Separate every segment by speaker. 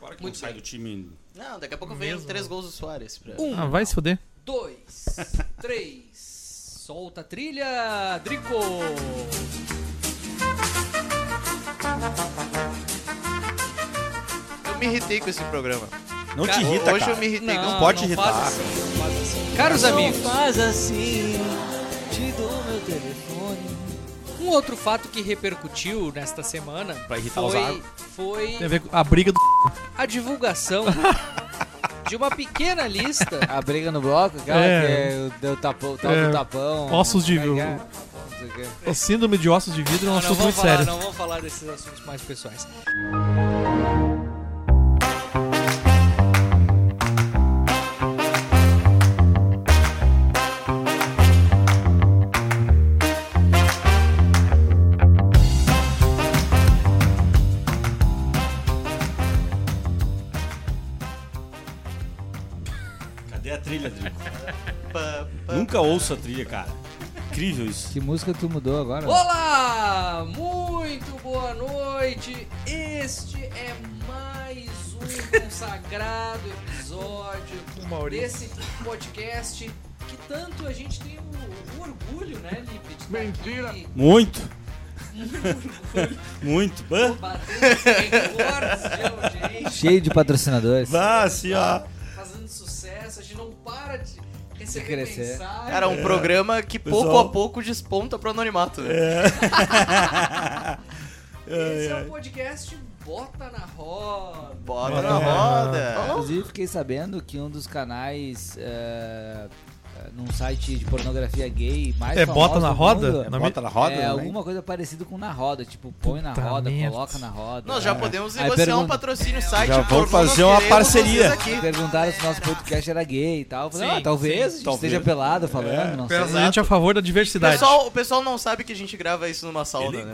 Speaker 1: Everton
Speaker 2: Muito
Speaker 1: sai
Speaker 2: bem.
Speaker 1: do time.
Speaker 2: Não, daqui a pouco vem
Speaker 3: Mesmo.
Speaker 2: três gols do Soares. Pra...
Speaker 3: Ah, vai se fuder.
Speaker 4: dois, três. Solta a trilha, Drico!
Speaker 5: Eu me irritei com esse programa.
Speaker 1: Não
Speaker 4: Cara,
Speaker 1: te irrita,
Speaker 5: Hoje
Speaker 1: cara.
Speaker 5: eu me irritei.
Speaker 1: Não pode
Speaker 4: não
Speaker 1: irritar.
Speaker 4: Faz assim, não faz assim. Caros amigos,
Speaker 3: faz assim, te dou meu telefone.
Speaker 4: um outro fato que repercutiu nesta semana
Speaker 1: Pra irritar os
Speaker 4: foi,
Speaker 1: árbitros.
Speaker 4: foi
Speaker 3: Tem a ver com a briga do...
Speaker 4: a divulgação de uma pequena lista
Speaker 6: A briga no bloco, cara,
Speaker 3: É.
Speaker 6: que é o deu tapão, tal
Speaker 3: É.
Speaker 6: do tapão.
Speaker 3: Ossos de-
Speaker 6: Como é que é? Não sei o quê.
Speaker 3: O síndrome de ossos de vidro é
Speaker 4: Não,
Speaker 3: um
Speaker 4: não
Speaker 3: assunto
Speaker 4: vamos
Speaker 3: muito
Speaker 4: falar,
Speaker 3: sério.
Speaker 4: não vamos falar desses assuntos mais pessoais.
Speaker 1: Cadê a trilha, Drico? Nunca ouço a trilha, cara. Incrível isso.
Speaker 6: Que música tu mudou agora?
Speaker 4: Olá, muito boa noite. Este é mais um consagrado episódio desse podcast que tanto a gente tem o, o orgulho, né, Lipe? De Mentira! Aqui
Speaker 1: Muito. Muito. Bah,
Speaker 4: batendo recordes de audiência,
Speaker 6: Cheio de patrocinadores.
Speaker 1: bah, assim, ó.
Speaker 4: fazendo sucesso. A gente não para de receber
Speaker 6: crescer.
Speaker 4: mensagens.
Speaker 2: Cara, um programa que pouco
Speaker 1: É. Pessoal. É.
Speaker 2: a pouco desponta pro anonimato. né?
Speaker 4: Esse é o podcast Bota na Roda.
Speaker 1: É.
Speaker 2: Bota na roda.
Speaker 6: Inclusive, fiquei sabendo que um dos canais. eh, eh, num site de pornografia gay mais
Speaker 3: É
Speaker 6: famoso
Speaker 3: Bota na
Speaker 6: do
Speaker 3: Roda?
Speaker 6: mundo,
Speaker 3: É
Speaker 1: Na Bota na roda? né?
Speaker 6: é
Speaker 1: também?
Speaker 6: alguma coisa parecida com na roda, tipo põe na
Speaker 3: Puta
Speaker 6: roda,
Speaker 3: merda.
Speaker 6: coloca na roda.
Speaker 2: Nós já
Speaker 6: podemos.
Speaker 2: podemos
Speaker 6: Aí
Speaker 2: negociar um
Speaker 6: pergunta.
Speaker 2: patrocínio site
Speaker 1: É. Já
Speaker 2: pornô,
Speaker 1: vamos fazer uma
Speaker 2: nós queremos
Speaker 1: parceria. É
Speaker 2: vocês aqui.
Speaker 6: Perguntaram se nosso podcast era gay e tal. Eu Falei,
Speaker 3: Sim,
Speaker 6: ah, talvez
Speaker 3: sim,
Speaker 6: a gente
Speaker 1: talvez.
Speaker 6: esteja pelado falando, não sei.
Speaker 3: A gente é a favor da
Speaker 2: O
Speaker 3: diversidade.
Speaker 2: pessoal, o pessoal não sabe que a gente grava isso numa sauna, né?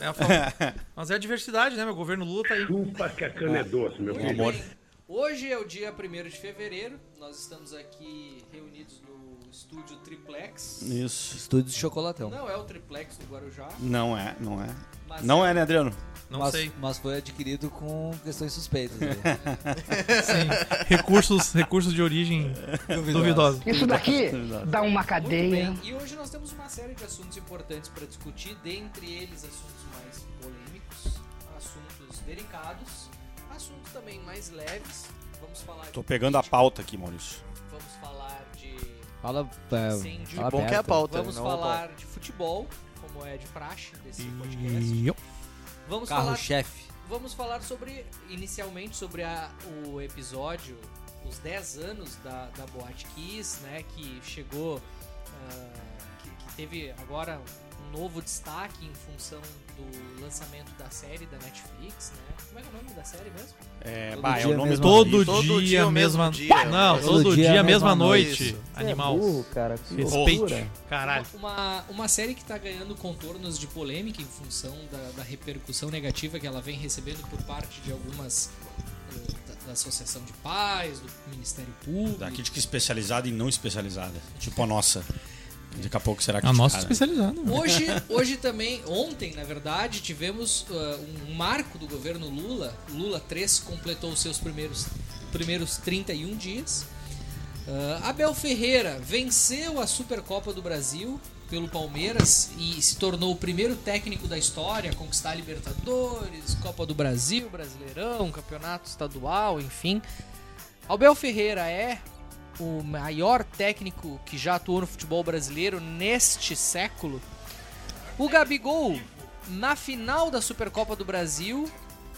Speaker 3: É a favor- Mas é a diversidade, né? Meu governo Lula tá aí.
Speaker 7: Chupa que a cana é doce, meu
Speaker 4: Muito
Speaker 7: filho.
Speaker 1: amor.
Speaker 4: bem. Hoje é o dia 1 de fevereiro. Nós estamos aqui reunidos no estúdio Triplex.
Speaker 1: Isso.
Speaker 6: Estúdio de chocolatão.
Speaker 4: Não é o Triplex do Guarujá,
Speaker 1: Não é, não é.
Speaker 4: mas
Speaker 1: Não é, né, Adriano?
Speaker 3: Não
Speaker 6: mas,
Speaker 3: sei.
Speaker 6: mas foi adquirido com questões suspeitas. né?
Speaker 3: Sim. Recursos, recursos de origem duvidosa.
Speaker 8: Isso daqui dá uma
Speaker 4: Muito
Speaker 8: cadeia.
Speaker 4: bem. E hoje nós temos uma série de assuntos importantes para discutir, dentre eles assuntos mais polêmicos, assuntos delicados, assuntos também mais leves. Vamos falar
Speaker 1: Tô
Speaker 4: de
Speaker 1: pegando a
Speaker 4: política,
Speaker 1: pauta aqui, Maurício.
Speaker 4: Vamos falar de
Speaker 6: Fala, é,
Speaker 4: Sim, de
Speaker 6: fala
Speaker 2: Bom que é a
Speaker 6: perto.
Speaker 2: pauta.
Speaker 4: Vamos
Speaker 2: não a pauta.
Speaker 4: falar de futebol, como é de praxe desse podcast. Vamos falar
Speaker 6: Carro-chefe.
Speaker 4: Vamos falar sobre, inicialmente, sobre a- o episódio, os 10 anos da, da Boate Kiss, né? Que chegou, ah, que, que teve agora um novo destaque em função do lançamento da série da Netflix, né? Como é que é o nome da série mesmo?
Speaker 1: É,
Speaker 6: Todo
Speaker 1: bah, é
Speaker 6: dia
Speaker 1: o nome
Speaker 6: mesmo
Speaker 1: do
Speaker 3: Todo,
Speaker 2: Todo
Speaker 3: dia,
Speaker 2: dia,
Speaker 3: mesma...
Speaker 2: mesmo dia.
Speaker 3: Não, todo, dia, mesma noite.
Speaker 6: é
Speaker 3: Animal.
Speaker 6: cara.
Speaker 3: Respeite. Caralho.
Speaker 4: Uma, uma série que tá ganhando contornos de polêmica em função da, da repercussão negativa que ela vem recebendo por parte de algumas. eh, da- Da Associação de Pais, do Ministério Público.
Speaker 1: Da crítica especializada e não especializada. Tipo a nossa. Daqui a pouco será que
Speaker 3: A
Speaker 6: é
Speaker 3: nossa especializada.
Speaker 4: Hoje, hoje também, ontem, na verdade, tivemos ah, um marco do governo Lula. Lula 3 completou os seus primeiros, primeiros 31 dias. Ah, Abel Ferreira venceu a Supercopa do Brasil pelo Palmeiras e se tornou o primeiro técnico da história a conquistar a Libertadores, Copa do Brasil, Brasileirão, Campeonato Estadual, enfim. Abel Ferreira é o maior técnico que já atuou no futebol brasileiro neste século. O Gabigol, na final da Supercopa do Brasil,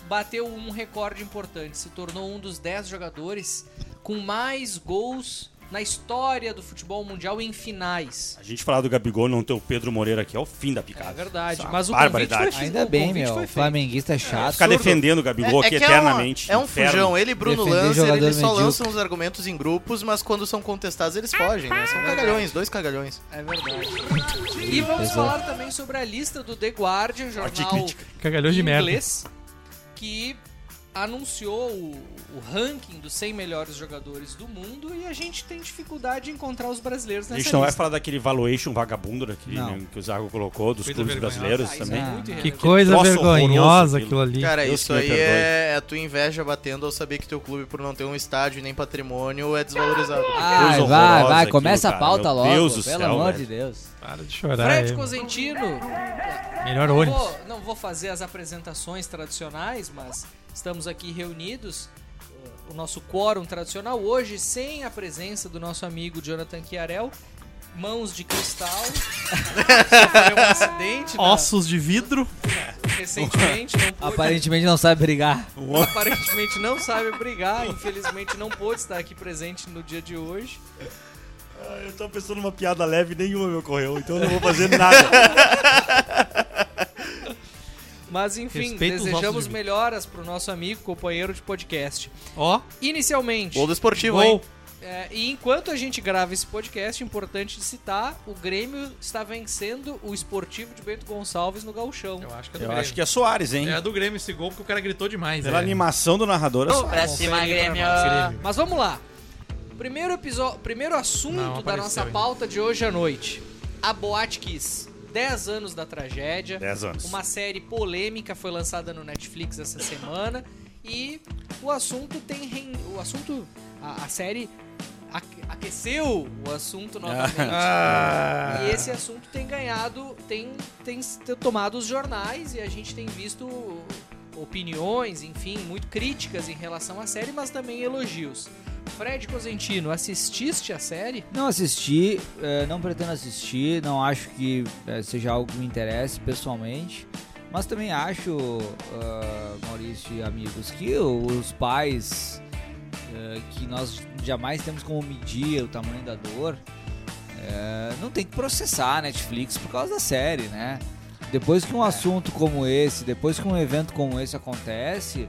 Speaker 4: bateu um recorde importante. Se tornou um dos 10 jogadores com mais gols na história do futebol mundial em finais.
Speaker 1: A gente falar do Gabigol não ter o Pedro Moreira aqui é o fim da
Speaker 4: É
Speaker 1: picada.
Speaker 4: verdade.
Speaker 1: Isso é uma
Speaker 4: Mas o convite
Speaker 1: barbaridade.
Speaker 4: foi feito.
Speaker 6: Ainda
Speaker 4: o
Speaker 6: bem,
Speaker 4: convite
Speaker 6: meu.
Speaker 4: foi feito.
Speaker 6: Flamenguista é chato.
Speaker 1: Ficar defendendo o Gabigol aqui
Speaker 2: que
Speaker 1: eternamente.
Speaker 2: É, um, é um
Speaker 1: inferno.
Speaker 2: fujão. Ele e Bruno
Speaker 6: Defender
Speaker 2: Lancer,
Speaker 6: jogador
Speaker 2: eles só
Speaker 6: medíocre.
Speaker 2: lançam os argumentos em grupos, mas quando são contestados, eles fogem, né? São cagalhões, dois cagalhões.
Speaker 4: É verdade. E vamos falar também
Speaker 2: Então,
Speaker 4: sobre a lista do The Guardian, jornal
Speaker 1: crítica.
Speaker 4: né,
Speaker 3: Cagalhão de merda.
Speaker 4: inglês, que anunciou o, o ranking dos 100 melhores jogadores do mundo e a gente tem dificuldade de encontrar os brasileiros
Speaker 1: A
Speaker 4: nessa
Speaker 2: assim,
Speaker 1: gente não vai
Speaker 4: lista.
Speaker 1: falar daquele valuation vagabundo daquele,
Speaker 6: Não.
Speaker 1: né, que o Zago colocou, dos
Speaker 3: Coisa
Speaker 1: clubes
Speaker 3: vergonhosa.
Speaker 1: brasileiros
Speaker 4: Ah, isso
Speaker 1: também.
Speaker 4: é muito
Speaker 3: Que
Speaker 4: irrelevante.
Speaker 1: troço
Speaker 3: coisa
Speaker 1: horroroso
Speaker 3: vergonhosa
Speaker 1: aquilo.
Speaker 3: aquilo ali.
Speaker 2: Cara,
Speaker 1: Deus
Speaker 2: isso
Speaker 1: que me
Speaker 2: aí
Speaker 1: perdoe.
Speaker 2: é, é a tua inveja batendo ao saber que teu clube, por não ter um estádio e nem patrimônio, é desvalorizado.
Speaker 1: coisa
Speaker 6: Ai, vai,
Speaker 1: horrorosa
Speaker 6: vai,
Speaker 1: aquilo,
Speaker 6: começa
Speaker 1: cara.
Speaker 6: a pauta
Speaker 1: Meu
Speaker 6: logo.
Speaker 1: Deus do
Speaker 6: pelo
Speaker 1: céu,
Speaker 6: amor
Speaker 1: velho.
Speaker 6: de Deus.
Speaker 3: Para de chorar.
Speaker 4: Fred
Speaker 3: aí.
Speaker 4: Cosentino,
Speaker 3: Melhor
Speaker 4: não
Speaker 3: ônibus.
Speaker 4: vou, não vou fazer as apresentações tradicionais, mas estamos aqui reunidos, eh, o nosso quórum tradicional hoje, sem a presença do nosso amigo Jonathan Chiarel, mãos de cristal, sofreu um acidente na-
Speaker 3: Ossos de vidro.
Speaker 4: recentemente, não pôde-
Speaker 6: Aparentemente não sabe brigar.
Speaker 4: aparentemente não sabe brigar, infelizmente não pôde estar aqui presente no dia de hoje.
Speaker 1: Eu tava pensando numa piada leve, nenhuma me ocorreu, então eu não vou fazer nada.
Speaker 4: Mas enfim,
Speaker 3: Respeita os nossos
Speaker 4: desejamos
Speaker 3: limites.
Speaker 4: melhoras pro nosso amigo, companheiro de podcast.
Speaker 3: Ó,
Speaker 4: Inicialmente,
Speaker 2: Gol do esportivo, hein?
Speaker 3: gol.
Speaker 4: é, e enquanto a gente grava esse podcast, é importante citar, o Grêmio está vencendo o esportivo de Bento Gonçalves no Galchão.
Speaker 3: Eu acho que é do
Speaker 1: Eu
Speaker 3: Grêmio.
Speaker 1: acho que é Soares, hein?
Speaker 3: É a do Grêmio esse gol, porque o cara gritou demais.
Speaker 1: Pela
Speaker 3: é.
Speaker 1: animação do narrador, é Soares.
Speaker 9: Pra cima,
Speaker 3: Confere aí pra
Speaker 9: Grêmio.
Speaker 3: nós, Grêmio.
Speaker 4: Mas vamos lá. Primeiro episódio, primeiro assunto
Speaker 3: Não,
Speaker 4: da
Speaker 3: apareceu
Speaker 4: nossa
Speaker 3: ainda.
Speaker 4: pauta de hoje à noite. A Boate Kiss. 10 anos da tragédia.
Speaker 1: 10 anos.
Speaker 4: é Uma série polêmica foi lançada no Netflix essa semana e o assunto tem ren- o assunto a, a série aque- aqueceu o assunto novamente.
Speaker 3: Ah.
Speaker 4: E esse assunto tem ganhado, tem, tem s- tem tomado os jornais e a gente tem visto opiniões, enfim, muito críticas em relação à série, mas também elogios. Fred Cosentino, assististe a série?
Speaker 6: Não assisti, eh, não pretendo assistir, não acho que eh, seja algo que me interesse pessoalmente. Mas também acho, ah, Maurício e amigos, que os pais eh, que nós jamais temos como medir o tamanho da dor eh, não tem que processar a Netflix por causa da série, né? Depois que um assunto como esse, depois que um evento como esse acontece,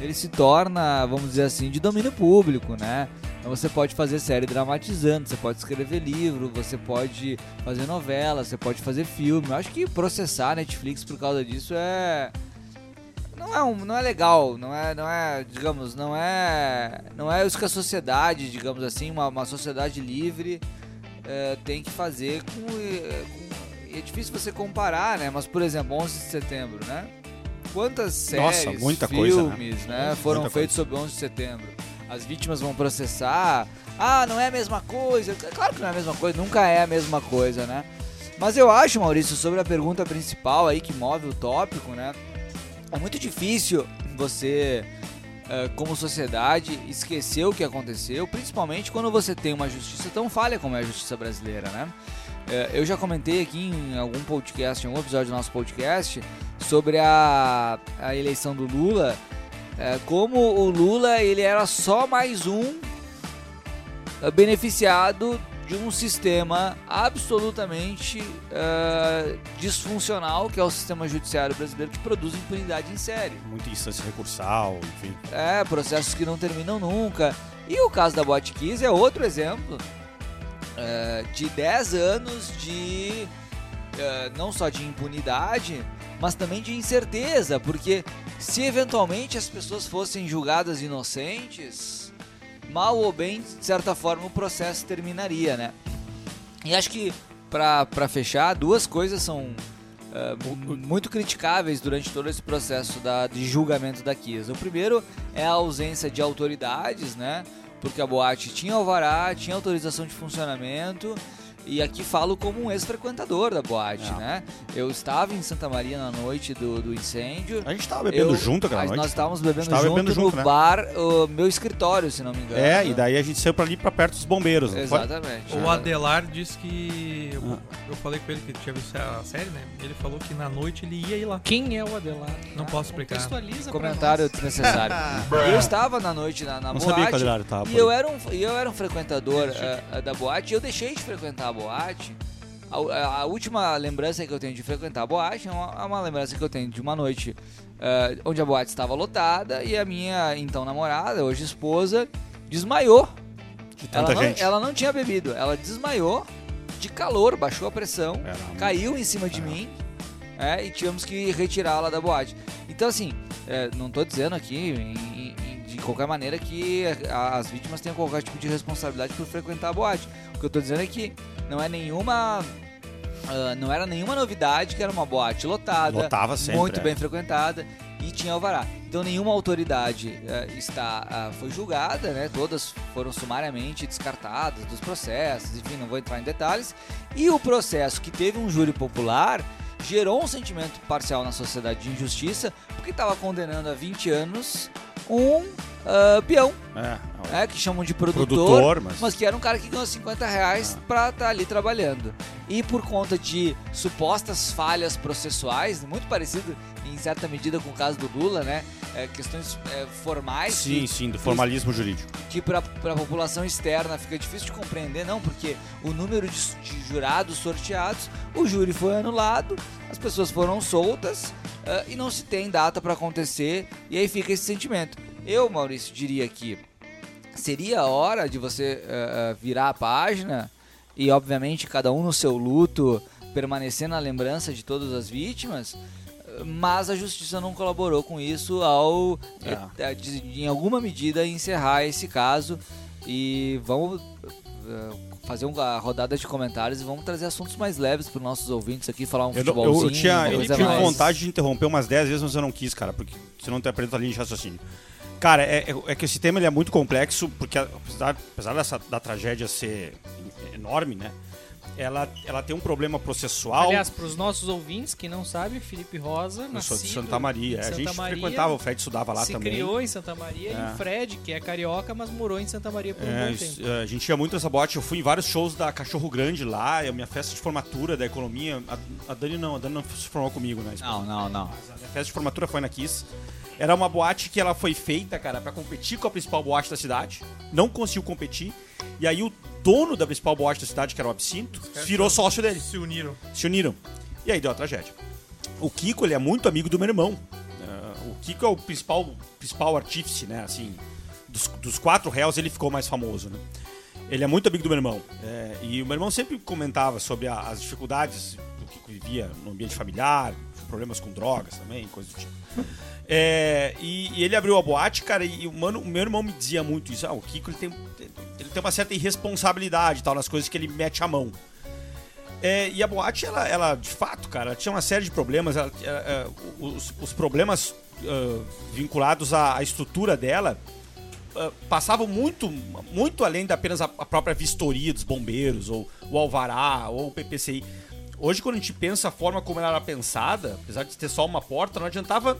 Speaker 6: ele se torna, vamos dizer assim, de domínio público, né? Então você pode fazer série dramatizando, você pode escrever livro, você pode fazer novela, você pode fazer filme. Eu acho que processar a Netflix por causa disso é não é um, não é legal, não é, não é, digamos, não é, não é isso que a sociedade, digamos assim, uma, uma sociedade livre eh, tem que fazer com, eh, com- e é difícil você comparar, né? Mas por exemplo, 11 de setembro, né? Quantas
Speaker 1: Nossa,
Speaker 6: séries,
Speaker 1: muita
Speaker 6: filmes,
Speaker 1: coisa, né?
Speaker 6: né, foram
Speaker 1: Muita
Speaker 6: feitos sobre 11 de setembro? As vítimas vão processar. Ah, não é a mesma coisa. Claro que não é a mesma coisa, nunca é a mesma coisa, né? Mas eu acho, Maurício, sobre a pergunta principal aí que move o tópico, né? É muito difícil você, eh, como sociedade, esquecer o que aconteceu, principalmente quando você tem uma justiça tão falha como é a justiça brasileira, né? Eh, Eu já comentei aqui em algum podcast, em algum episódio do nosso podcast, sobre a, a eleição do Lula. eh, Como o Lula ele era só mais um eh, beneficiado de um sistema absolutamente eh, disfuncional, que é o sistema judiciário brasileiro, que produz impunidade em série.
Speaker 1: Muita instância recursal, enfim.
Speaker 6: É, processos que não terminam nunca. E o caso da Botkiss é outro exemplo eh, de 10 anos de eh, não só de impunidade, mas também de incerteza, porque se eventualmente as pessoas fossem julgadas inocentes, mal ou bem, de certa forma, o processo terminaria, né? E acho que, para fechar, duas coisas são eh, mu- muito criticáveis durante todo esse processo da, de julgamento da Kiss. O primeiro é a ausência de autoridades, né? Porque a boate tinha alvará, tinha autorização de funcionamento. E aqui falo como um ex-frequentador da boate,
Speaker 1: Não.
Speaker 6: né? Eu estava em Santa Maria na noite do, do incêndio.
Speaker 1: A gente tava bebendo
Speaker 6: Eu-
Speaker 1: junto aquela
Speaker 6: Mas
Speaker 1: noite.
Speaker 6: nós estávamos bebendo
Speaker 1: Tava
Speaker 6: junto
Speaker 1: bebendo
Speaker 6: no
Speaker 1: junto, né?
Speaker 6: bar, o meu escritório, se não me engano. né?
Speaker 1: É, e daí a gente saiu pra ali pra perto dos bombeiros. não foi?
Speaker 6: Exatamente.
Speaker 3: O Adelar disse que. Eu, eu falei com ele que tinha visto a série, né? Ele falou que na noite ele ia ir lá.
Speaker 4: Quem é o Adelar? Ah,
Speaker 3: Não posso explicar.
Speaker 4: Contextualiza pra
Speaker 6: Ah, Comentário
Speaker 4: nós.
Speaker 6: desnecessário. eu estava na noite na, na
Speaker 1: Não
Speaker 6: boate.
Speaker 1: sabia que o Adelário tava por
Speaker 6: E
Speaker 1: aí.
Speaker 6: eu era um, e eu era um frequentador eh, eh, da boate, e eu deixei de frequentar a boate. A, eh, a- a última lembrança que eu tenho de frequentar a boate é uma, é uma lembrança que eu tenho de uma noite eh, onde a boate estava lotada e a minha então namorada, hoje esposa, desmaiou.
Speaker 1: De tanta
Speaker 6: Ela não,
Speaker 1: gente.
Speaker 6: ela não tinha bebido, ela desmaiou de calor, baixou a pressão,
Speaker 1: Era muito-
Speaker 6: caiu em cima de mim é, e tivemos que retirá-la da boate. Então, assim, é, não tô dizendo aqui, em- em- de qualquer maneira, que a- as vítimas tenham qualquer tipo de responsabilidade por frequentar a boate. O que eu tô dizendo é que não é nenhuma. ah, não era nenhuma novidade que era uma boate lotada,
Speaker 1: Lotava sempre,
Speaker 6: muito
Speaker 1: é.
Speaker 6: bem frequentada e tinha alvará. Então nenhuma autoridade ah, está ah, foi julgada, né? Todas foram sumariamente descartadas dos processos, enfim, não vou entrar em detalhes. E o processo que teve um júri popular gerou um sentimento parcial na sociedade de injustiça, porque estava condenando a 20 anos um ah, peão,
Speaker 1: É,
Speaker 6: né, que chamam de produtor
Speaker 1: produtor, mas.
Speaker 6: mas que era um cara que ganhou 50 reais pra estar ali trabalhando. E por conta de supostas falhas processuais, muito parecido em certa medida com o caso do Lula, né? É, questões é, formais que-
Speaker 1: Sim, sim, do formalismo jurídico.
Speaker 6: que para a população externa fica difícil de compreender, não, porque o número de, de jurados sorteados, o júri foi anulado, as pessoas foram soltas ah, e não se tem data para acontecer, e aí fica esse sentimento. Eu, Maurício, diria que seria a hora de você ah, ah, virar a página e, obviamente, cada um no seu luto, permanecer na lembrança de todas as vítimas. ah, Mas a justiça não colaborou com isso ao
Speaker 1: É.
Speaker 6: eh, de- de- em alguma medida encerrar esse caso e vamos eh, fazer uma rodada de comentários e vamos trazer assuntos mais leves para nossos ouvintes aqui, falar um
Speaker 1: Eu, não- eu- eu
Speaker 6: futebolzinho,
Speaker 1: tinha,
Speaker 6: uma
Speaker 1: eu
Speaker 6: coisa
Speaker 1: tive
Speaker 6: mais-
Speaker 1: vontade de interromper umas 10 vezes, mas eu não quis, cara, porque senão tu apresenta a linha de raciocínio. Cara, é, é- é que esse tema ele é muito complexo, porque apesar, apesar dessa, da tragédia ser enorme, né? Ela, ela tem um problema processual.
Speaker 4: Aliás, para os nossos ouvintes que não sabem, Felipe Rosa,
Speaker 1: eu sou
Speaker 4: nascido
Speaker 1: de Santa Maria. É, a
Speaker 4: em Santa
Speaker 1: gente
Speaker 4: Maria,
Speaker 1: frequentava, o Fred estudava lá
Speaker 4: se
Speaker 1: também.
Speaker 4: criou em Santa Maria e
Speaker 1: É.
Speaker 4: o Fred, que é carioca, mas morou em Santa Maria por um
Speaker 1: É,
Speaker 4: bom
Speaker 1: isso,
Speaker 4: tempo.
Speaker 1: é, a gente ia muito nessa boate, eu fui em vários shows da Cachorro Grande lá, é a minha festa de formatura da economia. A, a Dani não, a Dani não se formou comigo, né?
Speaker 6: Não, não, não.
Speaker 1: A festa de formatura foi na Kiss. Era uma boate que ela foi feita, cara, pra competir com a principal boate da cidade. Não conseguiu competir. E aí o dono da principal boate da cidade, que era o Absinto, virou sócio dele.
Speaker 3: Se uniram.
Speaker 1: Se uniram. E aí deu a tragédia. O Kiko, ele é muito amigo do meu irmão. É, o Kiko é o principal, principal artífice, né? Assim, dos, dos quatro réus, ele ficou mais famoso, né? Ele é muito amigo do meu irmão. É, e o meu irmão sempre comentava sobre a- as dificuldades do Kiko vivia no ambiente familiar, problemas com drogas também, coisa do tipo. É, e, e ele abriu a boate, cara, e o, mano, o meu irmão me dizia muito isso. Ah, o Kiko ele tem, ele tem uma certa irresponsabilidade e tal, nas coisas que ele mete a mão. É, e a boate, ela, ela, de fato, cara, ela tinha uma série de problemas. ela- ela- é, os, os problemas ah, vinculados à, à estrutura dela ah, passavam muito, muito além da apenas a, a própria vistoria dos bombeiros, ou o Alvará, ou o PPCI. Hoje, quando a gente pensa a forma como ela era pensada, apesar de ter só uma porta, não adiantava.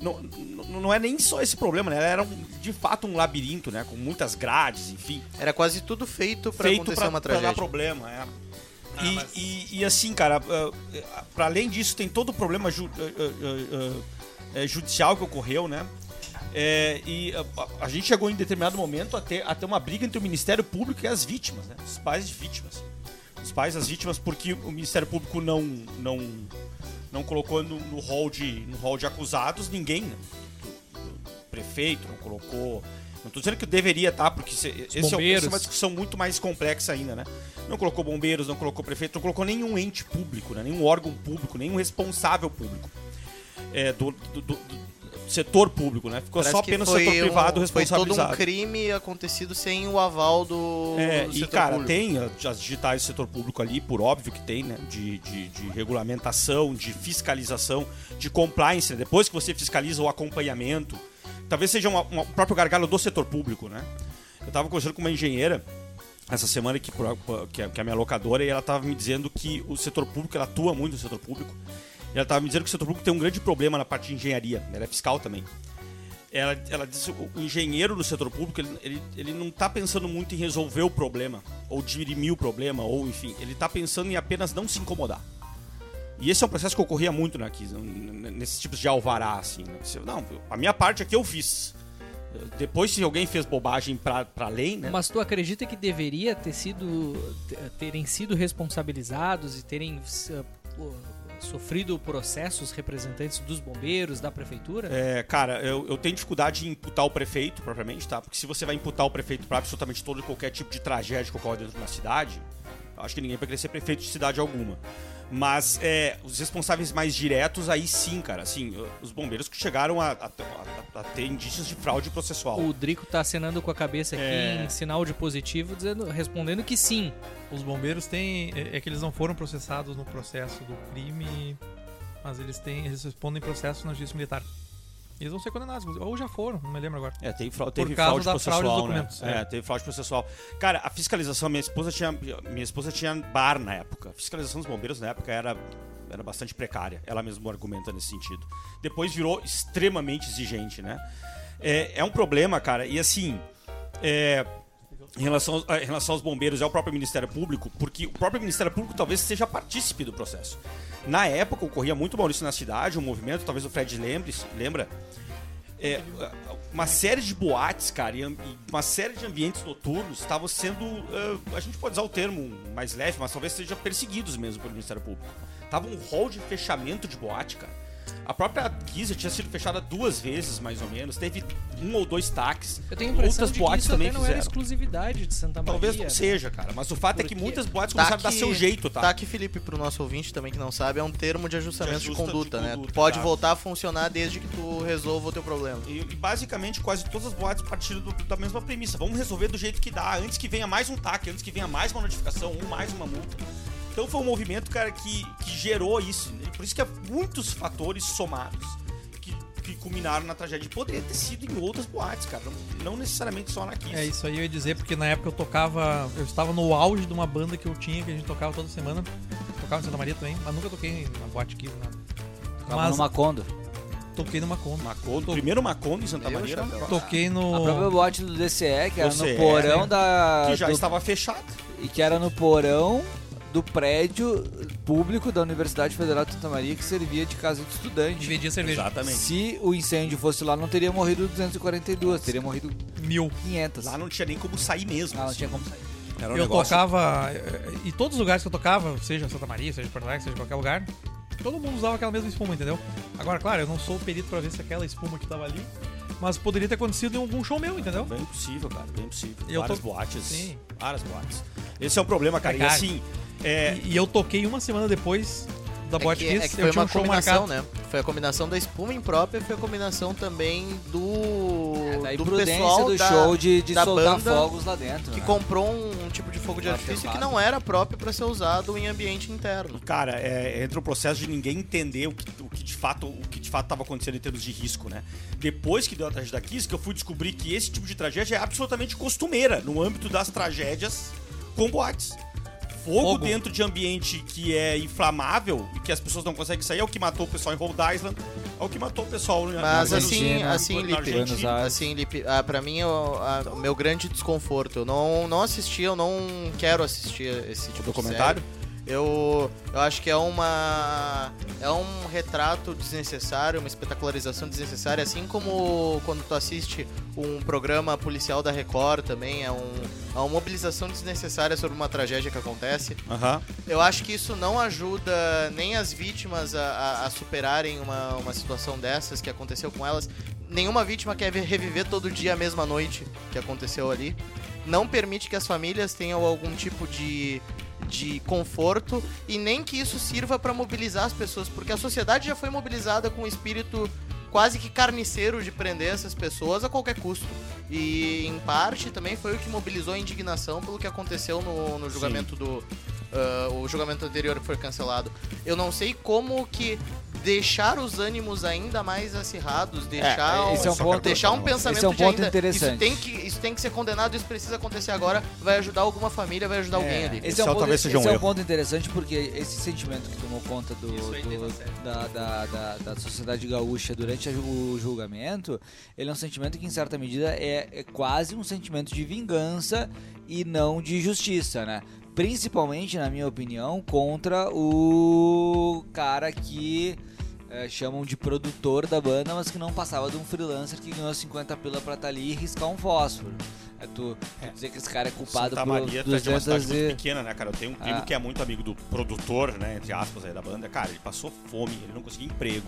Speaker 1: Não, não não é nem só esse problema, né? Ela era um- de fato um labirinto, né? Com muitas grades, enfim
Speaker 2: Era quase tudo feito pra
Speaker 1: feito
Speaker 2: acontecer
Speaker 1: pra,
Speaker 2: uma
Speaker 1: pra dar
Speaker 2: tragédia.
Speaker 1: problema, é. e, e- e assim, cara, para além disso, tem todo o problema ju- ah, ah, ah, ah, judicial que ocorreu, né? É, e ah, a, a gente chegou em determinado momento a ter, a ter uma briga entre o Ministério Público e as vítimas, né? Os pais de vítimas. Os pais das vítimas, porque o Ministério Público não, não, não colocou no, no, hall de, no hall de acusados ninguém, né? O prefeito não colocou. Não tô dizendo que deveria, tá? Porque se- esse é, o- essa é uma
Speaker 4: bombeiros.
Speaker 1: discussão muito mais complexa ainda, né? Não colocou bombeiros, não colocou prefeito, não colocou nenhum ente público, né? nenhum órgão público, nenhum responsável público é, do, do- do- do setor público, né? Ficou
Speaker 2: Parece
Speaker 1: só
Speaker 2: que
Speaker 1: apenas o
Speaker 2: foi
Speaker 1: setor
Speaker 2: um-
Speaker 1: privado responsabilizado.
Speaker 2: Foi todo um crime acontecido sem o aval do,
Speaker 1: É,
Speaker 2: do
Speaker 1: e
Speaker 2: setor
Speaker 1: cara,
Speaker 2: público.
Speaker 1: tem a- as digitais do setor público ali, por óbvio que tem, né? De, de, de regulamentação, de fiscalização, de compliance. né? Depois que você fiscaliza o acompanhamento, talvez seja uma- uma- um próprio gargalo do setor público, né? Eu tava conversando com uma engenheira essa semana que, pro- que é que é a minha locadora e ela tava me dizendo que o setor público, ela atua muito no setor público. E ela tava me dizendo que o setor público tem um grande problema na parte de engenharia, né? ela é fiscal também ela, ela disse o o engenheiro do setor público ele, ele, ele não está pensando muito em resolver o problema ou dirimir o problema ou enfim ele está pensando em apenas não se incomodar e esse é um processo que ocorria muito na Kiss, n- n- nesses tipos de alvará assim né? Você, não a minha parte aqui eu fiz depois se alguém fez bobagem para além né
Speaker 4: Mas tu acredita que deveria ter sido te- terem sido responsabilizados e terem eh, pô, sofrido processos representantes dos bombeiros, da prefeitura?
Speaker 1: É, cara, eu, eu tenho dificuldade em imputar o prefeito, propriamente, tá? Porque se você vai imputar o prefeito pra absolutamente todo e qualquer tipo de tragédia que ocorre dentro da cidade, Acho que ninguém vai querer ser prefeito de cidade alguma. Mas é, os responsáveis mais diretos, aí sim, cara. Assim, os bombeiros que chegaram a, a- a- a ter indícios de fraude processual.
Speaker 4: O Drico tá acenando com a cabeça aqui
Speaker 1: É.
Speaker 4: em sinal de positivo, dizendo, respondendo que sim.
Speaker 3: Os bombeiros têm. É, é que eles não foram processados no processo do crime, mas eles têm. Eles respondem processo na justiça militar. Eles vão ser condenados, ou já foram, não me lembro agora.
Speaker 1: É, tem frau- teve
Speaker 3: causa
Speaker 1: fraude
Speaker 3: da
Speaker 1: processual,
Speaker 3: fraude dos
Speaker 1: né?
Speaker 3: documentos,
Speaker 1: É.
Speaker 3: é.
Speaker 1: teve fraude processual. Cara, a fiscalização, minha esposa tinha, minha esposa tinha bar na época. A fiscalização dos bombeiros na época era, era bastante precária. Ela mesma argumenta nesse sentido. Depois virou extremamente exigente, né? É, é um problema, cara. E assim, é, em, relação, aos- eh, em relação aos bombeiros, é o próprio Ministério Público, porque o próprio Ministério Público talvez seja partícipe do processo. Na época, ocorria muito Maurício na cidade, um movimento, talvez o Fred lembre, lembra, é, uma série de boates, cara, e am- e uma série de ambientes noturnos estavam sendo, eh, a gente pode usar o termo mais leve, mas talvez seja perseguidos mesmo pelo Ministério Público. Tava um rol de fechamento de boate, cara. A própria Giza tinha sido fechada duas vezes, mais ou menos. Teve um ou dois taques.
Speaker 4: Eu tenho a impressão
Speaker 1: Outras
Speaker 4: de que
Speaker 1: boates
Speaker 4: isso
Speaker 1: também
Speaker 4: até não
Speaker 1: fizeram.
Speaker 4: era exclusividade de Santa Maria. né?
Speaker 1: Talvez não seja, cara. Mas o fato é que
Speaker 4: Porque
Speaker 1: muitas boates
Speaker 2: Tá
Speaker 1: começaram a dar
Speaker 2: que-
Speaker 1: seu jeito, tá?
Speaker 2: Tá aqui, Felipe, pro nosso ouvinte também que não sabe, é um termo de ajustamento de,
Speaker 1: ajusta de
Speaker 2: conduta, né?
Speaker 1: conduta,
Speaker 2: Tu pode
Speaker 1: tá.
Speaker 2: voltar a funcionar desde que tu resolva o teu problema.
Speaker 1: E, e basicamente quase todas as boates partiram do- da mesma premissa. Vamos resolver do jeito que dá, antes que venha mais um taque, antes que venha mais uma notificação, ou mais uma multa. Então foi um movimento, cara, que, que gerou isso. né? Por isso que há muitos fatores somados que, que culminaram na tragédia. Poderia ter sido em outras boates, cara. Não, não necessariamente só na Kiss.
Speaker 3: É isso aí eu ia dizer, porque na época eu tocava. Eu estava no auge de uma banda que eu tinha, que a gente tocava toda semana. Tocava em Santa Maria também, mas nunca toquei na boate Kiss, nada.
Speaker 6: Mas...
Speaker 3: Mas
Speaker 6: numa condo.
Speaker 3: toquei numa conta.
Speaker 1: Macondo, primeiro Macondo em Santa
Speaker 2: Meu
Speaker 1: Maria,
Speaker 2: chapéu.
Speaker 3: Toquei
Speaker 6: A própria
Speaker 3: no.
Speaker 6: boate do DCE, que era
Speaker 1: DCE,
Speaker 6: no porão
Speaker 3: né?
Speaker 6: da.
Speaker 1: que já
Speaker 6: do-
Speaker 1: estava fechado.
Speaker 6: E que era no porão do prédio público da Universidade Federal de Santa Maria, que servia de casa de
Speaker 3: E
Speaker 6: estudante.
Speaker 3: vendia cerveja.
Speaker 6: Se o incêndio fosse lá, não teria morrido 242, teria morrido
Speaker 3: Mil.
Speaker 6: 500.
Speaker 1: Lá não tinha nem como sair mesmo.
Speaker 6: Ah, não
Speaker 1: assim.
Speaker 6: tinha como sair.
Speaker 1: Era um
Speaker 3: eu
Speaker 1: negócio-
Speaker 3: tocava. eh, E todos os lugares que eu tocava, seja Santa Maria, seja Porto Alegre, seja qualquer lugar, todo mundo usava aquela mesma espuma, entendeu? Agora, claro, eu não sou perito pra ver se aquela espuma que tava ali, mas poderia ter acontecido em algum show meu, entendeu?
Speaker 1: Bem possível, cara, bem possível.
Speaker 3: Eu
Speaker 1: várias
Speaker 3: tô-
Speaker 1: boates.
Speaker 3: Sim.
Speaker 1: Várias boates. Esse é o problema, cara. E
Speaker 3: Precário.
Speaker 1: assim, é,
Speaker 3: E, e eu toquei uma semana depois da
Speaker 2: É
Speaker 3: Boate
Speaker 2: que, é
Speaker 3: Kiss,
Speaker 2: que
Speaker 3: eu
Speaker 2: foi
Speaker 3: tinha
Speaker 2: uma
Speaker 3: um show
Speaker 2: combinação,
Speaker 3: marcado.
Speaker 2: né? Foi a combinação da espuma imprópria, foi a combinação também do,
Speaker 6: É, da
Speaker 2: do
Speaker 6: imprudência
Speaker 2: pessoal
Speaker 6: do
Speaker 2: da-
Speaker 6: show de, de
Speaker 2: da
Speaker 6: soltar
Speaker 2: banda
Speaker 6: fogos lá dentro.
Speaker 2: que
Speaker 6: né?
Speaker 2: comprou um, um tipo de fogo de
Speaker 6: Um
Speaker 2: artifício que
Speaker 6: artefato.
Speaker 2: não era próprio pra ser usado em ambiente interno.
Speaker 1: cara, é, entra o processo de ninguém entender o que, o que de fato o que de fato estava acontecendo em termos de risco, né? Depois que deu a tragédia da Kiss, que eu fui descobrir que esse tipo de tragédia é absolutamente costumeira no âmbito das tragédias com boates. Fogo,
Speaker 3: Fogo.
Speaker 1: dentro de ambiente que é inflamável e que as pessoas não conseguem sair é o que matou o pessoal em Rhode Island, é o que matou o pessoal na- na
Speaker 2: Mas assim,
Speaker 6: Argentina,
Speaker 2: assim,
Speaker 1: na
Speaker 2: Lipe,
Speaker 1: Argentina.
Speaker 6: Buenos Aires.
Speaker 2: assim, Lipe, ah, pra mim, eu- ah, o meu grande desconforto, eu não, não assisti, eu não quero assistir esse tipo
Speaker 1: documentário?
Speaker 2: de série. Eu, eu acho que é uma é um retrato desnecessário, uma espetacularização desnecessária, assim como quando tu assiste um programa policial da Record também, é, um, é uma mobilização desnecessária sobre uma tragédia que acontece.
Speaker 1: Aham.
Speaker 2: Eu acho que isso não ajuda nem as vítimas a, a- a superarem uma, uma situação dessas que aconteceu com elas. Nenhuma vítima quer ver- reviver todo dia a mesma noite que aconteceu ali. Não permite que as famílias tenham algum tipo de, de conforto e nem que isso sirva para mobilizar as pessoas, porque a sociedade já foi mobilizada com o espírito quase que carniceiro de prender essas pessoas a qualquer custo. E em parte também foi o que mobilizou a indignação pelo que aconteceu no, no julgamento do. ah, o julgamento anterior que foi cancelado. Eu não sei como que deixar os ânimos ainda mais acirrados, deixar,
Speaker 6: esse é um
Speaker 2: só
Speaker 6: ponto-
Speaker 2: deixar um
Speaker 6: esse é um
Speaker 2: pensamento de
Speaker 6: ponto
Speaker 2: ainda, Isso
Speaker 6: interessante.
Speaker 2: tem, que, isso tem que ser condenado, isso precisa acontecer agora, vai ajudar alguma família, vai ajudar alguém ali.
Speaker 6: Esse é
Speaker 1: Esse
Speaker 6: um, ponto,
Speaker 1: talvez seja um
Speaker 6: esse é um
Speaker 1: erro.
Speaker 6: ponto interessante porque esse sentimento que tomou conta do, do- da, da, da, da sociedade gaúcha durante a ju- o julgamento, ele é um sentimento que, em certa medida, é, é quase um sentimento de vingança e não de justiça, né? Principalmente, na minha opinião, contra o cara que eh, chamam de produtor da banda, mas que não passava de um freelancer que ganhou 50 pila pra estar ali e riscar um fósforo. É tu, tu dizer que esse cara é culpado
Speaker 1: Santa
Speaker 6: por
Speaker 1: Maria tá de uma cidade
Speaker 6: 200
Speaker 1: muito
Speaker 6: e...
Speaker 1: pequena, né, cara? Eu tenho um primo
Speaker 6: Ah.
Speaker 1: que é muito amigo do produtor, né, entre aspas, aí da banda. Cara, ele passou fome, ele não conseguia emprego.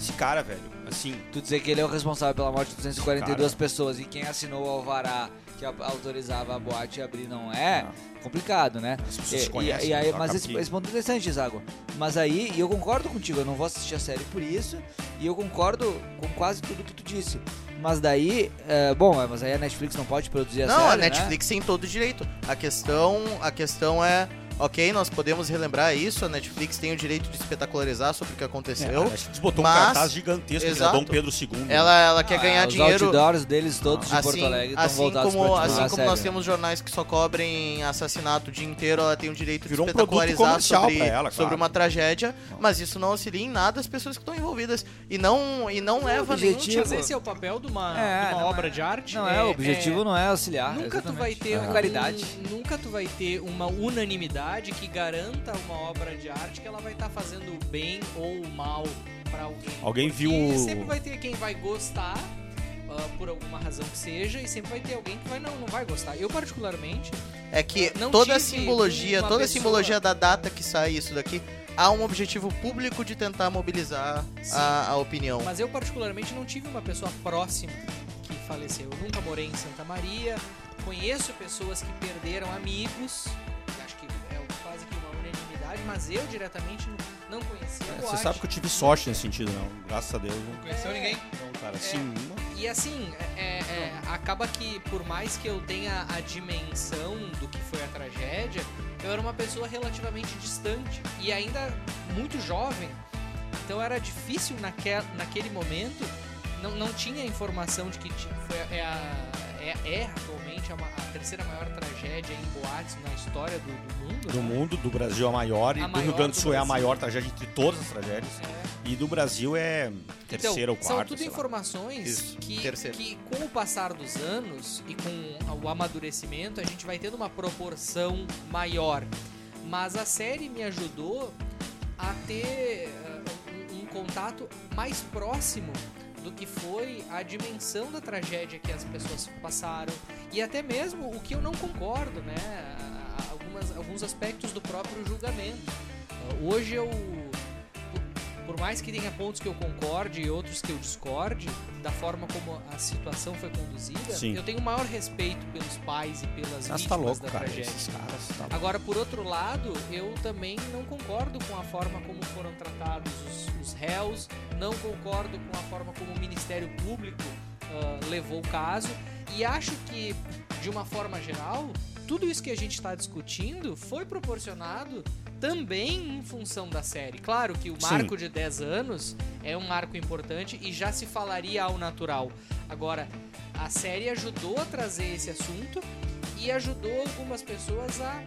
Speaker 1: Esse cara, velho, assim,
Speaker 6: Tu dizer que ele é o responsável pela morte de 242
Speaker 1: Cara.
Speaker 6: pessoas e quem assinou o alvará que a- autorizava a boate a abrir não é, complicado, né?
Speaker 1: as pessoas se
Speaker 6: E, e-
Speaker 1: conhecem.
Speaker 6: e aí,
Speaker 1: né?
Speaker 6: mas
Speaker 1: Acaba
Speaker 6: esse,
Speaker 1: que-
Speaker 6: esse ponto é interessante, Zago. Mas aí, e eu concordo contigo, eu não vou assistir a série por isso, e eu concordo com quase tudo que tu disse. Mas daí, é, bom, é, mas aí a Netflix não pode produzir
Speaker 1: é
Speaker 6: a série.
Speaker 2: Não, a
Speaker 6: né?
Speaker 2: Netflix tem todo o direito. A questão, a questão é, ok, nós podemos relembrar isso, a Netflix tem o direito de espetacularizar sobre o que aconteceu.
Speaker 1: a Netflix botou
Speaker 2: mas-
Speaker 1: um cartaz gigantesco de
Speaker 2: Exato.
Speaker 1: Dom Pedro II.
Speaker 2: Ela, ela
Speaker 6: Ah,
Speaker 2: quer ganhar
Speaker 6: os
Speaker 2: dinheiro.
Speaker 6: outdoors deles todos de Porto
Speaker 2: Assim,
Speaker 6: Alegre estão
Speaker 2: assim
Speaker 6: voltados
Speaker 2: como,
Speaker 6: pra divulgar né?
Speaker 2: assim
Speaker 6: a
Speaker 2: como nós
Speaker 6: série.
Speaker 2: temos jornais que só cobrem assassinato o dia inteiro, ela tem o direito
Speaker 1: Virou um
Speaker 2: de
Speaker 1: produto
Speaker 2: espetacularizar
Speaker 1: comercial
Speaker 2: sobre,
Speaker 1: pra ela,
Speaker 2: sobre
Speaker 1: claro.
Speaker 2: uma tragédia, mas isso não auxilia em nada as pessoas que estão envolvidas. E não, e não leva nenhum
Speaker 6: objetivo-
Speaker 2: tipo...
Speaker 4: Mas esse é o papel de uma,
Speaker 6: É,
Speaker 4: de uma
Speaker 6: não
Speaker 4: obra
Speaker 6: é-
Speaker 4: de arte.
Speaker 6: Não é, o objetivo não é auxiliar.
Speaker 4: Nunca tu
Speaker 6: exatamente.
Speaker 4: vai ter
Speaker 6: É.
Speaker 4: um-
Speaker 6: qualidade.
Speaker 4: Nunca tu vai ter uma unanimidade que garanta uma obra de arte que ela vai estar fazendo bem ou mal pra alguém.
Speaker 1: Alguém
Speaker 4: Porque
Speaker 1: viu o-
Speaker 4: Sempre vai ter quem vai gostar ah, por alguma razão que seja e sempre vai ter alguém que vai não, não vai gostar. Eu particularmente
Speaker 2: É que
Speaker 4: Não
Speaker 2: toda a
Speaker 4: tive
Speaker 2: simbologia,
Speaker 4: uma
Speaker 2: toda a
Speaker 4: pessoa-
Speaker 2: simbologia da data que sai isso daqui, há um objetivo público de tentar mobilizar
Speaker 4: Sim.
Speaker 2: a, a opinião.
Speaker 4: Mas eu, particularmente, não tive uma pessoa próxima que faleceu. Eu nunca morei em Santa Maria. Conheço pessoas que perderam amigos. que Acho que é quase que uma unanimidade, mas eu diretamente não
Speaker 1: É, Você
Speaker 4: conhecia. a boate. Então,
Speaker 1: sabe que eu tive sorte nesse sentido, não. Graças a Deus. Não
Speaker 8: conheceu ninguém?
Speaker 1: Não, cara,
Speaker 4: É.
Speaker 1: assim, uma-
Speaker 4: E assim, é- é- é, acaba que por mais que eu tenha a dimensão do que foi a tragédia, eu era uma pessoa relativamente distante e ainda muito jovem. Então era difícil naque, naquele momento, não, não tinha a informação de que ti- foi, a- é, a- é, é atualmente a, ma- a terceira maior tragédia em boates na história do, do mundo.
Speaker 1: do
Speaker 4: né?
Speaker 1: mundo, do Brasil é a maior, e
Speaker 4: A
Speaker 1: do
Speaker 4: maior
Speaker 1: Rio Grande do
Speaker 4: do
Speaker 1: Sul é a
Speaker 4: Brasil.
Speaker 1: maior tragédia entre todas as tragédias.
Speaker 4: É.
Speaker 1: E do Brasil é terceira
Speaker 4: então,
Speaker 1: ou quarta.
Speaker 4: São tudo
Speaker 1: sei lá.
Speaker 4: informações
Speaker 1: Isso,
Speaker 4: que,
Speaker 2: terceiro.
Speaker 4: que, com o passar dos anos e com o amadurecimento, a gente vai tendo uma proporção maior. Mas a série me ajudou a ter uh, um, um contato mais próximo do que foi a dimensão da tragédia que as pessoas passaram e até mesmo o que eu não concordo, né? a- a- Algumas, alguns aspectos do próprio julgamento. Uh, Hoje eu, por- por mais que tenha pontos que eu concorde e outros que eu discorde, da forma como a situação foi conduzida,
Speaker 1: Sim.
Speaker 4: eu tenho o maior respeito pelos pais e pelas
Speaker 1: Ah,
Speaker 4: vítimas
Speaker 1: você tá louco,
Speaker 4: da
Speaker 1: cara.
Speaker 4: tragédia.
Speaker 1: Esses caras, tá louco.
Speaker 4: Agora, por outro lado, eu também não concordo com a forma como foram tratados os, os réus, não concordo com a forma como o Ministério Público ah, levou o caso e acho que, de uma forma geral, tudo isso que a gente está discutindo foi proporcionado também em função da série. Claro que o
Speaker 1: Sim.
Speaker 4: marco de 10 anos é um marco importante e já se falaria ao natural. Agora, a série ajudou a trazer esse assunto e ajudou algumas pessoas a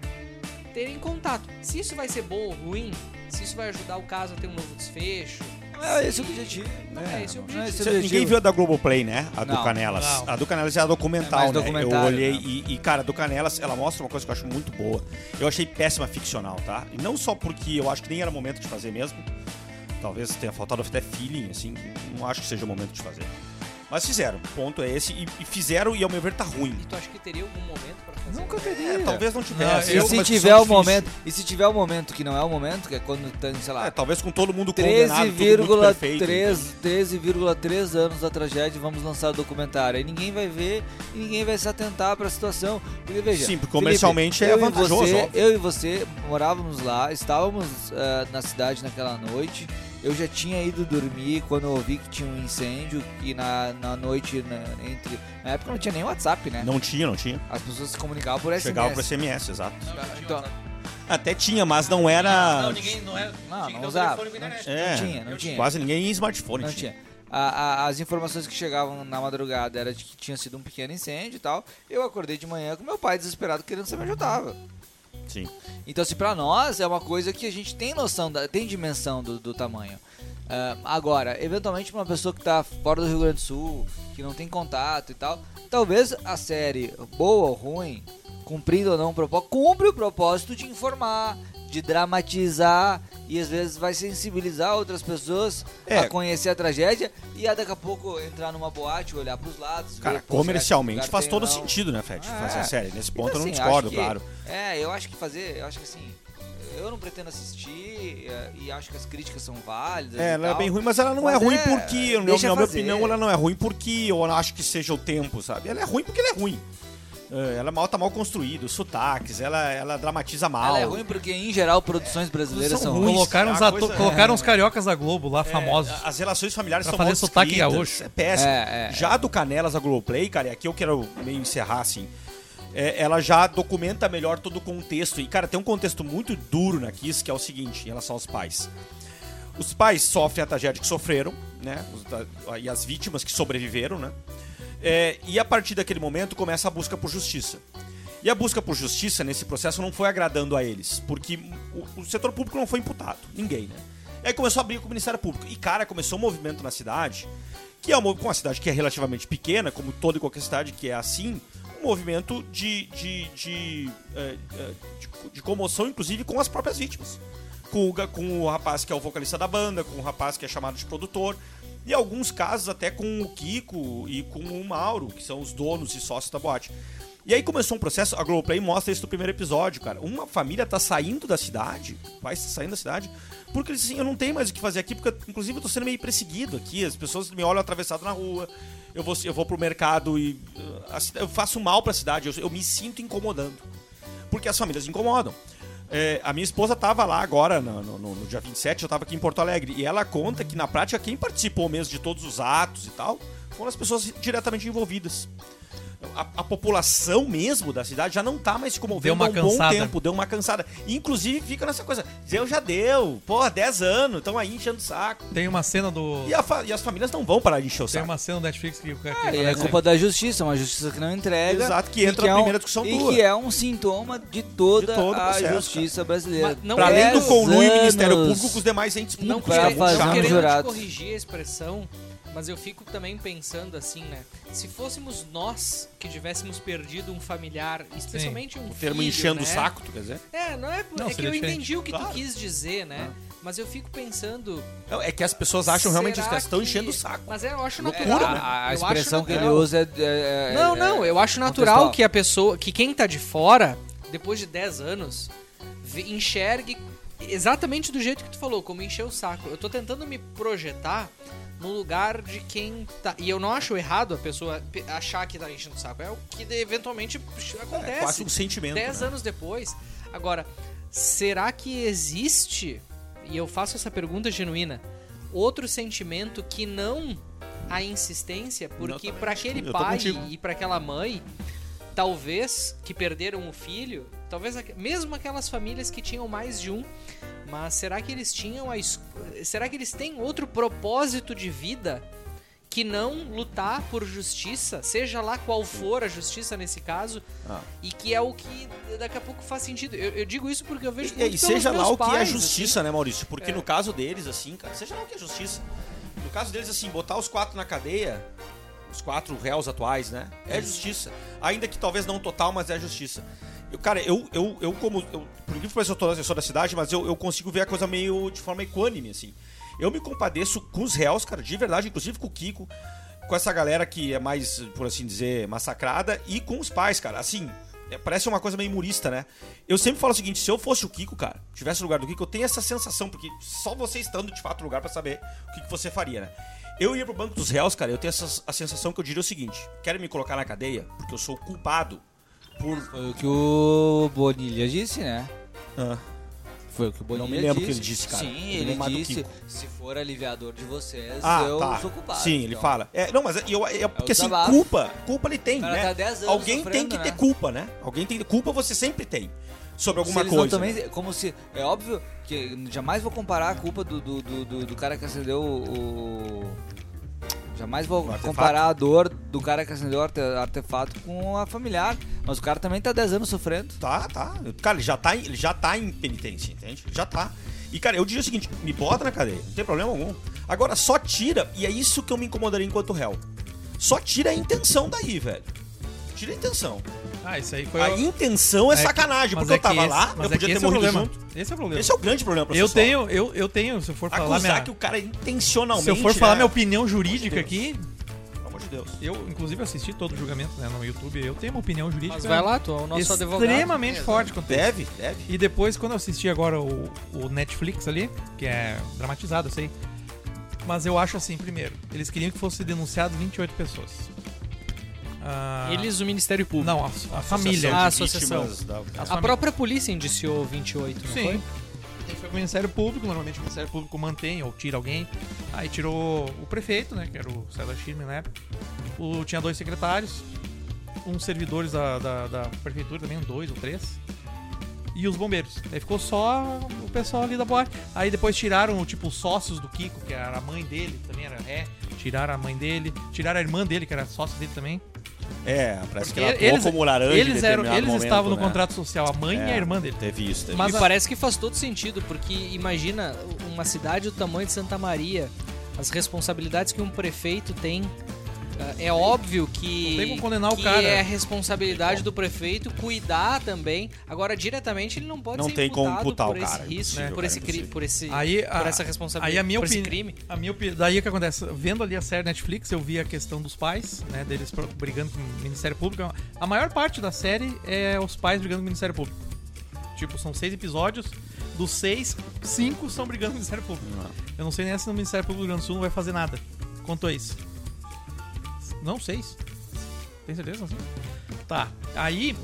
Speaker 4: terem contato. Se isso vai ser bom ou ruim, se isso vai ajudar o caso a ter um novo desfecho.
Speaker 6: Não é esse o objetivo.
Speaker 4: Não
Speaker 1: É,
Speaker 4: é, esse o
Speaker 6: não é
Speaker 4: objetivo.
Speaker 6: esse
Speaker 1: Cê-
Speaker 6: objetivo.
Speaker 1: ninguém viu a da Globoplay, né? A do
Speaker 6: Não,
Speaker 1: Canelas.
Speaker 3: não.
Speaker 1: A do Canelas é a documental,
Speaker 6: É mais
Speaker 1: né? Eu
Speaker 6: documentário,
Speaker 1: olhei
Speaker 6: né?
Speaker 1: e, e, cara, a do Canelas, ela mostra uma coisa que eu acho muito boa. Eu achei péssima ficcional, tá? E não só porque eu acho que nem era momento de fazer mesmo. Talvez tenha faltado até feeling, assim. Não acho que seja o momento de fazer. Mas fizeram. O ponto é esse. E, e fizeram, e ao meu ver, tá ruim.
Speaker 4: E tu acha que teria algum momento pra fazer?
Speaker 6: Nunca teria.
Speaker 1: É, talvez não tivesse.
Speaker 6: e
Speaker 1: É uma
Speaker 6: se assim
Speaker 1: discussão
Speaker 6: tiver o
Speaker 1: difícil.
Speaker 6: momento, e se tiver o momento que não é o momento, que é quando tem, sei lá,
Speaker 1: É, talvez com todo mundo condenado, tudo muito perfeito. então.
Speaker 6: 13,3 13,3 anos da tragédia, vamos lançar o documentário. Aí ninguém vai ver e ninguém vai se atentar pra situação. Porque, veja,
Speaker 1: Sim, porque comercialmente é
Speaker 6: eu e
Speaker 1: vantajoso,
Speaker 6: você-
Speaker 1: óbvio.
Speaker 6: Eu e você morávamos lá, estávamos ah, na cidade naquela noite. Eu já tinha ido dormir quando eu ouvi que tinha um incêndio e na, na noite, na, entre. Na época não tinha nem WhatsApp, né?
Speaker 1: Não tinha, não tinha.
Speaker 6: As pessoas se comunicavam por SMS.
Speaker 1: Chegava pro SMS, exato.
Speaker 6: Então,
Speaker 1: Até tinha, mas não era.
Speaker 8: Não, ninguém não é.
Speaker 6: não,
Speaker 8: tinha que
Speaker 6: não
Speaker 8: ter o
Speaker 6: usava,
Speaker 8: telefone com
Speaker 6: não
Speaker 8: internet.
Speaker 1: É,
Speaker 6: tinha, não tinha.
Speaker 1: Quase ninguém em smartphone
Speaker 6: Não tinha. A- a- as informações que chegavam na madrugada era de que tinha sido um pequeno incêndio e tal. Eu acordei de manhã com meu pai desesperado querendo saber onde eu tava.
Speaker 1: Sim.
Speaker 6: Então, se pra nós é uma coisa que a gente tem noção, da- tem dimensão do, do tamanho. Ah, agora, eventualmente uma pessoa que tá fora do Rio Grande do Sul, que não tem contato e tal, talvez a série, boa ou ruim, cumprindo ou não o propósito, cumpre o propósito de informar, de dramatizar e às vezes vai sensibilizar outras pessoas
Speaker 1: É.
Speaker 6: a conhecer a tragédia e a daqui a pouco entrar numa boate, olhar pros lados.
Speaker 1: Cara,
Speaker 6: ver, pô, será que
Speaker 1: comercialmente
Speaker 6: esse lugar
Speaker 1: faz
Speaker 6: tem
Speaker 1: todo
Speaker 6: ou não?
Speaker 1: sentido, né, Fred?
Speaker 6: Ah,
Speaker 1: Fazer a série. Nesse ponto
Speaker 6: Então,
Speaker 1: eu não
Speaker 6: assim,
Speaker 1: discordo,
Speaker 6: acho que-
Speaker 1: claro.
Speaker 6: É, eu acho que fazer, eu acho que assim, eu não pretendo assistir eh, e acho que as críticas são válidas.
Speaker 1: É,
Speaker 6: e
Speaker 1: ela é
Speaker 6: tal.
Speaker 1: bem ruim, mas ela não é
Speaker 6: Mas
Speaker 1: ruim
Speaker 6: é,
Speaker 1: porque, na minha,
Speaker 6: deixa
Speaker 1: na minha
Speaker 6: fazer.
Speaker 1: opinião, ela não é ruim porque eu acho que seja o tempo, sabe? Ela é ruim porque ela é ruim. É, Ela mal tá mal construída, os sotaques, ela, ela dramatiza mal.
Speaker 6: Ela é ruim porque, em geral, produções brasileiras
Speaker 1: são
Speaker 6: são
Speaker 1: ruins.
Speaker 3: Então,
Speaker 6: ruins.
Speaker 3: Colocaram, os
Speaker 1: cara,
Speaker 3: ato-
Speaker 1: Ah, coisa-
Speaker 3: colocaram os cariocas da Globo lá, famosos.
Speaker 1: É, As relações familiares
Speaker 3: Pra
Speaker 1: são
Speaker 3: fazer
Speaker 1: mal
Speaker 3: sotaque
Speaker 1: descritas,
Speaker 3: gaúcho.
Speaker 1: É péssimo.
Speaker 6: É, é.
Speaker 1: Já do Canelas, a Globoplay, cara, e aqui eu quero meio encerrar, assim. é, ela já documenta melhor todo o contexto. E, cara, tem um contexto muito duro na Kiss, que é o seguinte, em relação aos pais. Os pais sofrem a tragédia que sofreram, né? Os da- e as vítimas que sobreviveram, né? É, e a partir daquele momento começa a busca por justiça. E a busca por justiça nesse processo não foi agradando a eles, porque o, o setor público não foi imputado, ninguém, né? E aí começou a briga com o Ministério Público. E, cara, começou um movimento na cidade, que é uma, uma cidade que é relativamente pequena, como toda e qualquer cidade que é assim, um movimento de, de, de, eh, eh, de- de comoção, inclusive, com as próprias vítimas. Com o, ga- com o rapaz que é o vocalista da banda, com o rapaz que é chamado de produtor, e alguns casos até com o Kiko e com o Mauro, que são os donos e sócios da boate. E aí começou um processo, a Globoplay mostra isso no primeiro episódio, cara. Uma família tá saindo da cidade, o pai está saindo da cidade, porque eles assim, eu não tenho mais o que fazer aqui, porque inclusive eu tô sendo meio perseguido aqui, as pessoas me olham atravessado na rua, eu vou, eu vou pro mercado e uh, a cida- eu faço mal pra cidade, eu, eu me sinto incomodando. Porque as famílias incomodam. É, a minha esposa tava lá agora, no, no- no- no dia 27, eu tava aqui em Porto Alegre, e ela conta que na prática quem participou mesmo de todos os atos e tal foram as pessoas diretamente envolvidas. A, a população mesmo da cidade já não tá mais se
Speaker 3: Deu
Speaker 1: comovendo
Speaker 3: uma
Speaker 1: há um bom
Speaker 3: cansada.
Speaker 1: tempo, deu uma cansada. Inclusive fica nessa coisa, deu já deu, porra, 10 anos, estão aí enchendo o saco.
Speaker 3: Tem uma cena do.
Speaker 1: E, a Ah, fa- e as famílias não vão parar de encher o
Speaker 3: Tem
Speaker 1: saco.
Speaker 3: uma cena do Netflix que assim, o cara.
Speaker 6: E é culpa da justiça, uma justiça que não entrega.
Speaker 1: né? Exato, que
Speaker 6: e
Speaker 1: entra na
Speaker 6: é um-
Speaker 1: primeira discussão
Speaker 6: E
Speaker 1: tua.
Speaker 6: que é um sintoma de toda
Speaker 1: De todo o
Speaker 6: a
Speaker 1: processo,
Speaker 6: justiça brasileira.
Speaker 4: Mas não
Speaker 1: Pra é além do
Speaker 6: Dez
Speaker 1: conluio do Ministério
Speaker 6: anos.
Speaker 1: Público com os demais entes
Speaker 4: Não,
Speaker 1: públicos. que
Speaker 6: pra
Speaker 1: é
Speaker 4: querendo,
Speaker 1: muito
Speaker 6: fazer
Speaker 1: chato.
Speaker 4: não
Speaker 6: um
Speaker 4: querendo te
Speaker 6: jurado.
Speaker 4: corrigir a expressão, mas eu fico também pensando assim, né? Se fôssemos nós que tivéssemos perdido um familiar, especialmente um
Speaker 1: O termo
Speaker 4: filho,
Speaker 1: enchendo o
Speaker 4: né?
Speaker 1: saco, tu quer dizer?
Speaker 4: É, não é,
Speaker 3: Não,
Speaker 4: é que
Speaker 3: seria
Speaker 4: eu
Speaker 3: diferente.
Speaker 4: entendi o que
Speaker 1: Claro. Ah.
Speaker 4: tu quis dizer, né? Mas eu fico pensando,
Speaker 1: Não, é que as pessoas acham realmente isso,
Speaker 4: Será
Speaker 1: elas estão
Speaker 4: que-
Speaker 1: enchendo o saco.
Speaker 4: mas é, eu acho
Speaker 6: É,
Speaker 4: natural.
Speaker 1: Loucura, né?
Speaker 6: a, a
Speaker 4: Eu acho
Speaker 6: expressão que ele
Speaker 4: natural.
Speaker 6: usa é. é- é-
Speaker 4: Não,
Speaker 6: é-
Speaker 4: não, eu acho
Speaker 6: contextual.
Speaker 4: natural que a pessoa, que quem tá de fora, depois de 10 anos, vê- enxergue exatamente do jeito que tu falou, como encher o saco. Eu tô tentando me projetar no lugar de quem tá. E eu não acho errado a pessoa pe- achar que tá enchendo o saco. É o que de- eventualmente puxa,
Speaker 1: É quase
Speaker 4: acontece.
Speaker 1: um sentimento.
Speaker 4: 10
Speaker 1: né?
Speaker 4: anos depois. Agora, será que existe, e eu faço essa pergunta genuína, outro sentimento que não a insistência? Porque
Speaker 1: Exatamente.
Speaker 4: para aquele
Speaker 1: Eu tô
Speaker 4: pai
Speaker 1: contigo.
Speaker 4: e para aquela mãe, talvez que perderam o filho, talvez aque- mesmo aquelas famílias que tinham mais de um, mas será que eles tinham a es- será que eles têm outro propósito de vida que não lutar por justiça, seja lá qual for a justiça nesse caso,
Speaker 1: Ah.
Speaker 4: e que é o que daqui a pouco faz sentido. Eu, eu digo isso porque eu vejo
Speaker 1: E,
Speaker 4: muito
Speaker 1: e
Speaker 4: pelos
Speaker 1: seja lá
Speaker 4: meus
Speaker 1: o que é
Speaker 4: pais,
Speaker 1: justiça, né, Maurício? Porque no caso deles, assim, cara, seja lá o que é justiça. No caso deles, assim, botar os quatro na cadeia, os quatro réus atuais, né? É justiça. Ainda que talvez não total, mas é justiça. Eu, cara, eu, eu, eu como. Eu, por incrível que pareça, eu tô eu sou da cidade, mas eu, eu consigo ver a coisa meio de forma equânime, assim. Eu me compadeço com os réus, cara, de verdade, inclusive com o Kiko, com essa galera que é mais, por assim dizer, massacrada, e com os pais, cara. Assim, é, parece uma coisa meio murista, né? Eu sempre falo o seguinte: se eu fosse o Kiko, cara, tivesse no lugar do Kiko, eu tenho essa sensação, porque só você estando de fato no lugar pra saber o que, que você faria, né? Eu ia pro Banco dos Réus, cara, eu tenho essa, a sensação que eu diria o seguinte: querem me colocar na cadeia porque eu sou o culpado por.
Speaker 6: Foi o que o Bonilha disse, né?
Speaker 1: Ah.
Speaker 6: Foi o que o Bonilha
Speaker 1: Não me lembro o que
Speaker 6: disse.
Speaker 1: ele disse, cara. Eu
Speaker 6: Sim,
Speaker 1: me
Speaker 6: ele
Speaker 1: lembro mais do
Speaker 6: disse:
Speaker 1: Kiko.
Speaker 6: se for aliviador de vocês,
Speaker 1: Ah,
Speaker 6: eu
Speaker 1: tá.
Speaker 6: sou culpado.
Speaker 1: Sim, ele
Speaker 6: Então,
Speaker 1: fala. É, não, mas é, eu, é porque assim,
Speaker 6: desabafo.
Speaker 1: culpa, culpa ele tem,
Speaker 6: O cara
Speaker 1: né?
Speaker 6: tá 10 anos
Speaker 1: Alguém tem
Speaker 6: sofrendo,
Speaker 1: que
Speaker 6: né?
Speaker 1: ter culpa, né? Alguém tem culpa você sempre tem sobre
Speaker 6: se
Speaker 1: alguma
Speaker 6: eles não
Speaker 1: coisa.
Speaker 6: também-
Speaker 1: né?
Speaker 6: como se. É óbvio que jamais vou comparar a culpa do, do, do, do- do cara que acendeu o. o- Jamais vou
Speaker 1: O artefato.
Speaker 6: comparar a dor do cara que acendeu o arte- artefato com a familiar. Mas o cara também tá 10 anos sofrendo.
Speaker 1: Tá, tá. Cara, ele já tá, em- ele já tá em penitência, entende? Já tá. E, cara, eu diria o seguinte: me bota na cadeia, não tem problema algum. Agora, só tira, e é isso que eu me incomodaria enquanto réu. Só tira a intenção daí, velho. Tira a intenção.
Speaker 3: Ah, isso aí foi.
Speaker 1: A intenção é,
Speaker 3: É que-
Speaker 1: sacanagem,
Speaker 3: mas
Speaker 1: porque
Speaker 3: é
Speaker 1: eu
Speaker 3: que
Speaker 1: tava
Speaker 3: esse-
Speaker 1: lá,
Speaker 3: mas
Speaker 1: eu
Speaker 3: é que
Speaker 1: podia ter
Speaker 3: esse é o
Speaker 1: morrido
Speaker 3: problema.
Speaker 1: junto.
Speaker 3: Esse é o problema.
Speaker 1: Esse é o grande problema pra
Speaker 3: eu
Speaker 1: vocês.
Speaker 3: tenho, eu, eu tenho, se eu for falar
Speaker 1: Acusar
Speaker 3: minha.
Speaker 1: que o cara é intencionalmente.
Speaker 3: Se eu for falar
Speaker 1: né?
Speaker 3: minha opinião jurídica aqui,
Speaker 1: Pelo amor de de Deus.
Speaker 3: Eu, inclusive, assisti todo o julgamento né, no YouTube. Eu tenho uma opinião jurídica
Speaker 4: Mas vai lá, tu é o nosso advogado.
Speaker 3: extremamente
Speaker 2: Exato.
Speaker 3: forte quanto a isso.
Speaker 1: Deve, deve.
Speaker 3: E depois, quando eu assisti agora o, o Netflix ali, que é dramatizado, eu sei. Mas eu acho assim, primeiro, eles queriam que fosse denunciado 28 pessoas. Ah,
Speaker 4: Eles, o Ministério Público.
Speaker 3: Não, a, a família.
Speaker 4: Ah,
Speaker 1: A
Speaker 4: associação.
Speaker 3: As
Speaker 4: A
Speaker 3: famí-
Speaker 4: própria polícia indiciou 28, não
Speaker 3: Sim.
Speaker 4: foi?
Speaker 3: Aí foi o Ministério Público, normalmente o Ministério Público mantém ou tira alguém. Aí tirou o prefeito, né? Que era o César Schirmer na época. O, tinha dois secretários, uns servidores da, da, da prefeitura também, um, dois ou três. E os bombeiros. Aí ficou só o pessoal ali da boate. Aí depois tiraram, tipo, os sócios do Kiko, que era a mãe dele, também era ré. Tiraram a mãe dele, tiraram a irmã dele, que era sócio dele também.
Speaker 1: É, parece que
Speaker 3: Porque
Speaker 1: ela atuou
Speaker 3: eles-
Speaker 1: como laranja em
Speaker 3: eles eram,
Speaker 1: determinado
Speaker 3: eles
Speaker 1: momento,
Speaker 3: estavam no
Speaker 1: né?
Speaker 3: contrato social, a mãe e
Speaker 1: É.
Speaker 3: a irmã dele.
Speaker 1: Teve isso, teve
Speaker 3: Mas
Speaker 4: Me
Speaker 3: a-
Speaker 4: parece que faz todo sentido, porque imagina uma cidade do tamanho de Santa Maria, as responsabilidades que um prefeito tem. ah, É óbvio que,
Speaker 3: Não tem como condenar o
Speaker 4: que
Speaker 3: cara.
Speaker 4: é a responsabilidade do prefeito cuidar também. Agora, diretamente, ele não pode
Speaker 1: Não
Speaker 4: ser
Speaker 1: tem como
Speaker 4: imputado
Speaker 1: imputar
Speaker 4: por
Speaker 1: o
Speaker 4: esse
Speaker 1: cara, é
Speaker 4: risco,
Speaker 1: impossível,
Speaker 4: por,
Speaker 1: cara,
Speaker 4: esse cri,
Speaker 1: impossível.
Speaker 4: por, esse,
Speaker 3: Aí,
Speaker 4: por
Speaker 3: a-
Speaker 4: essa responsabilidade,
Speaker 3: aí a minha
Speaker 4: por esse
Speaker 3: opini-
Speaker 4: crime.
Speaker 3: A minha opi- Daí o que acontece? Vendo ali a série Netflix, eu vi a questão dos pais, né? Deles pro- brigando com o Ministério Público. A maior parte da série é os pais brigando com o Ministério Público. Tipo, são seis episódios. Dos seis, cinco são brigando com o Ministério Público.
Speaker 1: Ah.
Speaker 3: Eu não sei nem se no Ministério Público do Rio Grande do Sul não vai fazer nada. Quanto a isso? Não, seis. Tem certeza? Não sei. Tá. Aí,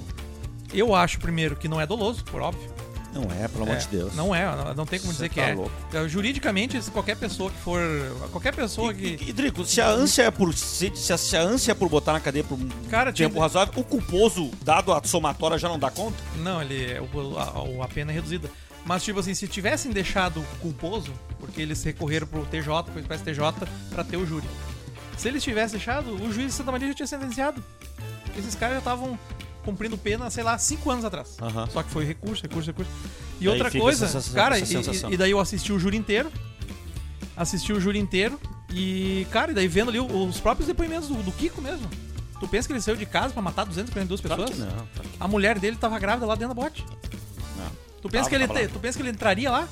Speaker 3: eu acho, primeiro, que não é doloso, por óbvio.
Speaker 1: Não é, pelo amor de Deus.
Speaker 3: Não é, não, não tem como
Speaker 1: Você
Speaker 3: dizer que
Speaker 1: tá
Speaker 3: é.
Speaker 1: louco.
Speaker 3: É, Juridicamente, se qualquer pessoa que for. Qualquer pessoa
Speaker 1: E,
Speaker 3: que.
Speaker 1: e, Drico, se a ânsia é por se, se a, se a ânsia é por botar na cadeia por um
Speaker 3: Cara,
Speaker 1: tempo
Speaker 3: tinha-
Speaker 1: razoável, o culposo dado a somatória já não dá conta?
Speaker 3: Não, ele. é- o- A, a pena é reduzida. Mas, tipo assim, se tivessem deixado culposo, porque eles recorreram pro TJ, pro Expresso TJ, pra ter o júri. Se eles tivessem deixado, o juiz de Santa Maria já tinha sentenciado. Esses caras já estavam cumprindo pena, sei lá, cinco anos atrás.
Speaker 1: Aham.
Speaker 3: Só que foi recurso, recurso, recurso. E
Speaker 1: Daí
Speaker 3: outra
Speaker 1: fica
Speaker 3: coisa,
Speaker 1: essa sensa-
Speaker 3: cara,
Speaker 1: essa
Speaker 3: e-
Speaker 1: sensação.
Speaker 3: e, e daí eu assisti o júri inteiro. Assisti o júri inteiro. E, cara, e daí vendo ali o- os próprios depoimentos do, do Kiko mesmo. Tu pensa que ele saiu de casa pra matar 242 pessoas?
Speaker 1: Claro que não. claro que
Speaker 3: A mulher dele tava grávida lá dentro da bote.
Speaker 1: não.
Speaker 3: Tu pensa,
Speaker 1: Tava,
Speaker 3: que ele
Speaker 1: tava
Speaker 3: te-
Speaker 1: lá.
Speaker 3: tu pensa que ele entraria lá?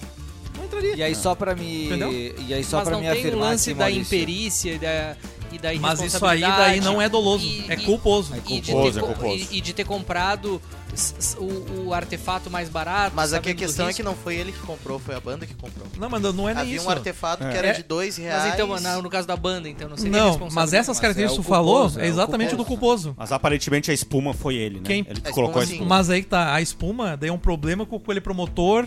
Speaker 3: Não entraria.
Speaker 6: E aí só pra me.
Speaker 3: Entendeu?
Speaker 6: E aí só
Speaker 4: Mas
Speaker 6: pra
Speaker 4: não
Speaker 6: me
Speaker 4: tem o
Speaker 6: afirmar
Speaker 4: lance
Speaker 6: aqui,
Speaker 4: da
Speaker 6: Maurício.
Speaker 4: imperícia e da, e da
Speaker 3: Mas isso aí daí não é doloso,
Speaker 4: E-
Speaker 3: é
Speaker 4: e-
Speaker 3: culposo.
Speaker 4: e de,
Speaker 1: culposo,
Speaker 4: ter,
Speaker 1: é
Speaker 4: co-
Speaker 1: culposo.
Speaker 4: e- e de ter comprado s- s- o, o artefato mais barato.
Speaker 2: Mas aqui a
Speaker 4: sabendo do
Speaker 2: questão é que
Speaker 4: risco.
Speaker 2: não foi ele que comprou, foi a banda que comprou.
Speaker 3: Não, mas não é nem
Speaker 2: Havia
Speaker 3: isso.
Speaker 2: um artefato que
Speaker 3: É.
Speaker 2: era de dois reais.
Speaker 4: Mas então, na- no caso da banda, então não seria
Speaker 3: não,
Speaker 4: responsável.
Speaker 3: mas essas
Speaker 4: Mas
Speaker 3: características que
Speaker 6: é
Speaker 3: tu
Speaker 6: o culposo,
Speaker 3: falou
Speaker 6: é
Speaker 3: é
Speaker 6: o
Speaker 3: exatamente do culposo.
Speaker 1: Mas aparentemente a espuma foi ele, né?
Speaker 3: Quem-
Speaker 1: Ele que
Speaker 2: A
Speaker 1: colocou
Speaker 2: espuma,
Speaker 1: a
Speaker 2: sim.
Speaker 1: espuma.
Speaker 3: Mas aí que tá, a espuma, daí é um problema com aquele promotor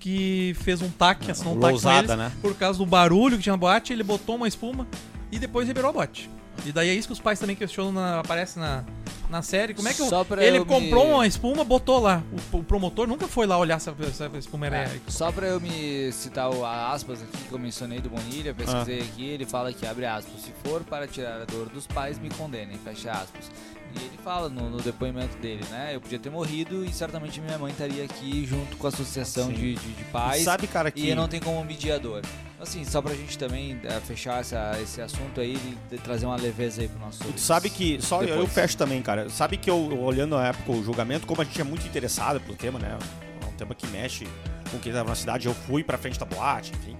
Speaker 3: que fez um taque, assinou um taque com
Speaker 1: lousada,
Speaker 3: eles,
Speaker 1: né?
Speaker 3: por causa do barulho que tinha na boate, ele botou uma espuma e depois liberou a boate. E daí é isso que os pais também questionam, na, aparece na, na série. Como é que o-
Speaker 6: Só pra
Speaker 3: ele
Speaker 6: eu me-
Speaker 3: comprou uma espuma, botou lá. O, o promotor nunca foi lá olhar se a, se a espuma
Speaker 6: É.
Speaker 3: era...
Speaker 6: Só pra eu me citar o, a aspas aqui que eu mencionei do Bonilha,
Speaker 1: Ah.
Speaker 6: pesquisei aqui, ele fala que abre aspas, se for para tirar a dor dos pais, me condenem, fecha aspas. E ele fala no, no depoimento dele, né? Eu podia ter morrido e certamente minha mãe estaria aqui junto com a associação
Speaker 1: Sim.
Speaker 6: de, de, de pais.
Speaker 1: Sabe, cara, que...
Speaker 6: E não tem como medir a dor. Assim, só pra gente também eh, fechar essa- esse assunto aí e de- trazer uma leveza aí pro nosso.
Speaker 1: Tu sabe que. Só eu, eu
Speaker 6: Depois.
Speaker 1: fecho também, cara. Sabe que eu, eu olhando na época o julgamento, como a gente é muito interessado pelo tema, né? É um tema que mexe com quem tava na cidade. Eu fui pra frente da boate, enfim.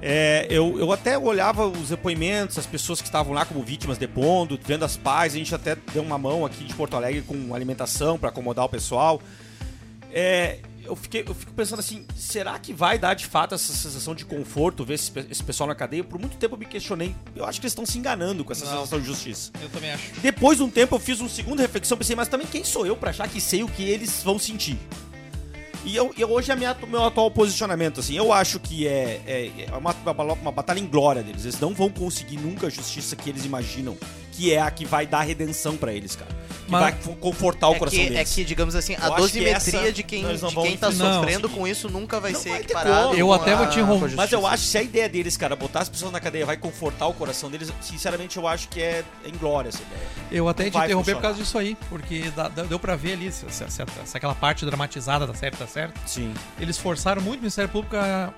Speaker 1: É, eu, eu até olhava os depoimentos, as pessoas que estavam lá como vítimas depondo, vendo as pais. A gente até deu uma mão aqui de Porto Alegre com alimentação pra acomodar o pessoal. É, eu, fiquei, eu fico pensando assim, será que vai dar de fato essa sensação de conforto ver esse, pe- esse pessoal na cadeia? Por muito tempo eu me questionei. Eu acho que eles estão se enganando com essa sensação de justiça.
Speaker 3: Eu também acho.
Speaker 1: Depois de um tempo eu fiz uma segunda reflexão, pensei, mas também quem sou eu pra achar que sei o que eles vão sentir? E eu, eu- hoje é a minha- meu atual posicionamento, assim, eu acho que é, é, é uma, uma- uma batalha em glória deles. Eles não vão conseguir nunca a justiça que eles imaginam, que é a que vai dar redenção pra eles, cara. Que
Speaker 3: Mas-
Speaker 1: vai co- confortar o
Speaker 2: é,
Speaker 1: coração
Speaker 2: que,
Speaker 1: deles.
Speaker 2: é que, digamos assim, a
Speaker 1: Eu acho que
Speaker 2: dosimetria
Speaker 1: essa
Speaker 2: de quem,
Speaker 1: nós não
Speaker 2: de quem
Speaker 1: vamos
Speaker 2: tá
Speaker 3: enfrentar.
Speaker 2: sofrendo
Speaker 1: Não.
Speaker 2: com isso nunca vai
Speaker 1: Não
Speaker 2: ser
Speaker 1: vai ter
Speaker 2: equiparado.
Speaker 1: como.
Speaker 3: Eu
Speaker 2: com
Speaker 3: até
Speaker 2: a-
Speaker 3: vou te
Speaker 2: com a
Speaker 3: enrolar.
Speaker 1: Mas eu
Speaker 2: justiça.
Speaker 1: acho que se a ideia deles, cara, botar as pessoas na cadeia vai confortar o coração deles, sinceramente eu acho que é, é inglória essa ideia.
Speaker 3: Eu até te
Speaker 1: Vai
Speaker 3: interromper por
Speaker 1: funcionar.
Speaker 3: causa disso aí, porque da- da- deu pra ver ali se, se- se- se aquela parte dramatizada da série tá certo.
Speaker 1: Sim.
Speaker 3: Eles forçaram muito o Ministério Público a,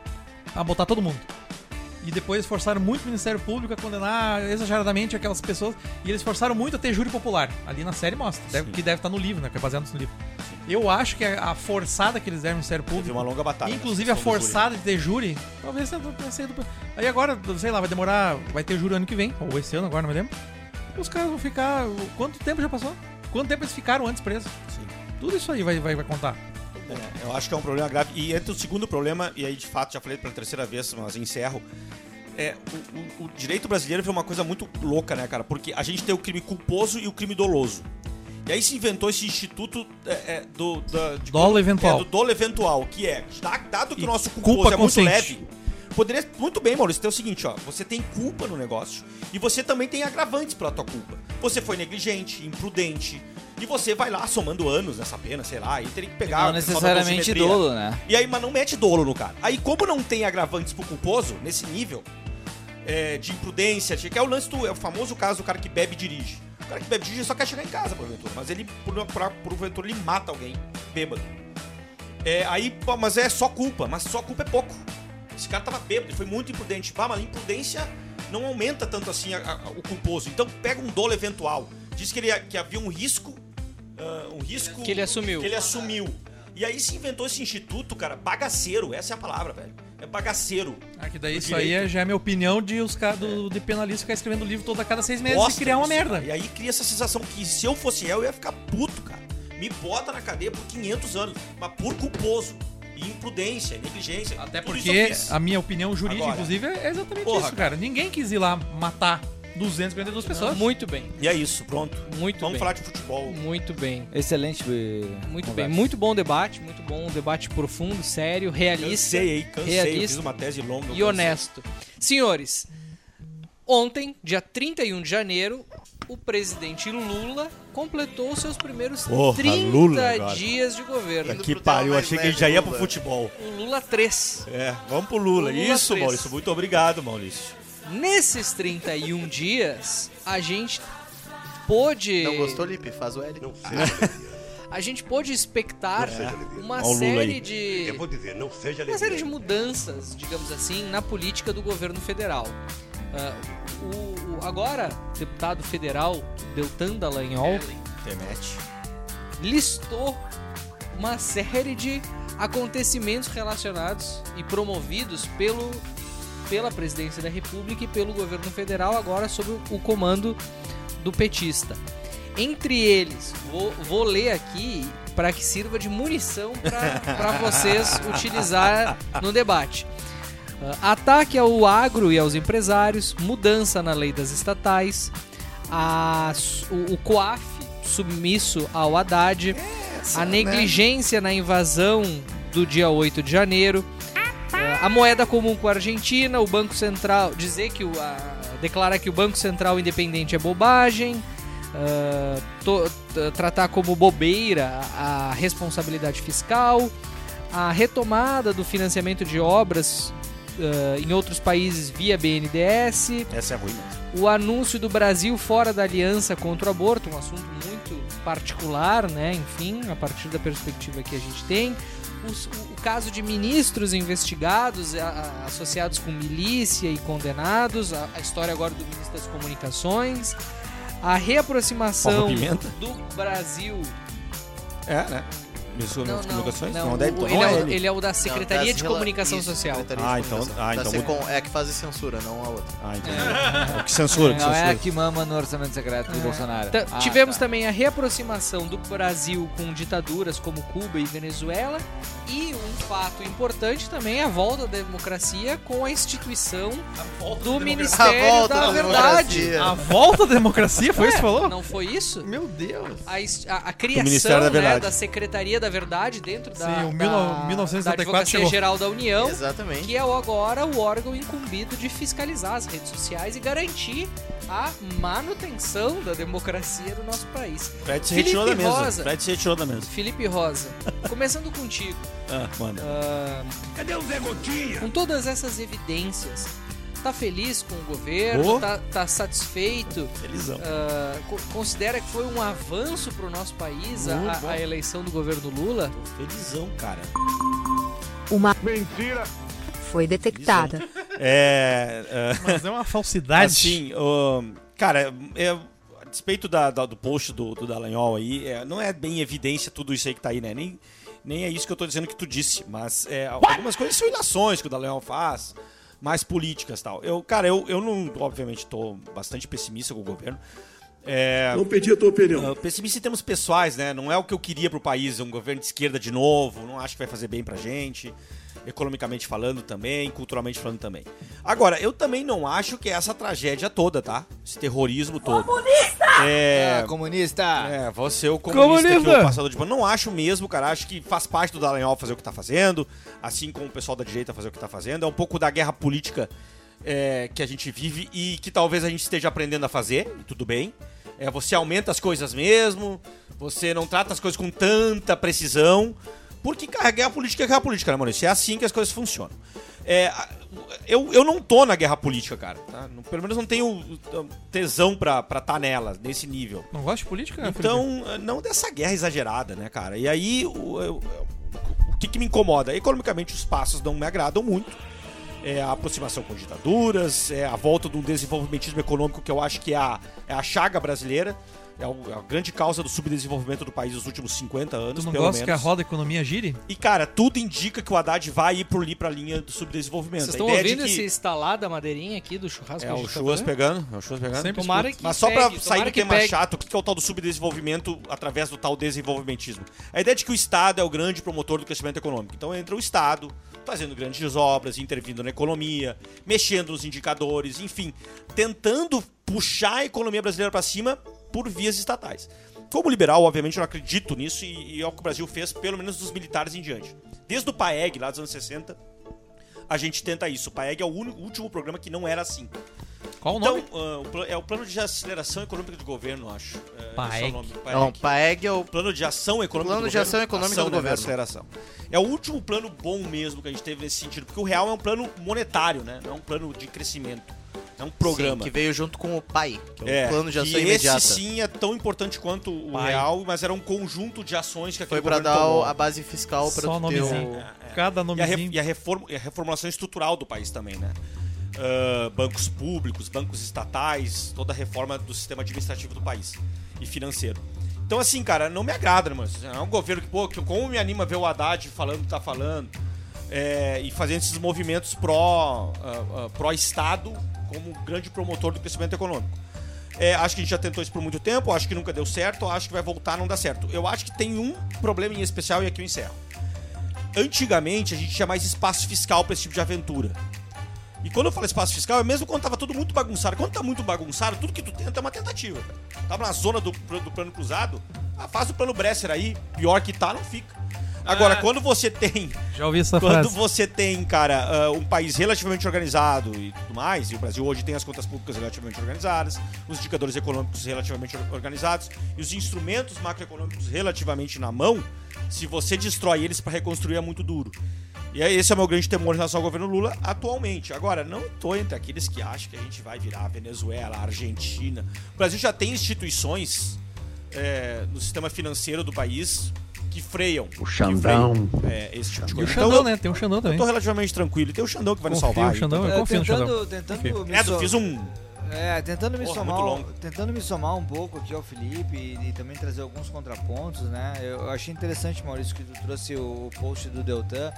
Speaker 3: a botar todo mundo. E depois forçaram muito o Ministério Público a condenar exageradamente aquelas pessoas. E eles forçaram muito a ter júri popular. Ali na série mostra, deve-
Speaker 1: Sim.
Speaker 3: que deve estar no livro, né? Que é baseado no livro. Eu acho que a, a forçada que eles deram ao Ministério Público.
Speaker 1: Teve uma longa batalha.
Speaker 3: Inclusive a
Speaker 1: nessa questão do júri.
Speaker 3: forçada de ter júri, talvez seja do- seja do- Aí agora, sei lá, vai demorar. Vai ter júri ano que vem, ou esse ano agora, não me lembro. os caras vão ficar. Quanto tempo já passou? Quanto tempo eles ficaram antes presos?
Speaker 1: Sim.
Speaker 3: Tudo isso aí vai, vai, vai contar.
Speaker 1: É, eu acho que é um problema grave. E entra o segundo problema, e aí de fato já falei pela terceira vez, mas encerro. É, o, o- o direito brasileiro foi uma coisa muito louca, né, cara? Porque a gente tem o crime culposo e o crime doloso. E aí se inventou esse instituto é, é, do, da, de-
Speaker 3: Dolo eventual.
Speaker 1: É, do dolo eventual, que é, dá- dado que
Speaker 3: E
Speaker 1: o nosso
Speaker 3: culpa
Speaker 1: culposo é
Speaker 3: consciente.
Speaker 1: muito leve, poderia muito bem, Maurício, ter o seguinte, ó, você tem culpa no negócio e você também tem agravantes pela tua culpa. Você foi negligente, imprudente, e você vai lá somando anos nessa pena, sei lá, e teria que pegar...
Speaker 6: Não
Speaker 1: o pessoal da
Speaker 6: necessariamente
Speaker 1: dosimetria.
Speaker 6: dolo, né?
Speaker 1: E aí, mas não mete dolo no cara. Aí, como não tem agravantes pro culposo, nesse nível, é, de imprudência, que é o lance do. É o famoso caso do cara que bebe e dirige. O cara que bebe e dirige só quer chegar em casa, porventura. Mas ele, por- pra- porventura, ele mata alguém bêbado. É, aí, pô, mas é só culpa, mas só culpa é pouco. Esse cara tava bêbado, ele foi muito imprudente. Pá, mas imprudência não aumenta tanto assim a- a- o culposo. Então pega um dolo eventual. Diz que, ele, que havia um risco. ah, um risco.
Speaker 4: Que ele assumiu.
Speaker 1: Que ele assumiu. E aí se inventou esse instituto, cara, bagaceiro. Essa é a palavra, velho. É bagaceiro.
Speaker 3: Ah, que daí
Speaker 1: Do
Speaker 3: isso aí
Speaker 1: direito.
Speaker 3: é- já é minha opinião de os ca- do, de penalista ficar escrevendo livro toda a cada seis meses
Speaker 1: Bosta
Speaker 3: e criar uma
Speaker 1: isso,
Speaker 3: merda.
Speaker 1: cara. E aí cria essa sensação que se eu fosse réu, eu ia ficar puto, cara. Me bota na cadeia por 500 anos, mas por culposo. E imprudência, negligência.
Speaker 3: Até
Speaker 1: Tudo isso
Speaker 3: porque
Speaker 1: eu fiz.
Speaker 3: a minha opinião jurídica,
Speaker 1: Agora.
Speaker 3: inclusive, é exatamente
Speaker 1: Porra,
Speaker 3: isso, cara. Ninguém quis ir lá matar 242 pessoas.
Speaker 4: Muito bem,
Speaker 1: E é isso, pronto. Então
Speaker 4: muito
Speaker 1: Vamos
Speaker 4: bem.
Speaker 1: falar um de futebol.
Speaker 4: Muito bem.
Speaker 6: Excelente. eh,
Speaker 4: Muito bem, muito bom debate, muito bom, um debate profundo, sério, realista
Speaker 1: Cansei, hein? Cansei. Eu fiz
Speaker 4: realista
Speaker 1: uma tese longa. eu
Speaker 4: e
Speaker 1: cansei.
Speaker 4: honesto. Senhores, ontem, dia 31 de janeiro, o presidente Lula completou seus primeiros
Speaker 1: Porra,
Speaker 4: 30
Speaker 1: Lula agora.
Speaker 4: dias de governo.
Speaker 1: Que pariu, achei que a gente já ia pro futebol.
Speaker 4: O Lula 3.
Speaker 1: É, vamos pro Lula.
Speaker 4: Lula
Speaker 1: isso,
Speaker 4: três.
Speaker 1: Maurício. Muito obrigado, Maurício.
Speaker 4: Nesses 31 dias, a gente pôde
Speaker 2: Não gostou, Lipe? Faz o L.
Speaker 10: Não seja,
Speaker 4: a gente pôde expectar
Speaker 10: Não seja alegria.
Speaker 4: uma
Speaker 1: Ó o Lula
Speaker 4: série
Speaker 1: aí.
Speaker 4: de
Speaker 10: eu vou dizer, não seja
Speaker 4: uma
Speaker 1: é
Speaker 4: série de
Speaker 10: alegria.
Speaker 4: mudanças, digamos assim, na política do governo federal. Ah, o, o agora deputado federal Deltan Dallagnol
Speaker 1: Internet.
Speaker 4: listou uma série de acontecimentos relacionados e promovidos pelo pela presidência da República e pelo governo federal agora sob o comando do petista. Entre eles, vou, vou ler aqui para que sirva de munição para vocês utilizar no debate. Ah, Ataque ao agro e aos empresários, mudança na lei das estatais, a su- o, o COAF submisso ao Haddad, a negligência na invasão do dia 8 de janeiro, eh, a moeda comum com a Argentina, o Banco Central dizer que o a- declarar que o Banco Central independente é bobagem, eh, to- t- tratar como bobeira a responsabilidade fiscal, a retomada do financiamento de obras eh, em outros países via BNDES,
Speaker 1: Essa é ruim mesmo.
Speaker 4: o anúncio do Brasil fora da aliança contra o aborto, um assunto muito particular, né? Enfim, a partir da perspectiva que a gente tem. Os- o, o caso de ministros investigados, a- a- associados com milícia e condenados, a, a história agora do ministro das Comunicações, a reaproximação
Speaker 1: Palma Pimenta?
Speaker 4: do Brasil.
Speaker 1: É, né? Ministro das Comunicações? Não, deve um
Speaker 4: o-
Speaker 1: tomar
Speaker 4: ele, é, o-
Speaker 1: ele.
Speaker 4: ele é o da Secretaria
Speaker 2: das
Speaker 4: de
Speaker 2: rela-
Speaker 4: Comunicação
Speaker 2: isso,
Speaker 4: Social.
Speaker 2: Secretaria
Speaker 1: Ah,
Speaker 2: de
Speaker 1: então-
Speaker 2: Comunicação.
Speaker 1: ah,
Speaker 2: Da
Speaker 1: então muito-
Speaker 2: Secom- É a que faz a censura, não a outra.
Speaker 1: Ah, então. O que censura, o que
Speaker 6: Não é
Speaker 1: censura.
Speaker 6: a que mama no orçamento secreto do Bolsonaro.
Speaker 4: Ta-
Speaker 6: Ah,
Speaker 4: Então, tivemos
Speaker 6: tá.
Speaker 4: também a reaproximação do Brasil com ditaduras como Cuba e Venezuela e um fato importante também a volta da democracia com a instituição do Ministério da, Verdade.
Speaker 3: A volta da democracia, foi isso que falou?
Speaker 4: Não foi isso?
Speaker 3: Meu Deus.
Speaker 4: A, is- a- a criação
Speaker 1: Ministério da
Speaker 4: né, da,
Speaker 1: Verdade.
Speaker 4: Secretaria da Verdade dentro da,
Speaker 3: Sim, o mil-
Speaker 4: da,
Speaker 3: 1974
Speaker 4: da Advocacia
Speaker 3: chegou.
Speaker 4: Geral da União,
Speaker 2: Exatamente.
Speaker 4: que é o- agora o órgão incumbido de fiscalizar as redes sociais e garantir a manutenção da democracia no nosso país.
Speaker 1: Fred se
Speaker 4: Felipe
Speaker 1: retirou da mesa.
Speaker 4: Rosa.
Speaker 1: Fred se retirou da mesa.
Speaker 4: Felipe Rosa, começando contigo,
Speaker 1: Ah, manda.
Speaker 10: Cadê o Zé Gotinha?
Speaker 4: com todas essas evidências, tá feliz com o governo?
Speaker 1: Oh.
Speaker 4: Tá, tá satisfeito?
Speaker 1: Felizão.
Speaker 4: Ah, co- considera que foi um avanço pro nosso país a-
Speaker 1: Muito bom.
Speaker 4: a, a eleição do governo Lula?
Speaker 1: Felizão, cara.
Speaker 11: Uma
Speaker 10: Mentira!
Speaker 11: foi detectada.
Speaker 1: É. é,
Speaker 3: Mas é uma falsidade.
Speaker 1: Assim, ô, cara, é, a despeito da- da- do post do, do Dallagnol aí, é, não é bem evidência tudo isso aí que tá aí, né? Nem, nem é isso que eu tô dizendo que tu disse, mas é, algumas coisas são ilações que o Dallagnol faz, mais políticas e tal. Eu, cara, eu, eu não, obviamente, tô bastante pessimista com o governo, É,
Speaker 12: Não pedi a tua opinião.
Speaker 1: Uh, pessimista em termos pessoais, né? Não é o que eu queria pro país, um governo de esquerda de novo, não acho que vai fazer bem pra gente, economicamente falando também, culturalmente falando também. Agora, eu também não acho que é essa tragédia toda, tá? Esse terrorismo todo. Comunista! É,
Speaker 6: Ah, comunista!
Speaker 1: é, você o comunista, que é o passador de pano. Não acho mesmo, cara. Acho que faz parte do Dallagnol fazer o que tá fazendo, assim como o pessoal da direita fazer o que tá fazendo. É um pouco da guerra política é, que a gente vive e que talvez a gente esteja aprendendo a fazer, e tudo bem. É, você aumenta as coisas mesmo, você não trata as coisas com tanta precisão. Porque, cara, guerra política é guerra política, né, Maurício? É assim que as coisas funcionam. É, a- eu, eu não tô na guerra política, cara. tá? Não- Pelo menos não tenho uh, tesão pra estar tá nela, nesse nível.
Speaker 3: Não gosta de política? Felipe?
Speaker 1: Então, não dessa guerra exagerada, né, cara? E aí, o, eu- o que, que me incomoda? Economicamente, os passos não me agradam muito. É a aproximação com ditaduras, é a volta de um desenvolvimentismo econômico que eu acho que é a, é a chaga brasileira. É o- é a grande causa do subdesenvolvimento do país nos últimos 50 anos,
Speaker 3: tu não
Speaker 1: pelo menos.
Speaker 3: gosta que a roda economia gire?
Speaker 1: E, cara, tudo indica que o Haddad vai ir por ali pra linha do subdesenvolvimento.
Speaker 4: Vocês
Speaker 1: A
Speaker 4: estão
Speaker 1: ideia é de
Speaker 4: ouvindo
Speaker 1: que-
Speaker 4: esse estalar da madeirinha aqui do churrasco?
Speaker 1: É
Speaker 4: que a
Speaker 1: o
Speaker 4: gente tá
Speaker 1: Churras
Speaker 4: fazendo?
Speaker 1: pegando. É o Churras pegando.
Speaker 3: Sempre
Speaker 4: Tomara
Speaker 3: escuto.
Speaker 4: que
Speaker 1: Mas só
Speaker 4: pegue,
Speaker 1: pra sair
Speaker 4: tomara
Speaker 1: do
Speaker 4: que
Speaker 1: tema
Speaker 4: pegue.
Speaker 1: chato, o que que é o tal do subdesenvolvimento através do tal desenvolvimentismo? A ideia de que o Estado é o grande promotor do crescimento econômico. Então entra o Estado, fazendo grandes obras, intervindo na economia, mexendo nos indicadores, enfim, tentando puxar a economia brasileira para cima por vias estatais. Como liberal, obviamente, eu não acredito nisso e, e é o que o Brasil fez, pelo menos dos militares em diante. Desde o PAEG, lá dos anos 60, a gente tenta isso. O PAEG é o único- último programa que não era assim.
Speaker 3: Qual o
Speaker 1: Então,
Speaker 3: nome?
Speaker 1: ah, o pla- é o plano de aceleração econômica do governo, acho. É, esse
Speaker 3: PAEC.
Speaker 1: É o nome, PAEC.
Speaker 2: Não, PAEG é o
Speaker 1: Plano de ação econômica
Speaker 2: Plano
Speaker 1: do
Speaker 2: de
Speaker 1: governo.
Speaker 2: ação econômica do
Speaker 1: né,
Speaker 2: governo.
Speaker 1: Aceleração. É o último plano bom mesmo que a gente teve nesse sentido, porque o real é um plano monetário, né? Não é um plano de crescimento. É um programa.
Speaker 2: Sim, que veio junto com o PAI, que é,
Speaker 1: É,
Speaker 2: o Plano de Ação
Speaker 1: que
Speaker 2: Imediata.
Speaker 1: esse sim é tão importante quanto o
Speaker 3: Pai.
Speaker 1: real, mas era um conjunto de ações que aquele
Speaker 2: Foi pra
Speaker 1: governo
Speaker 2: dar o-
Speaker 1: tomou.
Speaker 2: a base fiscal pra
Speaker 3: Só
Speaker 2: tu ter
Speaker 3: nomezinho.
Speaker 2: o...
Speaker 1: E
Speaker 3: Cada
Speaker 1: a, re-
Speaker 3: nomezinho.
Speaker 1: e a reform- e a reformulação estrutural do país também, né? Ah, bancos públicos, bancos estatais, toda a reforma do sistema administrativo do país e financeiro. Então, assim, cara, não me agrada, né, mano. É um governo que, pô, que como me anima ver o Haddad falando o que tá falando é, e fazendo esses movimentos pró, ah, ah, pró-Estado como um grande promotor do crescimento econômico. É, acho que a gente já tentou isso por muito tempo, acho que nunca deu certo, acho que vai voltar a não dar certo. Eu acho que tem um problema em especial e aqui eu encerro. Antigamente a gente tinha mais espaço fiscal pra esse tipo de aventura. E quando eu falo espaço fiscal, é mesmo quando tava tudo muito bagunçado. Quando tá muito bagunçado, tudo que tu tenta é uma tentativa. cara. Tava na zona do, pl- do plano cruzado, ah, faz o plano Bresser aí, pior que tá, não fica. Agora, quando você tem
Speaker 3: Já ouvi essa
Speaker 1: quando
Speaker 3: frase.
Speaker 1: você tem, cara, uh, um país relativamente organizado e tudo mais, e o Brasil hoje tem as contas públicas relativamente organizadas, os indicadores econômicos relativamente or- organizados e os instrumentos macroeconômicos relativamente na mão, se você destrói eles para reconstruir é muito duro. E aí, esse é o meu grande temor em relação ao governo Lula atualmente. Agora, não tô entre aqueles que acham que a gente vai virar Venezuela, Argentina. O Brasil já tem instituições é, no sistema financeiro do país que freiam. O Xandão. É, esse tipo de
Speaker 3: E o
Speaker 1: coisa.
Speaker 3: Xandão,
Speaker 1: Então,
Speaker 3: né? Tem o Xandão
Speaker 1: eu
Speaker 3: também.
Speaker 1: tô relativamente tranquilo. E tem o Xandão que vai
Speaker 3: Confio
Speaker 1: nos salvar.
Speaker 3: no Xandão,
Speaker 1: então.
Speaker 3: eu confio no
Speaker 6: É, tentando, tentando me
Speaker 1: É, tu
Speaker 6: so-
Speaker 1: fiz um.
Speaker 6: É, tentando me
Speaker 1: Porra,
Speaker 6: somar,
Speaker 1: muito
Speaker 6: um-
Speaker 1: longo.
Speaker 6: tentando me somar um pouco aqui ao Felipe e, e também trazer alguns contrapontos, né? Eu achei interessante, Maurício, que tu trouxe o, o post do Deltan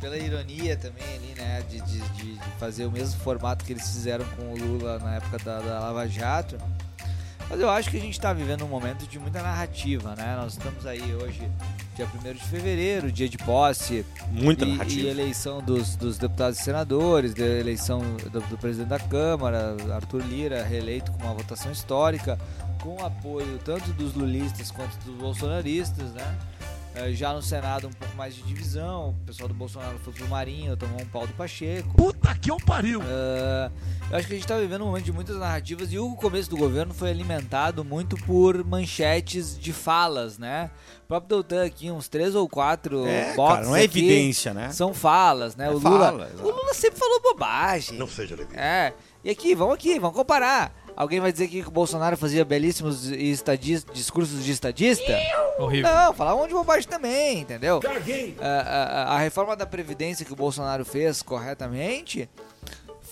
Speaker 6: pela ironia também ali, né, de, de, de- de fazer o mesmo formato que eles fizeram com o Lula na época da, da Lava Jato. Mas eu acho que a gente está vivendo um momento de muita narrativa, né? Nós estamos aí hoje, dia 1 de fevereiro, dia de posse,
Speaker 1: Muita
Speaker 6: e, e
Speaker 1: narrativa.
Speaker 6: eleição dos, dos deputados e senadores, de eleição do, do presidente da Câmara, Arthur Lira, reeleito com uma votação histórica, com apoio tanto dos lulistas quanto dos bolsonaristas, né? Eh, Já no Senado, um pouco mais de divisão. O pessoal do Bolsonaro foi pro Marinho, tomou um pau do Pacheco.
Speaker 12: Puta que
Speaker 1: um
Speaker 12: eu pariu!
Speaker 6: Ah, eu acho que a gente tá vivendo um momento de muitas narrativas e o começo do governo foi alimentado muito por manchetes de falas, né? O próprio Deltan aqui, uns três ou quatro
Speaker 1: É,
Speaker 6: boxes
Speaker 1: cara, não é
Speaker 6: aqui
Speaker 1: evidência, né?
Speaker 6: São falas, né?
Speaker 1: É
Speaker 6: o, Lula,
Speaker 1: fala, exato.
Speaker 6: o Lula sempre falou bobagem.
Speaker 12: Não seja alegria.
Speaker 6: É. E aqui, vamos aqui, vamos comparar. Alguém vai dizer que o Bolsonaro fazia belíssimos e estadis- discursos de estadista?
Speaker 3: Horrível.
Speaker 6: Não, falar um monte de bobagem também, entendeu? A, a- a- a reforma da Previdência que o Bolsonaro fez corretamente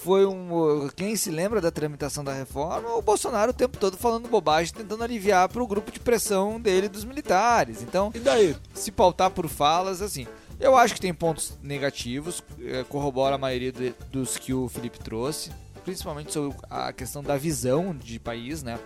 Speaker 6: foi um. Quem se lembra da tramitação da reforma, o Bolsonaro o tempo todo falando bobagem, tentando aliviar para o grupo de pressão dele e dos militares. Então,
Speaker 12: E daí?
Speaker 6: se pautar por falas, assim. Eu acho que tem pontos negativos, eh, corrobora a maioria de- dos que o Felipe trouxe, principalmente sobre a questão da visão de país, né?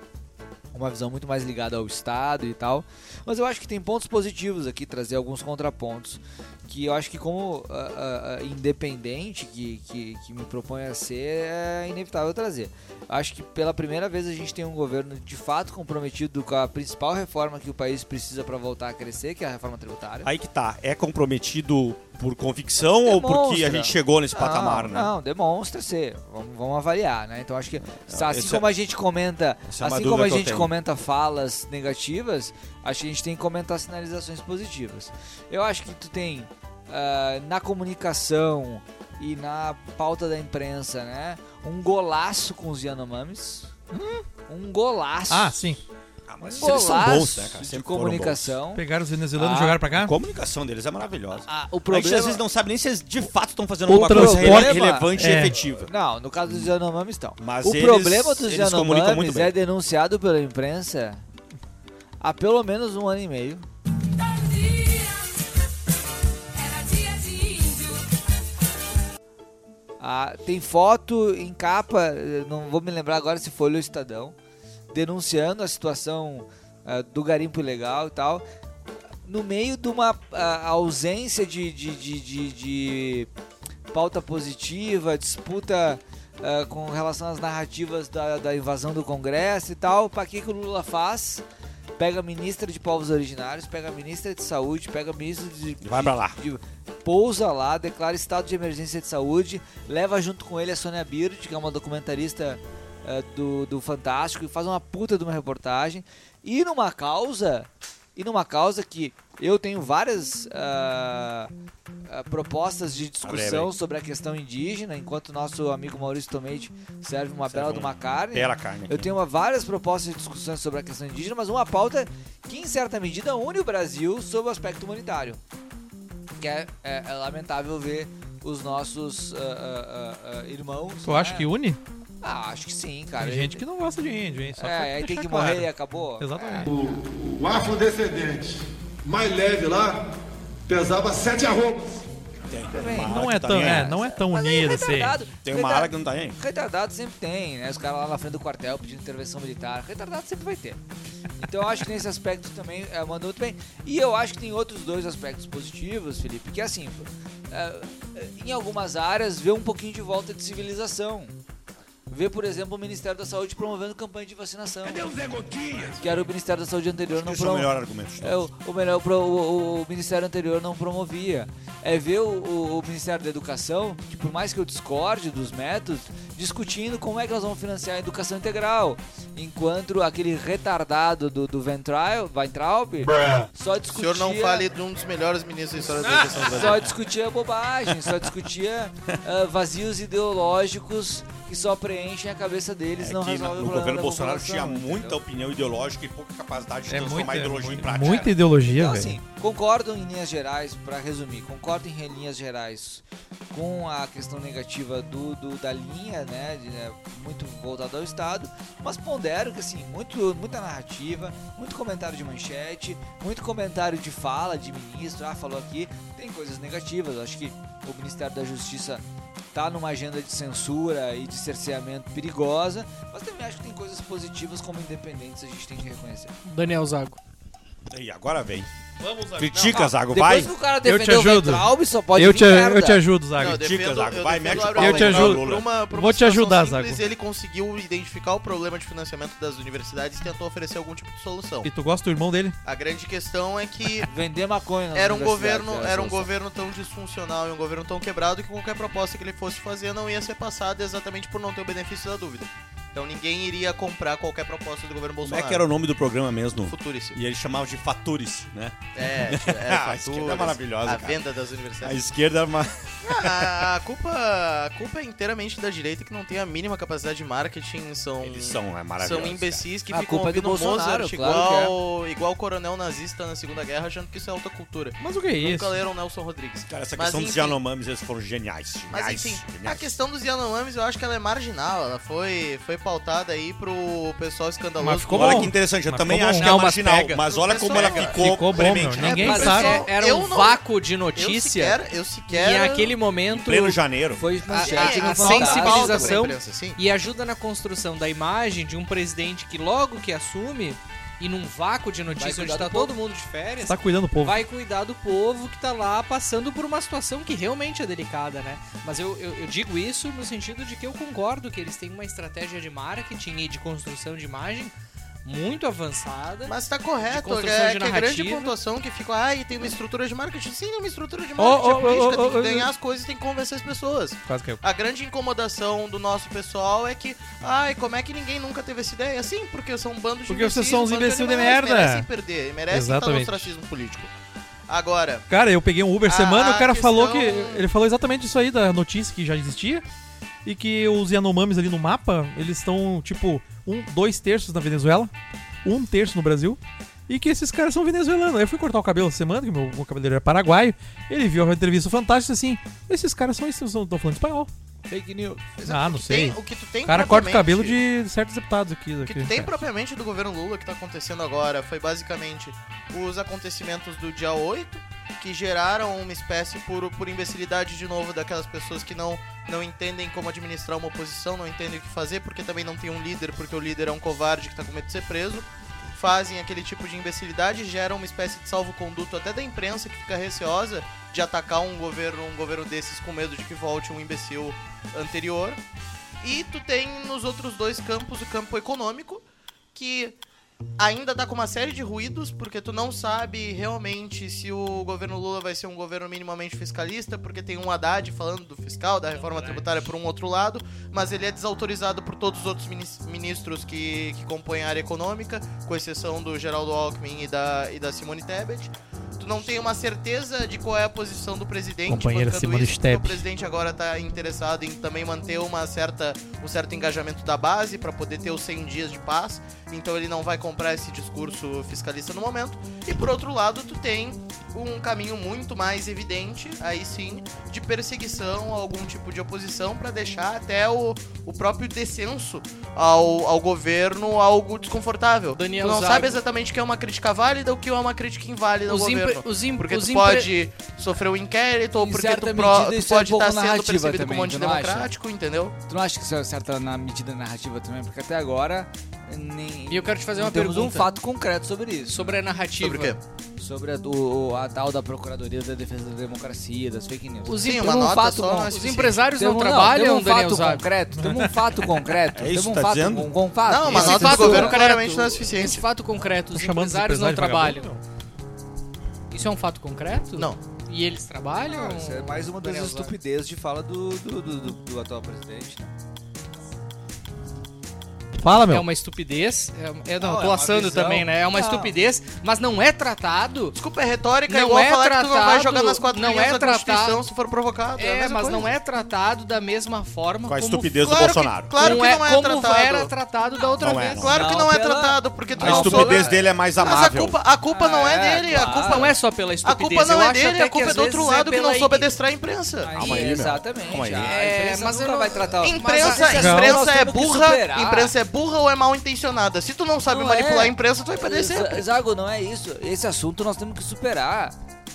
Speaker 6: uma visão muito mais ligada ao Estado e tal. Mas eu acho que tem pontos positivos aqui, trazer alguns contrapontos. Que eu acho que como ah, ah, ah, independente que, que, que me propõe a ser, é inevitável trazer. Acho que pela primeira vez a gente tem um governo de fato comprometido com a principal reforma que o país precisa para voltar a crescer, que é a reforma tributária.
Speaker 1: Aí que tá. É comprometido por convicção ou porque a
Speaker 6: Demonstra.
Speaker 1: gente chegou nesse
Speaker 6: Não,
Speaker 1: patamar, né?
Speaker 6: Não, demonstra ser. Vamos, vamos avaliar, né? Então acho que assim
Speaker 1: isso é-
Speaker 6: como a gente comenta,
Speaker 1: isso é uma
Speaker 6: assim
Speaker 1: dúvida
Speaker 6: como a
Speaker 1: que eu
Speaker 6: gente
Speaker 1: tenho.
Speaker 6: comenta falas negativas, acho que a gente tem que comentar sinalizações positivas. Eu acho que tu tem ah, na comunicação e na pauta da imprensa, né? Um golaço com os Yanomamis. Um golaço.
Speaker 3: Ah, sim.
Speaker 1: Hum? Ah,
Speaker 6: um
Speaker 1: mas eles são
Speaker 6: golaço
Speaker 1: bons, né, cara?
Speaker 6: de
Speaker 1: Sempre foram
Speaker 6: comunicação.
Speaker 3: Pegaram os venezuelanos
Speaker 6: Ah,
Speaker 3: e jogaram pra
Speaker 1: bons. A
Speaker 3: cá?
Speaker 1: comunicação deles é maravilhosa.
Speaker 6: Ah,
Speaker 1: A gente
Speaker 6: o
Speaker 1: às
Speaker 6: problema...
Speaker 1: vezes não sabe nem se eles de fato estão fazendo
Speaker 3: O
Speaker 1: alguma coisa
Speaker 3: transporte-
Speaker 1: rele- relevante e
Speaker 3: É.
Speaker 1: efetiva.
Speaker 6: Não, no caso dos Yanomamis, estão.
Speaker 1: Mas
Speaker 6: o
Speaker 1: eles-
Speaker 6: problema dos
Speaker 1: eles comunicam
Speaker 6: Yanomamis
Speaker 1: muito
Speaker 6: é
Speaker 1: bem.
Speaker 6: denunciado pela imprensa há pelo menos um ano e meio. Ah, tem foto em capa, eh, não vou me lembrar agora se foi o Estadão, denunciando a situação ah, do garimpo ilegal e tal, no meio de uma ah, ausência de, de, de, de- de pauta positiva, disputa ah, com relação às narrativas da, da invasão do Congresso e tal, para que, que o Lula faz? Pega a ministra de povos originários, pega a ministra de saúde, pega a ministra de.
Speaker 1: Vai pra lá.
Speaker 6: de- pousa lá, declara estado de emergência de saúde, leva junto com ele a Sônia Bird, que é uma documentarista eh, do, do Fantástico, e faz uma puta de uma reportagem. E numa causa, e numa causa que eu tenho várias ah, ah, propostas de discussão sobre a questão indígena, enquanto nosso amigo Maurício Tomate serve uma bela de uma carne. né?
Speaker 1: Pera, carne.
Speaker 6: Eu tenho uma- várias propostas de discussões sobre a questão indígena, mas uma pauta que, em certa medida, une o Brasil sob o aspecto humanitário. Que é, é- é lamentável ver os nossos ah, ah, ah, ah, irmãos.
Speaker 3: Tu acha
Speaker 6: né?
Speaker 3: que une?
Speaker 6: Ah, acho que sim, cara.
Speaker 3: Tem gente que não gosta de índio, hein? Só pra
Speaker 6: É, aí tem
Speaker 3: deixar
Speaker 6: que
Speaker 3: claro.
Speaker 6: morrer e acabou. É.
Speaker 3: Exatamente.
Speaker 12: O afrodescendente mais leve lá pesava sete arrobas.
Speaker 3: Não é tão, é, não é tão
Speaker 6: Mas aí,
Speaker 3: unido assim.
Speaker 6: retardado.
Speaker 1: tá Tem uma área que não tá aí.
Speaker 6: Retardado sempre tem, né? Os caras lá na frente do quartel pedindo intervenção militar. Retardado sempre vai ter. Então eu acho que nesse aspecto também eh, mandou muito bem. E eu acho que tem outros dois aspectos positivos, Felipe, que é assim, eh, eh, em algumas áreas vê um pouquinho de volta de civilização. Vê, por exemplo, o Ministério da Saúde promovendo campanha de vacinação. Que era o Ministério da Saúde anterior não
Speaker 1: Esse é o
Speaker 6: promovendo.
Speaker 1: melhor argumento. de
Speaker 6: É, o, o melhor pro- o, o- o Ministério anterior não promovia. É ver o, o- o Ministério da Educação, que por mais que eu discorde dos métodos, discutindo como é que nós vamos financiar a educação integral. Enquanto aquele retardado do, do Ventral, Weintraub só
Speaker 2: O
Speaker 6: discutia.
Speaker 2: senhor não fale de um dos melhores ministros da história da
Speaker 3: Ah!
Speaker 2: educação do Brasil.
Speaker 6: Só discutia bobagem, só discutia ah, vazios ideológicos que só preenchem a cabeça deles,
Speaker 1: É
Speaker 6: não
Speaker 1: que
Speaker 6: resolvem o
Speaker 1: no- no
Speaker 6: problema
Speaker 1: governo
Speaker 6: da
Speaker 1: Bolsonaro tinha
Speaker 6: população,
Speaker 1: muita
Speaker 6: entendeu?
Speaker 1: opinião ideológica e pouca capacidade de
Speaker 3: É
Speaker 1: transformar
Speaker 3: muita,
Speaker 1: a ideologia em
Speaker 3: muita,
Speaker 1: prática.
Speaker 3: muita ideologia,
Speaker 6: Então,
Speaker 3: velho.
Speaker 6: assim, concordo em linhas gerais, pra resumir, concordo em re- linhas gerais com a questão negativa do, do- da linha, né, de, né, muito voltada ao Estado, mas pondero que, assim, muito, muita narrativa, muito comentário de manchete, muito comentário de fala de ministro, ah, falou aqui, tem coisas negativas, eu acho que o Ministério da Justiça tá numa agenda de censura e de cerceamento perigosa, mas também acho que tem coisas positivas como independentes a gente tem que reconhecer.
Speaker 4: Daniel Zago.
Speaker 1: E agora vem.
Speaker 3: Vamos
Speaker 1: Critica, Zago, vai.
Speaker 6: Depois que o cara
Speaker 3: Eu te
Speaker 6: defendeu o
Speaker 3: ajudo.
Speaker 6: Ventralbe, só pode
Speaker 3: eu,
Speaker 6: vir
Speaker 3: te,
Speaker 6: merda.
Speaker 3: eu te ajudo, Zago.
Speaker 2: Não, eu
Speaker 1: Critica,
Speaker 2: defendo-
Speaker 1: Zago.
Speaker 2: eu
Speaker 1: Vai,
Speaker 2: defendo
Speaker 1: mete
Speaker 2: o
Speaker 1: o
Speaker 2: Abraham
Speaker 1: pau
Speaker 3: Eu te
Speaker 1: aí,
Speaker 3: ajudo.
Speaker 1: Lula.
Speaker 2: Por uma- por uma
Speaker 3: Vou te
Speaker 2: situação
Speaker 3: ajudar,
Speaker 2: simples,
Speaker 3: Zago.
Speaker 2: Ele conseguiu identificar o problema de financiamento das universidades e tentou oferecer algum tipo de solução.
Speaker 3: E tu gosta do irmão dele?
Speaker 2: A grande questão é que
Speaker 6: Vender maconha nas
Speaker 2: era um
Speaker 6: universidades,
Speaker 2: governo,
Speaker 3: né,
Speaker 6: a
Speaker 2: era um
Speaker 6: solução.
Speaker 2: governo tão disfuncional e um governo tão quebrado que qualquer proposta que ele fosse fazer não ia ser passada exatamente por não ter o benefício da dúvida. Então ninguém iria comprar qualquer proposta do governo
Speaker 1: Como é
Speaker 2: Bolsonaro.
Speaker 1: que era o nome do programa mesmo?
Speaker 2: Futurice.
Speaker 1: E ele chamava de Fatures, né?
Speaker 2: É,
Speaker 1: A
Speaker 2: era
Speaker 1: esquerda é
Speaker 2: Futurice,
Speaker 1: maravilhosa,
Speaker 2: A
Speaker 1: cara.
Speaker 2: venda das
Speaker 1: A
Speaker 2: universidades.
Speaker 1: esquerda era uma...
Speaker 2: A, a culpa, a culpa é inteiramente da direita que não tem a mínima capacidade de marketing, são
Speaker 1: Eles são, é maravilhoso.
Speaker 2: são imbecis que
Speaker 6: A
Speaker 2: ficam
Speaker 6: culpa é do
Speaker 2: ouvindo
Speaker 6: Bolsonaro,
Speaker 2: Mozart
Speaker 6: claro
Speaker 2: igual igual coronel nazista na Segunda Guerra, achando que isso é alta cultura.
Speaker 3: Mas o que é isso?
Speaker 2: Nunca leram Nelson Rodrigues.
Speaker 1: Cara, essa
Speaker 2: Mas
Speaker 1: questão dos
Speaker 2: enfim.
Speaker 1: Yanomamis, eles foram geniais.
Speaker 2: Mas
Speaker 1: geniais,
Speaker 2: enfim, a
Speaker 1: geniais.
Speaker 2: questão dos Yanomamis eu acho que ela é marginal, ela foi, foi foi pautada aí pro pessoal escandaloso.
Speaker 3: Mas ficou
Speaker 2: do-
Speaker 1: olha
Speaker 3: bom.
Speaker 1: que interessante, eu
Speaker 3: Mas
Speaker 1: também
Speaker 3: ficou
Speaker 1: acho
Speaker 3: bom.
Speaker 1: que é
Speaker 4: Não, mas
Speaker 1: marginal,
Speaker 4: pega.
Speaker 1: mas olha
Speaker 2: Pessoal,
Speaker 1: como ela
Speaker 2: cara.
Speaker 1: ficou,
Speaker 3: Ficou bom,
Speaker 1: premente,
Speaker 3: meu.
Speaker 1: né?
Speaker 3: Ninguém
Speaker 4: Mas
Speaker 3: sabe.
Speaker 4: é- era
Speaker 2: Eu
Speaker 4: um
Speaker 2: não-
Speaker 4: vácuo de
Speaker 2: Eu
Speaker 4: notícia
Speaker 2: sequer, eu sequer...
Speaker 4: e naquele momento
Speaker 1: Pleno janeiro.
Speaker 6: Foi
Speaker 4: a,
Speaker 6: manchete
Speaker 4: a-
Speaker 6: no
Speaker 4: a
Speaker 6: Fantástico.
Speaker 4: sensibilização
Speaker 2: Pauta pra imprensa, sim.
Speaker 4: e ajuda na construção da imagem de um presidente que logo que assume e num vácuo de notícia
Speaker 13: Vai
Speaker 4: onde
Speaker 13: cuidar
Speaker 4: está
Speaker 13: do povo.
Speaker 4: todo mundo de férias,
Speaker 3: Tá cuidando do povo.
Speaker 4: vai cuidar do povo que tá lá passando por uma situação que realmente é delicada, né? Mas eu, eu, eu digo isso no sentido de que eu concordo que eles têm uma estratégia de marketing e de construção de imagem muito avançada.
Speaker 2: Mas tá correto,
Speaker 4: construção
Speaker 2: é
Speaker 4: de
Speaker 2: que a grande
Speaker 4: narrativa.
Speaker 2: pontuação que ficou, ah, e tem uma estrutura de marketing. Sim, tem uma estrutura de
Speaker 3: Ó,
Speaker 2: marketing,
Speaker 3: ó,
Speaker 2: é
Speaker 3: ó,
Speaker 2: política,
Speaker 3: ó,
Speaker 2: tem que
Speaker 3: ó,
Speaker 2: ganhar
Speaker 3: ó.
Speaker 2: as coisas e tem que convencer as pessoas.
Speaker 3: Quase caiu.
Speaker 2: A grande incomodação do nosso pessoal é que, ai, como é que ninguém nunca teve essa ideia? Sim, porque são um bando de
Speaker 3: Porque vocês
Speaker 2: imbecis,
Speaker 3: são
Speaker 2: um
Speaker 3: uns
Speaker 2: bando
Speaker 3: imbecil de
Speaker 2: animais,
Speaker 3: merda.
Speaker 2: Merecem perder, merecem estar no
Speaker 3: Exatamente.
Speaker 2: ostracismo político. Agora,
Speaker 3: Cara, eu peguei um Uber
Speaker 2: A-
Speaker 3: semana,
Speaker 2: a
Speaker 3: o cara
Speaker 2: questão-
Speaker 3: falou que. Ele falou exatamente isso aí, da notícia que já existia. E que os Yanomamis ali no mapa, eles estão, tipo, um, dois terços na Venezuela, um terço no Brasil. E que esses caras são venezuelanos. Aí eu fui cortar o cabelo essa semana, que meu, meu cabeleireiro é paraguaio. Ele viu a entrevista fantástica e disse assim: esses caras são estão falando espanhol.
Speaker 13: Fake news.
Speaker 3: ah, não sei.
Speaker 2: tem- o que tu tem
Speaker 3: O cara corta o
Speaker 2: propriamente-
Speaker 3: cabelo de certos deputados aqui.
Speaker 2: O que
Speaker 3: daqui.
Speaker 2: tu tem propriamente do governo Lula que tá acontecendo agora foi basicamente os acontecimentos do dia 8, que geraram uma espécie por, por imbecilidade de novo daquelas pessoas que não, não entendem como administrar uma oposição, não entendem o que fazer, porque também não tem um líder, porque o líder é um covarde que tá com medo de ser preso. Fazem aquele tipo de imbecilidade, geram uma espécie de salvo-conduto até da imprensa que fica receosa de atacar um governo, um governo desses com medo de que volte um imbecil anterior. E tu tem nos outros dois campos o campo econômico, que ainda tá com uma série de ruídos, porque tu não sabe realmente se o governo Lula vai ser um governo minimamente fiscalista, porque tem um Haddad falando do fiscal, da reforma tributária por um outro lado, mas ele é desautorizado por todos os outros minis- ministros que, que compõem a área econômica, com exceção do Geraldo Alckmin e da, e da Simone Tebet. Tu não tem uma certeza de qual é a posição do presidente,
Speaker 3: Companheira
Speaker 2: enquanto
Speaker 3: Simone
Speaker 2: isso, porque o
Speaker 3: Tebet.
Speaker 2: presidente agora tá interessado em também manter uma certa, um certo engajamento da base para poder ter os 100 dias de paz. Então ele não vai comprar esse discurso fiscalista no momento. E por outro lado, tu tem um caminho muito mais evidente, aí sim, de perseguição a algum tipo de oposição para deixar até o, o próprio descenso ao, ao governo algo desconfortável.
Speaker 4: Daniel
Speaker 2: tu não
Speaker 4: Zago.
Speaker 2: sabe exatamente o que é uma crítica válida, o que é uma crítica inválida ao
Speaker 4: Os, impre-
Speaker 2: governo.
Speaker 4: os, im-
Speaker 2: Porque
Speaker 4: os
Speaker 2: tu
Speaker 4: impre-
Speaker 2: pode sofrer um inquérito, ou
Speaker 13: Em
Speaker 2: porque tu,
Speaker 13: certa
Speaker 2: pro-
Speaker 13: medida,
Speaker 2: tu
Speaker 13: isso é um
Speaker 2: pode
Speaker 13: pouco
Speaker 2: estar sendo
Speaker 13: narrativa
Speaker 2: percebido
Speaker 13: também,
Speaker 2: como
Speaker 13: tu não acha?
Speaker 2: antidemocrático, entendeu?
Speaker 6: Tu não acha que isso é certa na medida narrativa também? Porque até agora nem.
Speaker 4: E eu quero te fazer
Speaker 6: não
Speaker 4: uma
Speaker 6: temos
Speaker 4: pergunta
Speaker 6: um fato concreto sobre isso.
Speaker 4: sobre a narrativa.
Speaker 2: Sobre o quê?
Speaker 6: Sobre a, do- a tal da Procuradoria da Defesa da Democracia, das fake news.
Speaker 4: Os,
Speaker 2: Sim,
Speaker 4: impre-
Speaker 2: uma
Speaker 6: um
Speaker 2: nota
Speaker 6: fato
Speaker 2: só, é
Speaker 6: bom.
Speaker 2: mas
Speaker 4: os
Speaker 2: sim.
Speaker 4: empresários não
Speaker 6: Temos-
Speaker 4: trabalham,
Speaker 6: temos um
Speaker 4: Daniel
Speaker 6: fato
Speaker 4: Zago.
Speaker 6: concreto, temos um fato concreto,
Speaker 1: É isso
Speaker 6: temos um
Speaker 1: que tá
Speaker 6: fato,
Speaker 1: dizendo?
Speaker 6: um, um
Speaker 4: Ah,
Speaker 6: fato.
Speaker 2: Não, uma
Speaker 6: Esse
Speaker 2: nota do
Speaker 6: fato-
Speaker 2: governo claramente
Speaker 4: concreto,
Speaker 2: não é suficiente.
Speaker 4: Esse fato concreto,
Speaker 1: Tá
Speaker 4: os
Speaker 3: Chamando os
Speaker 4: empresários não
Speaker 3: empresários de
Speaker 4: trabalham. Isso é um fato concreto?
Speaker 2: Não. Ah,
Speaker 4: E eles trabalham?
Speaker 6: Cara, isso é mais uma das
Speaker 4: Daniel Zago.
Speaker 6: estupidez de fala do, do, do- do- do atual presidente. né?
Speaker 3: Fala, meu.
Speaker 4: É uma estupidez. É, é,
Speaker 6: Não,
Speaker 4: não,
Speaker 6: é
Speaker 4: tô
Speaker 6: uma
Speaker 4: assando
Speaker 6: visão.
Speaker 4: também, né? É
Speaker 2: Tá.
Speaker 4: uma
Speaker 6: Não.
Speaker 4: estupidez, mas não é tratado.
Speaker 2: Desculpa, é retórica, é
Speaker 4: Não
Speaker 2: igual
Speaker 4: é
Speaker 2: falar que tu não vai
Speaker 4: tratado-
Speaker 2: jogar nas quatro
Speaker 4: não
Speaker 2: linhas
Speaker 4: é
Speaker 2: da
Speaker 4: tratado-
Speaker 2: Constituição se for provocado.
Speaker 4: É,
Speaker 2: a mesma
Speaker 4: mas
Speaker 2: coisa.
Speaker 4: não é tratado da mesma forma
Speaker 1: Com a
Speaker 4: como,
Speaker 1: estupidez do
Speaker 2: Claro que-
Speaker 1: Bolsonaro.
Speaker 2: Claro
Speaker 4: como
Speaker 2: que não é
Speaker 4: como
Speaker 2: tratado.
Speaker 4: era tratado da outra
Speaker 1: Não é,
Speaker 4: vez.
Speaker 1: não.
Speaker 2: Claro que não é
Speaker 6: Pela-
Speaker 2: tratado, porque tu
Speaker 1: A
Speaker 2: não
Speaker 1: estupidez
Speaker 2: soube-
Speaker 1: dele é mais
Speaker 2: Mas a
Speaker 1: amável.
Speaker 2: culpa, a culpa
Speaker 6: Ah,
Speaker 2: não é,
Speaker 6: é,
Speaker 2: dele,
Speaker 6: claro.
Speaker 2: a culpa
Speaker 4: Não é só pela
Speaker 2: A
Speaker 4: estupidez.
Speaker 2: culpa não
Speaker 4: eu
Speaker 2: é
Speaker 4: acho
Speaker 2: dele,
Speaker 4: até
Speaker 2: a culpa
Speaker 4: que
Speaker 2: é
Speaker 4: às
Speaker 2: do outro
Speaker 4: vezes é
Speaker 2: lado que não
Speaker 4: pela
Speaker 2: soube
Speaker 4: igno-
Speaker 2: adestrar a imprensa.
Speaker 1: Calma aí, meu.
Speaker 6: exatamente.
Speaker 1: Calma aí.
Speaker 6: A
Speaker 4: É,
Speaker 6: imprensa
Speaker 4: mas eu
Speaker 6: nunca
Speaker 4: não-
Speaker 6: vai tratar.
Speaker 2: Imprensa,
Speaker 4: Mas a-
Speaker 6: Não, nós
Speaker 2: imprensa é
Speaker 6: temos que superar.
Speaker 2: burra, imprensa é burra ou é mal intencionada. Se tu não sabe
Speaker 6: Não
Speaker 2: manipular
Speaker 6: é.
Speaker 2: a imprensa, tu vai perder sempre.
Speaker 6: Z- Zago, não é isso. Esse assunto nós temos que superar.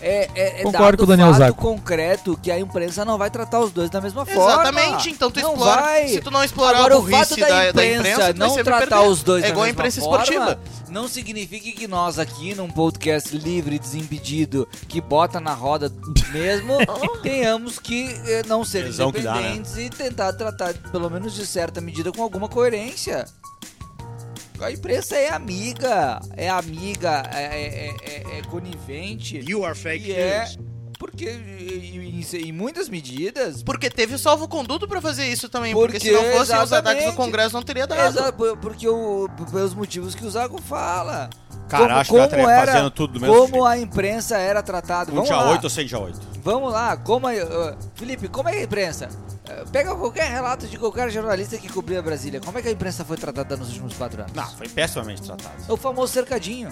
Speaker 6: É, é, é
Speaker 3: Concordo
Speaker 6: dado
Speaker 3: com o Daniel
Speaker 6: fato
Speaker 3: Zago.
Speaker 6: concreto que a imprensa não vai tratar os dois da mesma forma.
Speaker 2: Exatamente, então tu
Speaker 6: Não
Speaker 2: explora.
Speaker 6: vai.
Speaker 2: Se tu não explorar
Speaker 6: Agora,
Speaker 2: a
Speaker 6: o fato
Speaker 2: burrice
Speaker 6: da imprensa,
Speaker 2: tu vai
Speaker 6: não
Speaker 2: sempre
Speaker 6: tratar
Speaker 2: perder.
Speaker 6: os dois
Speaker 2: É
Speaker 6: da
Speaker 2: igual a
Speaker 6: mesma
Speaker 2: imprensa
Speaker 6: forma,
Speaker 2: esportiva.
Speaker 6: não significa que nós aqui, num podcast livre, desimpedido, que bota na roda mesmo, tenhamos que eh, não ser
Speaker 1: Tesão que dá, né?
Speaker 6: independentes e tentar tratar, pelo menos de certa medida, com alguma coerência. A imprensa é amiga, é amiga, é, é- é- é conivente. You are fake e é porque e- e- em- em muitas medidas
Speaker 2: Porque teve salvo-conduto pra fazer isso também.
Speaker 6: Porque
Speaker 2: Porque, se não fossem os
Speaker 6: exatamente.
Speaker 2: ataques do Congresso, não teria dado.
Speaker 6: Exato, por- porque o, p- pelos motivos que o Zago fala.
Speaker 1: Cara, acho que ela tá
Speaker 6: era-
Speaker 1: fazendo tudo do mesmo
Speaker 6: Como
Speaker 1: jeito.
Speaker 6: a imprensa era tratada.
Speaker 1: Um
Speaker 6: vamos
Speaker 1: dia
Speaker 6: lá,
Speaker 1: 8 ou sem dia 8?
Speaker 6: vamos lá. Como a, ah, Felipe, como é que a imprensa... ah, Pega qualquer relato de qualquer jornalista que cobria Brasília. Como é que a imprensa foi tratada nos últimos quatro anos?
Speaker 1: Não, foi pessimamente tratado.
Speaker 6: É O famoso cercadinho.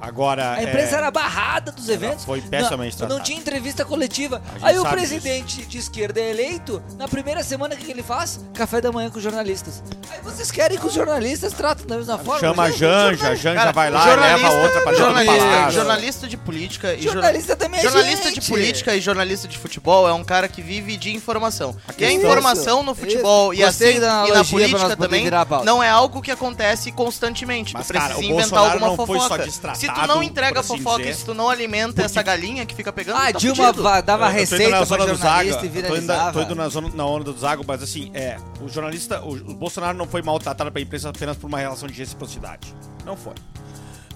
Speaker 1: Agora.
Speaker 13: A imprensa era barrada dos eventos.
Speaker 1: foi pessimamente
Speaker 13: Não, não
Speaker 1: tratada.
Speaker 13: tinha entrevista coletiva.
Speaker 1: A gente
Speaker 13: Aí o
Speaker 1: sabe
Speaker 13: presidente de esquerda é eleito. Na primeira semana, o que que ele faz? Café da manhã com os jornalistas. Aí vocês querem que os jornalistas tratem da mesma forma?
Speaker 1: Chama a
Speaker 13: Mas,
Speaker 1: Janja, a Janja
Speaker 2: Cara,
Speaker 1: vai lá e
Speaker 2: jornalista-
Speaker 1: leva outra pra dentro do
Speaker 2: Jornalista,
Speaker 1: palácio.
Speaker 2: jornalista de política e jornalista.
Speaker 13: Jornalista também é
Speaker 2: Jornalista
Speaker 13: gente.
Speaker 2: de política e jornalista de futebol é um cara que vive de informação. e a
Speaker 6: questão-
Speaker 2: informação
Speaker 1: é
Speaker 2: no
Speaker 6: Isso.
Speaker 2: futebol e,
Speaker 6: Gostei
Speaker 2: assim,
Speaker 6: da
Speaker 2: e na
Speaker 6: analogia pra nós
Speaker 2: política
Speaker 6: poder
Speaker 2: também
Speaker 6: virar a pauta.
Speaker 2: não é algo que acontece constantemente.
Speaker 1: Mas,
Speaker 2: tu
Speaker 1: cara,
Speaker 2: precisa
Speaker 1: o
Speaker 2: inventar
Speaker 1: Bolsonaro
Speaker 2: alguma
Speaker 1: não foi só
Speaker 2: fofoca.
Speaker 1: distratado,
Speaker 2: se tu não
Speaker 1: por
Speaker 2: entrega a
Speaker 1: assim
Speaker 2: fofoca
Speaker 1: dizer, tipo-
Speaker 2: e se tu não alimenta essa galinha que fica pegando,
Speaker 13: Ah,
Speaker 2: tu tá
Speaker 13: Dilma
Speaker 2: fudido.
Speaker 13: va- dava
Speaker 1: Eu tô indo
Speaker 13: receita
Speaker 1: na
Speaker 13: pra
Speaker 1: zona do
Speaker 13: jornalista
Speaker 1: Zaga.
Speaker 13: e
Speaker 1: Eu tô indo, na-
Speaker 13: viralizava.
Speaker 1: tô indo na, zona, na onda do Zago, mas assim, é, o jornalista, o, o Bolsonaro não foi maltratado pela imprensa apenas por uma relação de reciprocidade. Não foi.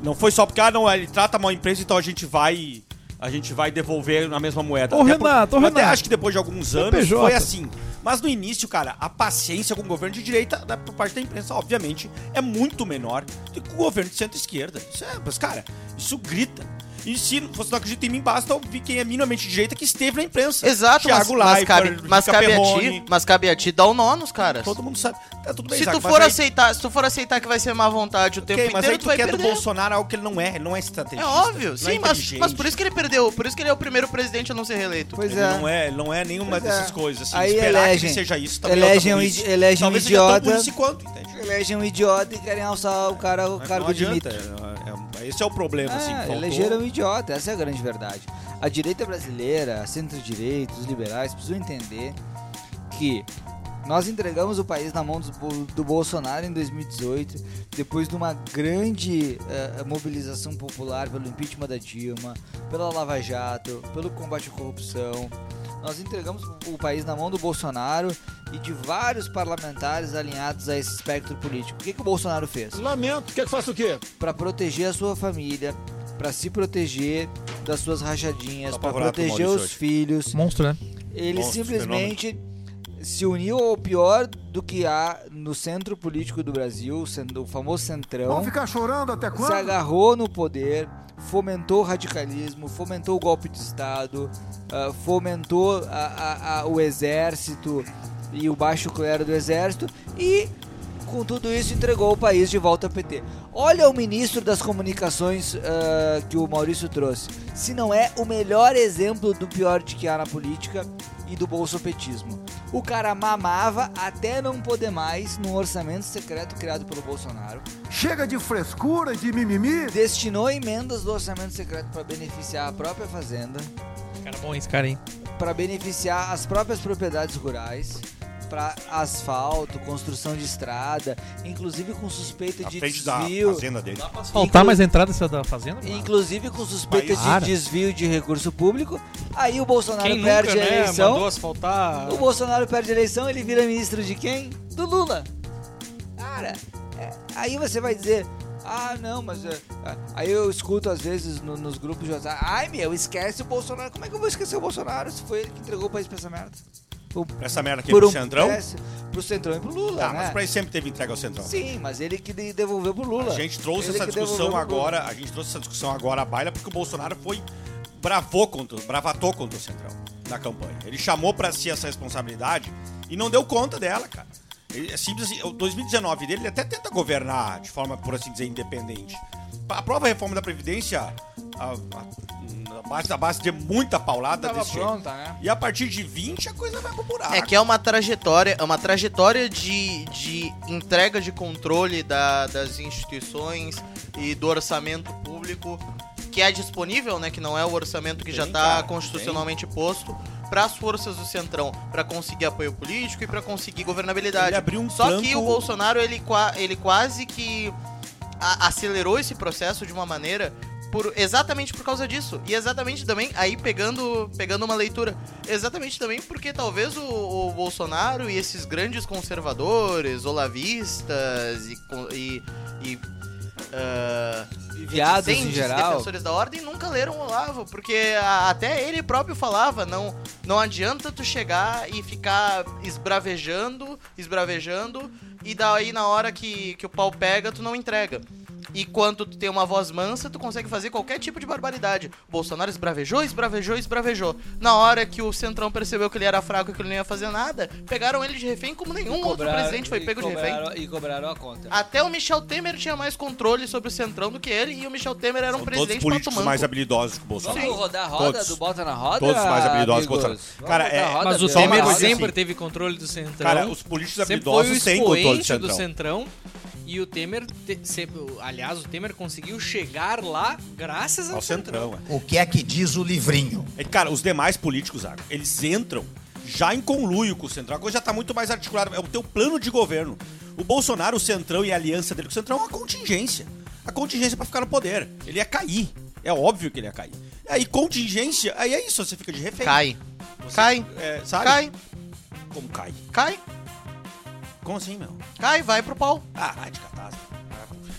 Speaker 1: Não foi só porque, ah, não, ele trata mal a imprensa, então a gente vai. A gente vai devolver na mesma moeda.
Speaker 3: Ô,
Speaker 1: Até
Speaker 3: Renato, ô,
Speaker 1: eu até
Speaker 3: Renato.
Speaker 1: acho que depois de alguns anos
Speaker 3: PJ.
Speaker 1: foi assim. Mas no início, cara, a paciência com o governo de direita, da, por parte da imprensa, obviamente, é muito menor do que o governo de centro-esquerda. Isso é, mas, cara, isso grita. E se você não acredita em mim, basta ouvir quem é minimamente de direita que esteve na imprensa.
Speaker 2: Exato, mas,
Speaker 1: Thiago
Speaker 2: mas
Speaker 1: Leifert,
Speaker 2: cabe,
Speaker 1: Luca
Speaker 2: mas cabe a ti,
Speaker 1: Perrone,
Speaker 2: mas cabe a ti dar o nó nos caras.
Speaker 1: Todo mundo sabe. Tá tudo bem,
Speaker 2: se
Speaker 1: Zago,
Speaker 2: tu
Speaker 1: mas
Speaker 2: for
Speaker 1: aí-
Speaker 2: aceitar, se tu for aceitar que vai ser má vontade o tempo
Speaker 1: Ok,
Speaker 2: inteiro,
Speaker 1: mas aí
Speaker 2: tu,
Speaker 1: tu
Speaker 2: vai
Speaker 1: quer do
Speaker 2: perder.
Speaker 1: Bolsonaro algo que ele não é, ele não é estratégia.
Speaker 2: É óbvio, sim, mas, mas por isso que ele perdeu, por isso que ele é o primeiro presidente a não ser reeleito.
Speaker 6: Pois
Speaker 1: ele
Speaker 6: é.
Speaker 1: não é, ele não é nenhuma
Speaker 6: Pois é.
Speaker 1: dessas coisas. Assim,
Speaker 6: Aí
Speaker 1: esperar que
Speaker 6: elegem-
Speaker 1: ele seja isso também é outra
Speaker 6: elegem um
Speaker 1: burrice.
Speaker 6: idi- elegem um
Speaker 1: Talvez seja tão
Speaker 6: idiota.
Speaker 1: burrice quanto, entende?
Speaker 6: Elegem um idiota e querem alçar o cara o
Speaker 1: Mas
Speaker 6: cargo
Speaker 1: não
Speaker 6: de mito.
Speaker 1: adianta, é- é- é- esse é o problema, assim.
Speaker 6: Ah,
Speaker 1: que faltou.
Speaker 6: elegeram um idiota, essa é a grande verdade. A direita brasileira, a centro-direita, os liberais precisam entender que nós entregamos o país na mão dos Bo- do Bolsonaro em 2018, depois de uma grande eh, mobilização popular pelo impeachment da Dilma, pela Lava Jato, pelo combate à corrupção. Nós entregamos o país na mão do Bolsonaro e de vários parlamentares alinhados a esse espectro político. O que, que o Bolsonaro fez?
Speaker 12: Lamento. Quer que faça o quê?
Speaker 6: Pra proteger a sua família, pra se proteger das suas rachadinhas,
Speaker 1: Tá
Speaker 6: pra
Speaker 1: apavorado com o
Speaker 6: proteger
Speaker 1: Maurício
Speaker 6: os
Speaker 1: hoje.
Speaker 6: filhos.
Speaker 3: Monstro, né?
Speaker 6: Ele
Speaker 1: Monstro,
Speaker 6: simplesmente se uniu ao pior do que há no centro político do Brasil, sendo o famoso centrão.
Speaker 12: ficar chorando até
Speaker 6: Se agarrou no poder, fomentou o radicalismo, fomentou o golpe de Estado, ah, fomentou a- a- a- o exército e o baixo clero do exército e com tudo isso entregou o país de volta ao PT. Olha o ministro das comunicações ah, que o Maurício trouxe. Se não é o melhor exemplo do pior de que há na política e do bolsopetismo. O cara mamava até não poder mais num orçamento secreto criado pelo Bolsonaro
Speaker 12: Chega de frescura, de mimimi.
Speaker 6: destinou emendas do orçamento secreto para beneficiar a própria fazenda,
Speaker 3: Cara bom esse cara, hein?
Speaker 6: para beneficiar as próprias propriedades rurais, para asfalto, construção de estrada, inclusive com suspeita
Speaker 1: Na
Speaker 6: de
Speaker 1: frente da
Speaker 6: desvio,
Speaker 1: fazenda né? dele.
Speaker 3: Faltar mais a entrada dessa da fazenda? mano.
Speaker 6: inclusive com suspeita
Speaker 3: Para.
Speaker 6: de desvio de recurso público. Aí o Bolsonaro
Speaker 4: Quem
Speaker 6: perde
Speaker 4: nunca,
Speaker 6: a
Speaker 4: né,
Speaker 6: eleição.
Speaker 4: mandou asfaltar...
Speaker 6: O Bolsonaro perde a eleição, ele vira ministro de quem? Do Lula. Cara, é, aí você vai dizer, ah, não, mas... é, é." aí eu escuto às vezes no- nos grupos de WhatsApp, ai, meu, esquece o Bolsonaro. Como é que eu vou esquecer o Bolsonaro se foi ele que entregou o país pra essa merda? Por,
Speaker 1: Essa merda aqui é pro Centrão?
Speaker 6: péssimo- Pro Centrão e pro Lula,
Speaker 1: Tá,
Speaker 6: né?
Speaker 1: mas pra isso sempre teve entrega ao Centrão.
Speaker 6: Sim, mas ele que de- devolveu pro Lula.
Speaker 1: A gente trouxe
Speaker 6: Ele
Speaker 1: essa
Speaker 6: que
Speaker 1: discussão
Speaker 6: devolveu pro Lula.
Speaker 1: agora, a gente trouxe essa discussão agora à baila porque o Bolsonaro foi bravou contra, bravatou contra o Centrão na campanha. Ele chamou pra si essa responsabilidade e não deu conta dela, cara. Ele, é simples assim, o 2019 dele ele até tenta governar de forma, por assim dizer, independente. Aprova a reforma da Previdência a, a, na base, da base de muita paulada
Speaker 6: Tava
Speaker 1: tá desse jeito.
Speaker 6: pronta, né?
Speaker 1: E a partir de 20 a coisa vai pro buraco.
Speaker 2: É que é uma trajetória, é uma trajetória de, de entrega de controle da- das instituições e do orçamento público que é disponível, né, que não é o orçamento que já
Speaker 1: Tem,
Speaker 2: está
Speaker 1: cara,
Speaker 2: constitucionalmente posto para as forças do Centrão, para conseguir apoio político e para conseguir governabilidade.
Speaker 1: Ele abriu um
Speaker 2: Só que
Speaker 1: flanco-
Speaker 2: o Bolsonaro ele, qua- ele quase que a- acelerou esse processo de uma maneira por exatamente por causa disso e exatamente também aí pegando pegando uma leitura exatamente também porque talvez o, o Bolsonaro e esses grandes conservadores olavistas e con- e, e ah,
Speaker 6: Viados em
Speaker 2: reticentes
Speaker 6: geral.
Speaker 2: defensores da ordem nunca leram Olavo porque a- até ele próprio falava não não adianta tu chegar e ficar esbravejando esbravejando e daí na hora que, que o pau pega tu não entrega E quando tu tem uma voz mansa, tu consegue fazer qualquer tipo de barbaridade. O Bolsonaro esbravejou, esbravejou, esbravejou. Na hora que o Centrão percebeu que ele era fraco e que ele não ia fazer nada, pegaram ele de refém como nenhum outro
Speaker 13: Cobraram-
Speaker 2: presidente foi
Speaker 13: e
Speaker 2: pego de refém.
Speaker 13: cobraram- E cobraram a conta.
Speaker 2: Até o Michel Temer tinha mais controle sobre o Centrão do que ele, e o Michel Temer era
Speaker 1: São
Speaker 2: um
Speaker 1: todos
Speaker 2: presidente
Speaker 1: os políticos
Speaker 2: pato
Speaker 1: mais
Speaker 2: manco.
Speaker 1: habilidosos que o Bolsonaro.
Speaker 13: Vamos rodar a roda
Speaker 1: Todos.
Speaker 13: do Bota na Roda?
Speaker 1: Todos mais habilidosos que o
Speaker 13: amigos?
Speaker 1: Bolsonaro.
Speaker 13: Vamos
Speaker 1: Cara,
Speaker 13: rodar a
Speaker 1: é-
Speaker 13: roda,
Speaker 4: Mas o
Speaker 13: Pedro?
Speaker 1: só uma
Speaker 4: Temer
Speaker 1: coisa
Speaker 4: sempre
Speaker 1: assim.
Speaker 4: teve controle do Centrão.
Speaker 1: Cara, os políticos
Speaker 4: sempre foi o
Speaker 1: habilidosos têm controle do
Speaker 4: expoente do
Speaker 1: Centrão.
Speaker 4: Centrão. E o Temer, te- se- aliás, o Temer conseguiu chegar lá graças ao,
Speaker 1: Ao Centrão, é.
Speaker 14: O que é que diz o livrinho?
Speaker 1: É que, cara, os demais políticos, Zago, eles entram já em conluio com o Centrão. A coisa já tá muito mais articulada. É o teu plano de governo. O Bolsonaro, o Centrão e a aliança dele com o Centrão é uma contingência. A contingência pra ficar no poder. Ele ia cair. É óbvio que ele ia cair. Aí, contingência, aí é isso, você fica de refém.
Speaker 2: Cai. Cai.
Speaker 1: É, sabe?
Speaker 2: Cai,
Speaker 1: Como cai?
Speaker 2: cai,
Speaker 1: Como assim, meu?
Speaker 2: cai, vai pro pau.
Speaker 1: Ah, vai de catástrofe.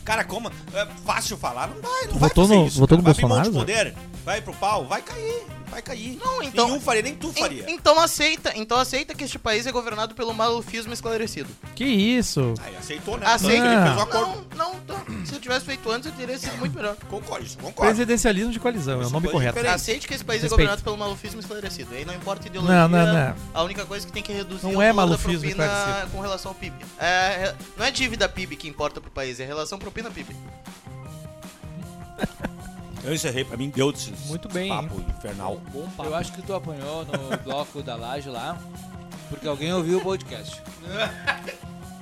Speaker 1: Cara, como? É fácil falar, não vai, não
Speaker 3: Tu
Speaker 1: vai
Speaker 3: votou
Speaker 1: fazer
Speaker 3: no-
Speaker 1: isso.
Speaker 3: votou no
Speaker 1: vai abrir mão
Speaker 3: Bolsonaro, né?
Speaker 1: de poder, vai pro pau, vai cair, vai cair.
Speaker 2: Não, então-
Speaker 1: Nenhum faria, nem tu faria.
Speaker 2: En- então aceita, então aceita que este país é governado pelo malufismo esclarecido.
Speaker 3: Que isso?
Speaker 1: Ah, ele aceitou, né?
Speaker 2: Aceita.
Speaker 1: Ele fez um acordo.
Speaker 2: Assim, Não, não, não. se eu tivesse feito antes, eu teria sido muito melhor.
Speaker 1: Concordo, isso concordo.
Speaker 3: Presidencialismo de coalizão, é o nome
Speaker 1: Coisa
Speaker 3: correto.
Speaker 1: diferente.
Speaker 2: Aceite que esse país é
Speaker 3: Respeito.
Speaker 2: governado pelo malufismo esclarecido. Aí não importa a
Speaker 3: Não,
Speaker 2: ideologia.
Speaker 3: não, não.
Speaker 2: A única coisa que tem que reduzir
Speaker 3: Não
Speaker 2: o
Speaker 3: é
Speaker 2: valor da
Speaker 3: malufismo
Speaker 2: propina
Speaker 3: esclarecido.
Speaker 2: com relação ao PIB. É, não é dívida PIB que importa pro país, é relação propina PIB.
Speaker 1: Eu encerrei, pra mim deu desse
Speaker 3: Muito bem,
Speaker 1: papo infernal.
Speaker 13: Bom papo. Eu acho que tu apanhou no bloco da laje lá, porque alguém ouviu o podcast.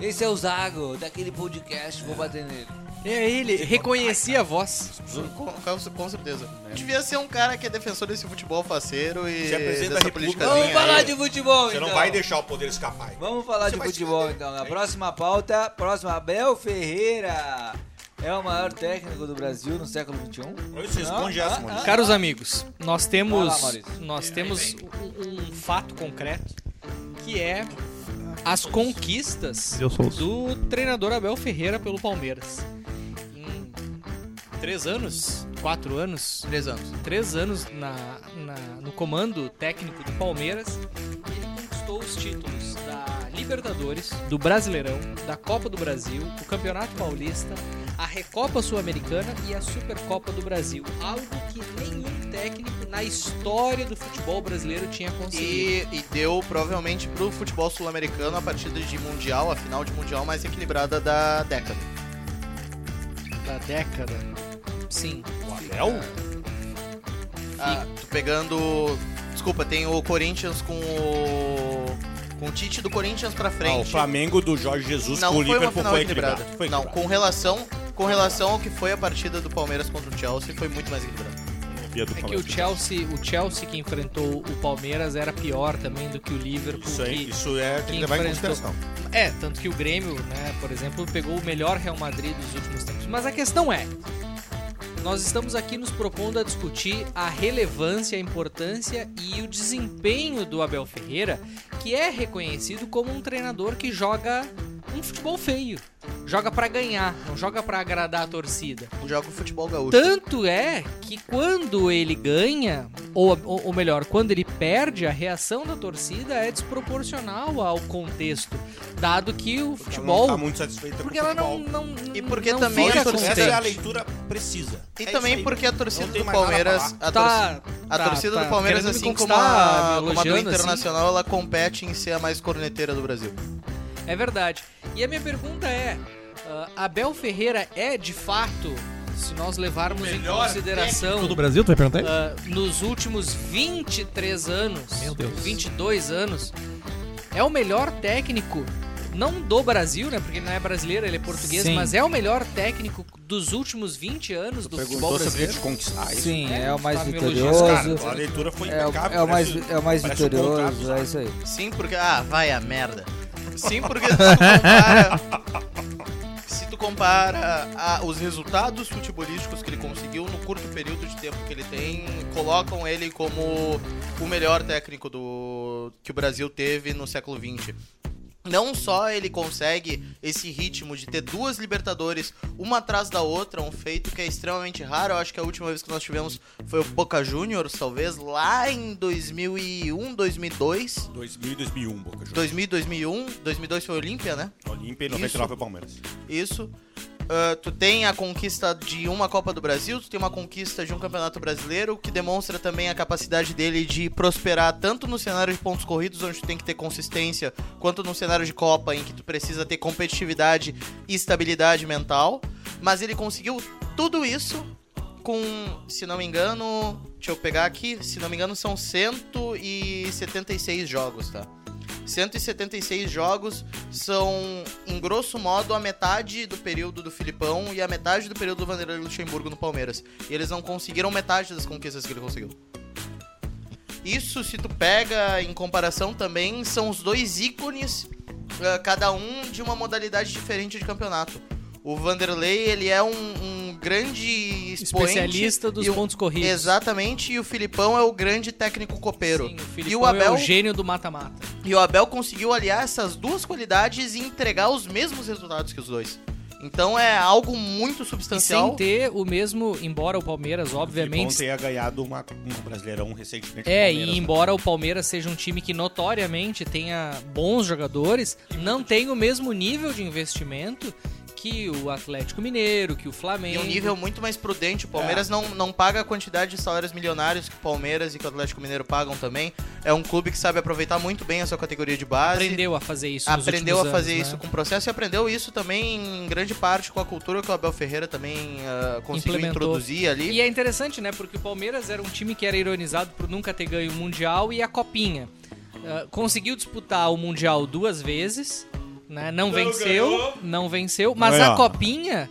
Speaker 13: Esse é o Zago, daquele podcast, vou bater nele.
Speaker 4: É ele, reconhecia a voz.
Speaker 2: Com, com- com certeza. Devia ser um cara que é defensor desse futebol faceiro e
Speaker 1: Se apresenta a
Speaker 2: dessa
Speaker 1: República.
Speaker 2: política.
Speaker 1: Vamos
Speaker 13: Vamos falar de futebol,
Speaker 1: Você
Speaker 13: então.
Speaker 1: não
Speaker 6: é.
Speaker 1: vai deixar o poder escapar. hein?
Speaker 13: Vamos falar de
Speaker 1: vai se
Speaker 13: futebol, então. A próxima pauta, próxima, Abel Ferreira. É o maior técnico do Brasil no século XXI?
Speaker 6: um?
Speaker 1: Olha isso, responde
Speaker 13: Não,
Speaker 1: essa,
Speaker 13: ah,
Speaker 1: mano.
Speaker 13: ah.
Speaker 4: Caros amigos, nós
Speaker 13: Vai
Speaker 4: temos,
Speaker 13: lá, Maurício.
Speaker 4: nós temos um, um fato concreto que é as conquistas
Speaker 3: Eu sou o-
Speaker 4: do treinador Abel Ferreira pelo Palmeiras. Em três anos, quatro anos,
Speaker 2: Três anos.
Speaker 4: três anos na- na- no comando técnico do Palmeiras e ele conquistou os títulos da Libertadores, do Brasileirão, da Copa do Brasil, o Campeonato Paulista, a Recopa Sul-Americana e a Supercopa do Brasil. Algo que nenhum técnico na história do futebol brasileiro tinha conseguido.
Speaker 2: E, e deu provavelmente pro futebol sul-americano a partida de mundial, a final de mundial mais equilibrada da década.
Speaker 4: Da década. Sim.
Speaker 1: O Abel?
Speaker 2: Ah, tô pegando. Desculpa, tem o Corinthians com o. Com o Tite do Corinthians pra
Speaker 1: Ah, o
Speaker 2: frente.
Speaker 1: Flamengo do Jorge Jesus
Speaker 2: não
Speaker 1: com o
Speaker 2: foi uma
Speaker 1: Liverpool
Speaker 2: final
Speaker 1: foi
Speaker 2: equilibrada.
Speaker 1: equilibrado. Foi
Speaker 2: não,
Speaker 1: equilibrado.
Speaker 2: com relação, com relação ao que foi a partida do Palmeiras contra o Chelsea, foi muito mais equilibrada.
Speaker 1: Via do
Speaker 4: É que o
Speaker 1: Palmeiras.
Speaker 4: Chelsea, o Chelsea que enfrentou o Palmeiras era pior também do que o Liverpool.
Speaker 1: Isso, é,
Speaker 4: que-
Speaker 1: isso é, tem
Speaker 4: quem
Speaker 1: que levar em
Speaker 4: enfrentou?
Speaker 1: consideração.
Speaker 4: É, tanto que o Grêmio, né, por exemplo, pegou o melhor Real Madrid dos últimos tempos. Mas a questão é, nós estamos aqui nos propondo a discutir a relevância, a importância e o desempenho do Abel Ferreira, que é reconhecido como um treinador que joga um futebol feio. Joga pra ganhar, não joga pra agradar a torcida.
Speaker 2: Joga o Um futebol gaúcho.
Speaker 4: Tanto é que quando ele ganha, ou, ou ou melhor, quando ele perde, a reação da torcida é desproporcional ao contexto, dado que
Speaker 1: Porque ela não
Speaker 4: o
Speaker 1: tá
Speaker 4: futebol.
Speaker 1: muito satisfeita
Speaker 4: Porque
Speaker 1: com o
Speaker 4: ela
Speaker 1: futebol.
Speaker 4: não. não
Speaker 2: E porque
Speaker 4: não
Speaker 2: também
Speaker 4: fica
Speaker 2: a torcida-
Speaker 1: Essa é a
Speaker 4: contente.
Speaker 1: leitura precisa. É
Speaker 2: E
Speaker 1: isso
Speaker 2: também
Speaker 1: aí.
Speaker 2: porque a torcida
Speaker 1: Não tem
Speaker 2: do
Speaker 1: mais nada pra
Speaker 2: Palmeiras. A torcida-
Speaker 4: Tá,
Speaker 2: A
Speaker 4: tá,
Speaker 2: torcida
Speaker 4: tá.
Speaker 2: do Palmeiras,
Speaker 4: Querendo me
Speaker 2: assim como
Speaker 4: conquistar,
Speaker 2: a,
Speaker 4: me
Speaker 2: como a do
Speaker 4: elogiando, assim.
Speaker 2: Internacional, ela compete em ser a mais corneteira do Brasil.
Speaker 4: É verdade. E a minha pergunta é: ah, Abel Ferreira é de fato, se nós levarmos em consideração.
Speaker 3: Do Brasil, tu vai perguntar isso?
Speaker 4: Ah, nos últimos 23 anos,
Speaker 3: Meu Deus.
Speaker 4: 22 anos, é o melhor técnico, não do Brasil, né? Porque ele não é brasileiro, ele é português,
Speaker 6: Sim.
Speaker 4: mas é o melhor técnico dos últimos 20 anos do
Speaker 1: Perguntou
Speaker 4: futebol
Speaker 1: se eu queria
Speaker 4: brasileiro.
Speaker 1: te conquistar. isso.
Speaker 6: Sim,
Speaker 4: É,
Speaker 6: é o mais
Speaker 4: tá me
Speaker 6: vitorioso.
Speaker 4: elogiando,
Speaker 1: Cara, a leitura foi
Speaker 6: É o,
Speaker 1: impecável. né,
Speaker 6: é o mais,
Speaker 1: parece-
Speaker 6: é o mais
Speaker 1: parece um contrato,
Speaker 6: vitorioso, é isso aí.
Speaker 2: Sim, porque. Ah, vai a merda. Sim, porque se tu compara. se tu compara a- os resultados futebolísticos que ele conseguiu no curto período de tempo que ele tem, colocam ele como o melhor técnico do que o Brasil teve no século XX. Não só ele consegue esse ritmo de ter duas Libertadores, uma atrás da outra, um feito que é extremamente raro. Eu acho que a última vez que nós tivemos foi o Boca Juniors, talvez, lá em 2001, 2002.
Speaker 1: 2000 e 2001, Boca Juniors.
Speaker 2: um, 2000, 2001, 2002 foi Olímpia, né?
Speaker 1: Olímpia e 99 é o Palmeiras.
Speaker 2: Isso. ah, tu tem a conquista de uma Copa do Brasil, tu tem uma conquista de um Campeonato Brasileiro, que demonstra também a capacidade dele de prosperar tanto no cenário de pontos corridos, onde tu tem que ter consistência, quanto no cenário de Copa, em que tu precisa ter competitividade e estabilidade mental. Mas ele conseguiu tudo isso com, se não me engano, deixa eu pegar aqui, se não me engano são 176 jogos, tá? 176 jogos são, em grosso modo, a metade do período do Filipão e a metade do período do Vanderlei Luxemburgo no Palmeiras. E eles não conseguiram metade das conquistas que ele conseguiu. Isso, se tu pega em comparação também, são os dois ícones, eh, cada um de uma modalidade diferente de campeonato. O Vanderlei, ele é um, um grande expoente
Speaker 4: Especialista dos
Speaker 2: e um-
Speaker 4: pontos corridos.
Speaker 2: Exatamente, e o Filipão é o grande técnico copeiro.
Speaker 4: Sim,
Speaker 2: e o
Speaker 4: Filipão
Speaker 2: Abel
Speaker 4: é o gênio do mata-mata.
Speaker 2: e o Abel conseguiu aliar essas duas qualidades e entregar os mesmos resultados que os dois. Então é algo
Speaker 4: E
Speaker 2: muito
Speaker 4: sem
Speaker 2: substancial.
Speaker 4: ter o mesmo, embora o Palmeiras, obviamente.
Speaker 1: Filipão tenha ganhado uma, um brasileirão recentemente. com o
Speaker 4: É,
Speaker 1: Palmeiras,
Speaker 4: e
Speaker 1: né?
Speaker 4: embora o Palmeiras seja um time que notoriamente tenha bons jogadores, não tem o mesmo nível de investimento que o Atlético Mineiro, que o
Speaker 2: E
Speaker 4: Flamengo.
Speaker 2: um nível muito mais prudente. O
Speaker 1: É.
Speaker 2: Palmeiras não, não paga a quantidade de salários milionários que o Palmeiras e que o Atlético Mineiro pagam também. É um clube que sabe aproveitar muito bem a sua categoria de base.
Speaker 4: aprendeu a fazer isso. nos
Speaker 2: aprendeu a
Speaker 4: últimos
Speaker 2: fazer
Speaker 4: anos,
Speaker 2: isso
Speaker 4: né?
Speaker 2: com o processo e aprendeu isso também em grande parte com a cultura que o Abel Ferreira também ah, conseguiu
Speaker 4: Implementou.
Speaker 2: introduzir ali.
Speaker 4: E é interessante, né? Porque o Palmeiras era um time que era ironizado por nunca ter ganho o Mundial e a Copinha. Ah, conseguiu disputar o Mundial duas vezes, né? Não, venceu, não venceu, mas
Speaker 1: Aí,
Speaker 4: a
Speaker 1: ó.
Speaker 4: Copinha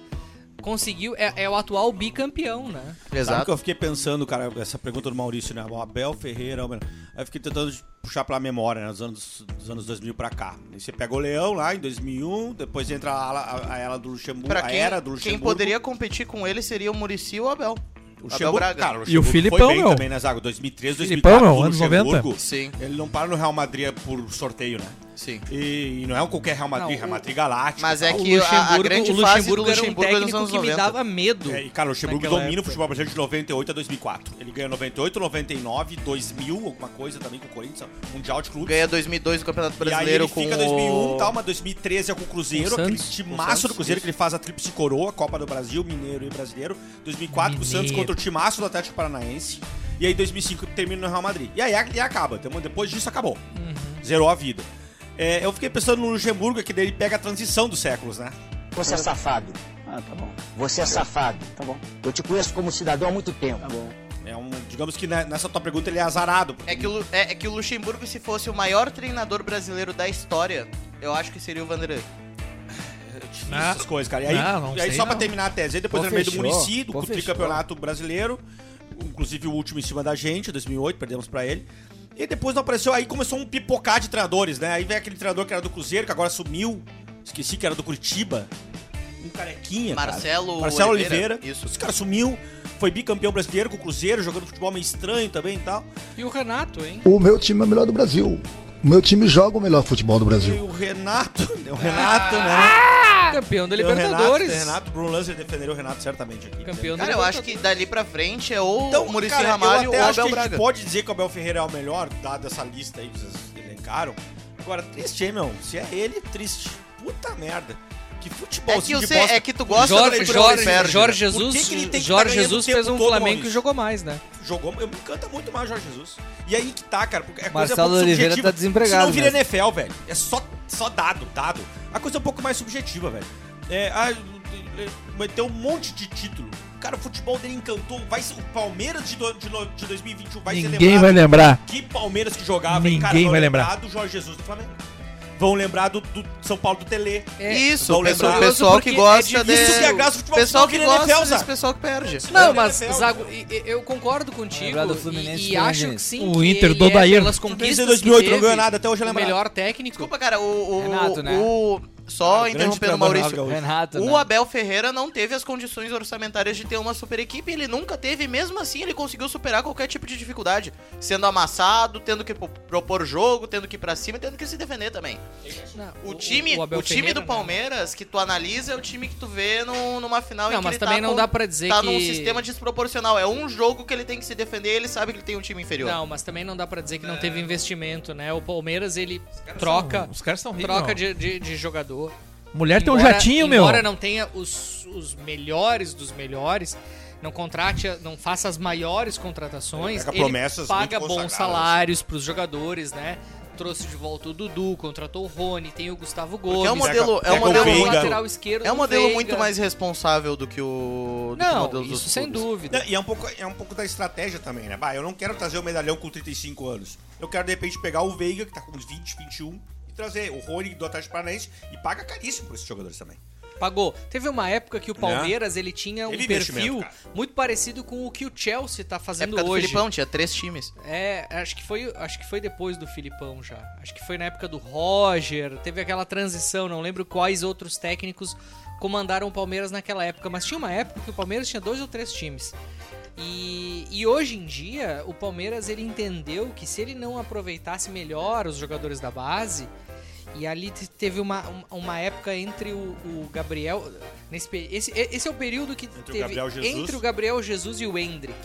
Speaker 4: conseguiu, é, é o atual bicampeão, né?
Speaker 1: Sabe o que
Speaker 2: Exato.
Speaker 1: eu fiquei pensando, cara, essa pergunta do Maurício, né? O Abel Ferreira, Almer- aí eu fiquei tentando de puxar pela memória, né? Dos anos, dos anos 2000 pra cá. Aí você pega o Leão lá em 2001, depois entra a, ala- a, a era do Luxemburgo,
Speaker 2: Pra
Speaker 1: a
Speaker 2: quem,
Speaker 1: era do
Speaker 2: quem
Speaker 1: Luxemburgo.
Speaker 2: poderia competir com ele seria o Murici ou o Abel.
Speaker 1: O
Speaker 2: Abel
Speaker 1: Luxemburgo,
Speaker 2: Braga.
Speaker 1: cara, o
Speaker 3: E o
Speaker 1: Luxemburgo
Speaker 3: Filipão,
Speaker 1: foi bem
Speaker 3: meu.
Speaker 1: também nas águas. 2003,
Speaker 3: Filipão,
Speaker 1: 2004,
Speaker 3: meu,
Speaker 1: o
Speaker 3: anos 90.
Speaker 1: Luxemburgo,
Speaker 2: Sim,
Speaker 1: Ele não para no Real Madrid é por sorteio, né?
Speaker 2: sim.
Speaker 1: E, e não é um qualquer Real Madrid,
Speaker 4: Não,
Speaker 1: Real Madrid Galáctico.
Speaker 2: Mas
Speaker 1: e
Speaker 2: é
Speaker 1: tal.
Speaker 2: que a- a, grande fase do
Speaker 4: era um
Speaker 2: Luxemburgo é nos
Speaker 4: técnico
Speaker 2: anos
Speaker 4: que me
Speaker 2: 90.
Speaker 4: dava medo.
Speaker 1: É, e, cara, o Luxemburgo
Speaker 4: Naquela
Speaker 1: domina o
Speaker 4: época.
Speaker 1: futebol brasileiro de 98 a 2004. Ele ganha 98, 99, 2000, alguma coisa também com o Corinthians, Mundial de Clubes.
Speaker 2: Ganha 2002 o Campeonato
Speaker 1: e aí
Speaker 2: Brasileiro
Speaker 1: ele fica
Speaker 2: com
Speaker 1: 2001,
Speaker 2: o...
Speaker 1: tal, mas 2013 é com o Cruzeiro,
Speaker 4: Com o
Speaker 1: aquele
Speaker 4: Santos,
Speaker 1: timaço
Speaker 4: com o Santos,
Speaker 1: do Cruzeiro que ele faz a tríplice coroa, Copa do Brasil, Mineiro e Brasileiro. 2004 com o Santos
Speaker 4: Mineiro.
Speaker 1: contra o timaço do Atlético Paranaense. E aí 2005 termina no Real Madrid. E aí e acaba, então, depois disso acabou.
Speaker 4: Uhum.
Speaker 1: Zerou a vida. É, eu fiquei pensando no Luxemburgo, que daí ele pega a transição dos séculos, né?
Speaker 14: Você é safado. Ah, tá bom. Você é safado. Tá bom. Eu te conheço como cidadão há muito tempo. Tá bom.
Speaker 1: É um, digamos que né, nessa tua pergunta ele é azarado.
Speaker 2: É que, o, Lu- é, é que o Luxemburgo, se fosse o maior treinador brasileiro da história, eu acho que seria o Vanderlei.
Speaker 3: Ah,
Speaker 1: essas coisas, cara. E aí,
Speaker 3: não, não
Speaker 1: e aí
Speaker 3: sei,
Speaker 1: só pra
Speaker 3: não.
Speaker 1: terminar a tese, aí depois
Speaker 6: Pô,
Speaker 1: era no meio do
Speaker 6: fechou,
Speaker 1: Murici, do
Speaker 6: pô, fechou.
Speaker 1: tricampeonato brasileiro, inclusive o último em cima da gente, 2008, perdemos pra ele. E depois não apareceu, aí começou um pipocar de treinadores, né? Aí vem aquele treinador que era do Cruzeiro, que agora sumiu, esqueci que era do Curitiba, um carequinha, cara.
Speaker 2: Marcelo
Speaker 1: Marcelo Oliveira.
Speaker 2: Oliveira.
Speaker 1: Isso.
Speaker 2: Isso.
Speaker 1: Esse cara sumiu, foi bicampeão brasileiro com o Cruzeiro, jogando futebol meio estranho também e tal.
Speaker 4: E o Renato, hein?
Speaker 14: O meu time é o melhor do Brasil. O meu time joga o melhor futebol do
Speaker 1: E
Speaker 14: Brasil.
Speaker 1: o Renato, o Renato, né?
Speaker 2: Ah!
Speaker 4: Campeão da
Speaker 1: Tem o Renato,
Speaker 4: Libertadores.
Speaker 1: tem o Renato, Bruno Lancer defenderia o Renato certamente aqui.
Speaker 4: Campeão da
Speaker 2: Cara, eu acho
Speaker 4: Libertadores.
Speaker 2: que dali pra frente é ou
Speaker 1: é Então,
Speaker 2: o Murici
Speaker 1: cara,
Speaker 2: Ramalho
Speaker 1: eu
Speaker 2: ou
Speaker 1: até
Speaker 2: o
Speaker 1: acho
Speaker 2: Abel
Speaker 1: que tipo, a
Speaker 2: Braga.
Speaker 1: gente pode dizer que o Abel Ferreira é o melhor, dada essa lista aí que vocês elencaram. Agora, triste, hein, meu? Se é ele, triste. Puta merda. Que futebol
Speaker 2: É que,
Speaker 1: de
Speaker 2: você,
Speaker 1: bosta.
Speaker 2: é que tu gosta
Speaker 1: Jorge-
Speaker 4: Jorge,
Speaker 2: do futebol
Speaker 1: Jorge-
Speaker 2: e perde,
Speaker 4: Jorge,
Speaker 2: né?
Speaker 4: Jorge
Speaker 1: Por que que ele
Speaker 4: Jesus,
Speaker 1: tem que
Speaker 4: Jorge
Speaker 1: tá ganhando
Speaker 4: Jesus
Speaker 1: o tempo
Speaker 4: fez um
Speaker 1: todo,
Speaker 4: Flamengo que
Speaker 1: Maurício?
Speaker 4: jogou mais, né?
Speaker 1: Jogou, eu me encanta muito mais o Jorge Jesus. E aí que tá, cara. Porque a coisa
Speaker 6: Marcelo
Speaker 1: é pouco
Speaker 6: Oliveira
Speaker 1: subjetiva.
Speaker 6: tá desempregado
Speaker 1: Se não vira
Speaker 6: mesmo.
Speaker 1: NFL, velho. É só, só dado, dado. A coisa é um pouco mais subjetiva, velho. É, ah, é, vai ter um monte de título. Cara, o futebol dele encantou. Vai ser, o Palmeiras de, do- de, no- de 2021 vai ser
Speaker 3: Ninguém
Speaker 1: lembrado.
Speaker 3: vai lembrar.
Speaker 1: Que Palmeiras que jogava, hein,
Speaker 3: Ninguém
Speaker 1: cara? Vão
Speaker 3: vai
Speaker 1: lembrar do Jorge Jesus do Flamengo. Vão lembrar do, do São Paulo do Tele.
Speaker 2: Isso,
Speaker 1: Vão
Speaker 2: o pessoal,
Speaker 1: lembrar.
Speaker 2: É. pessoal que
Speaker 4: porque
Speaker 2: gosta
Speaker 4: é
Speaker 2: de...
Speaker 1: difícil que a graça do futebol
Speaker 2: pessoal que
Speaker 1: vira NFL,
Speaker 2: gosta desse
Speaker 1: Zago.
Speaker 2: pessoal que perde.
Speaker 1: Não,
Speaker 4: Não,
Speaker 1: mas,
Speaker 4: mas,
Speaker 1: NFL.
Speaker 4: Zago, e- e- eu concordo contigo.
Speaker 6: Lembrar do Fluminense
Speaker 4: e,
Speaker 6: com
Speaker 4: e
Speaker 6: o
Speaker 4: acho
Speaker 6: Inter.
Speaker 4: que sim.
Speaker 3: O
Speaker 4: que
Speaker 3: Inter
Speaker 4: ele
Speaker 3: do
Speaker 4: é,
Speaker 3: Odair.
Speaker 4: pelas
Speaker 1: Desde
Speaker 4: conquistas
Speaker 1: 2008
Speaker 4: que
Speaker 1: não
Speaker 4: teve,
Speaker 1: ganhou nada, até hoje é
Speaker 4: O
Speaker 1: lembrado.
Speaker 4: melhor técnico.
Speaker 2: Desculpa, cara, o... o
Speaker 6: Renato, né?
Speaker 2: o- só
Speaker 1: grande
Speaker 2: interrompendo o
Speaker 1: Fernando
Speaker 2: Maurício.
Speaker 1: Gaúcho.
Speaker 6: Renato,
Speaker 2: O
Speaker 6: né?
Speaker 2: Abel Ferreira não teve as condições orçamentárias de ter uma super equipe, ele nunca teve, e mesmo assim ele conseguiu superar qualquer tipo de dificuldade, sendo amassado, tendo que pro- propor jogo, tendo que ir pra cima, e tendo que se defender também. O time, o,
Speaker 4: Abel
Speaker 2: time
Speaker 4: Ferreira,
Speaker 2: do
Speaker 4: né?
Speaker 2: Palmeiras que tu analisa é o time que tu vê no- numa final em
Speaker 4: Não,
Speaker 2: que
Speaker 4: mas
Speaker 2: ele tá
Speaker 4: também não
Speaker 2: com-
Speaker 4: dá pra dizer
Speaker 2: tá
Speaker 4: que
Speaker 2: num sistema desproporcional, é um jogo que ele tem que se defender, ele sabe que ele tem um time inferior.
Speaker 4: Não, mas também não dá pra dizer que não teve investimento, né? O Palmeiras ele troca
Speaker 3: Os caras são ricos.
Speaker 4: troca
Speaker 3: não.
Speaker 4: de, de, de jogador.
Speaker 3: Mulher tem um
Speaker 4: Embora-
Speaker 3: jatinho, meu.
Speaker 4: Embora não tenha os, os melhores dos melhores, não contrate, a- não faça as maiores contratações,
Speaker 1: Ele pega
Speaker 4: ele,
Speaker 1: promessas
Speaker 4: paga
Speaker 1: muito
Speaker 4: bons
Speaker 1: consagradas.
Speaker 4: salários pros jogadores, né? Trouxe de volta o Dudu, contratou o Rony, tem o Gustavo Gomes.
Speaker 2: Porque é um modelo, é
Speaker 1: pega
Speaker 2: um
Speaker 1: o
Speaker 2: modelo,
Speaker 1: Veiga.
Speaker 2: muito-
Speaker 4: lateral esquerdo
Speaker 2: é um
Speaker 4: do
Speaker 2: modelo
Speaker 4: Veiga.
Speaker 2: muito mais responsável do que o do que o
Speaker 4: Não,
Speaker 2: modelo dos
Speaker 4: isso sem
Speaker 2: clubes.
Speaker 4: dúvida.
Speaker 1: E é um, pouco, é um pouco da estratégia também, né? Bah, eu não quero trazer o medalhão com 35 anos. Eu quero, de repente, pegar o Veiga, que tá com uns 20, 21, e trazer o Rony do Atlético Paranaense e paga caríssimo por esses jogadores também.
Speaker 4: Pagou. Teve uma época que o Palmeiras ele tinha um
Speaker 1: Teve investimento,
Speaker 4: perfil
Speaker 1: cara.
Speaker 4: muito parecido com o que o Chelsea tá fazendo
Speaker 2: Época do
Speaker 4: hoje.
Speaker 2: É Filipão, tinha três times.
Speaker 4: É, acho que foi, acho que foi depois do Filipão já. Acho que foi na época do Roger, teve aquela transição, não lembro quais outros técnicos comandaram o Palmeiras naquela época, mas tinha uma época que o Palmeiras tinha dois ou três times. E, e hoje em dia, o Palmeiras ele entendeu que se ele não aproveitasse melhor os jogadores da base, e ali te- teve uma, um- uma época entre o, o Gabriel. Nesse, pe- esse, esse é o período que
Speaker 1: o
Speaker 4: teve
Speaker 1: Gabriel Jesus.
Speaker 4: entre o Gabriel Jesus e o Hendrick.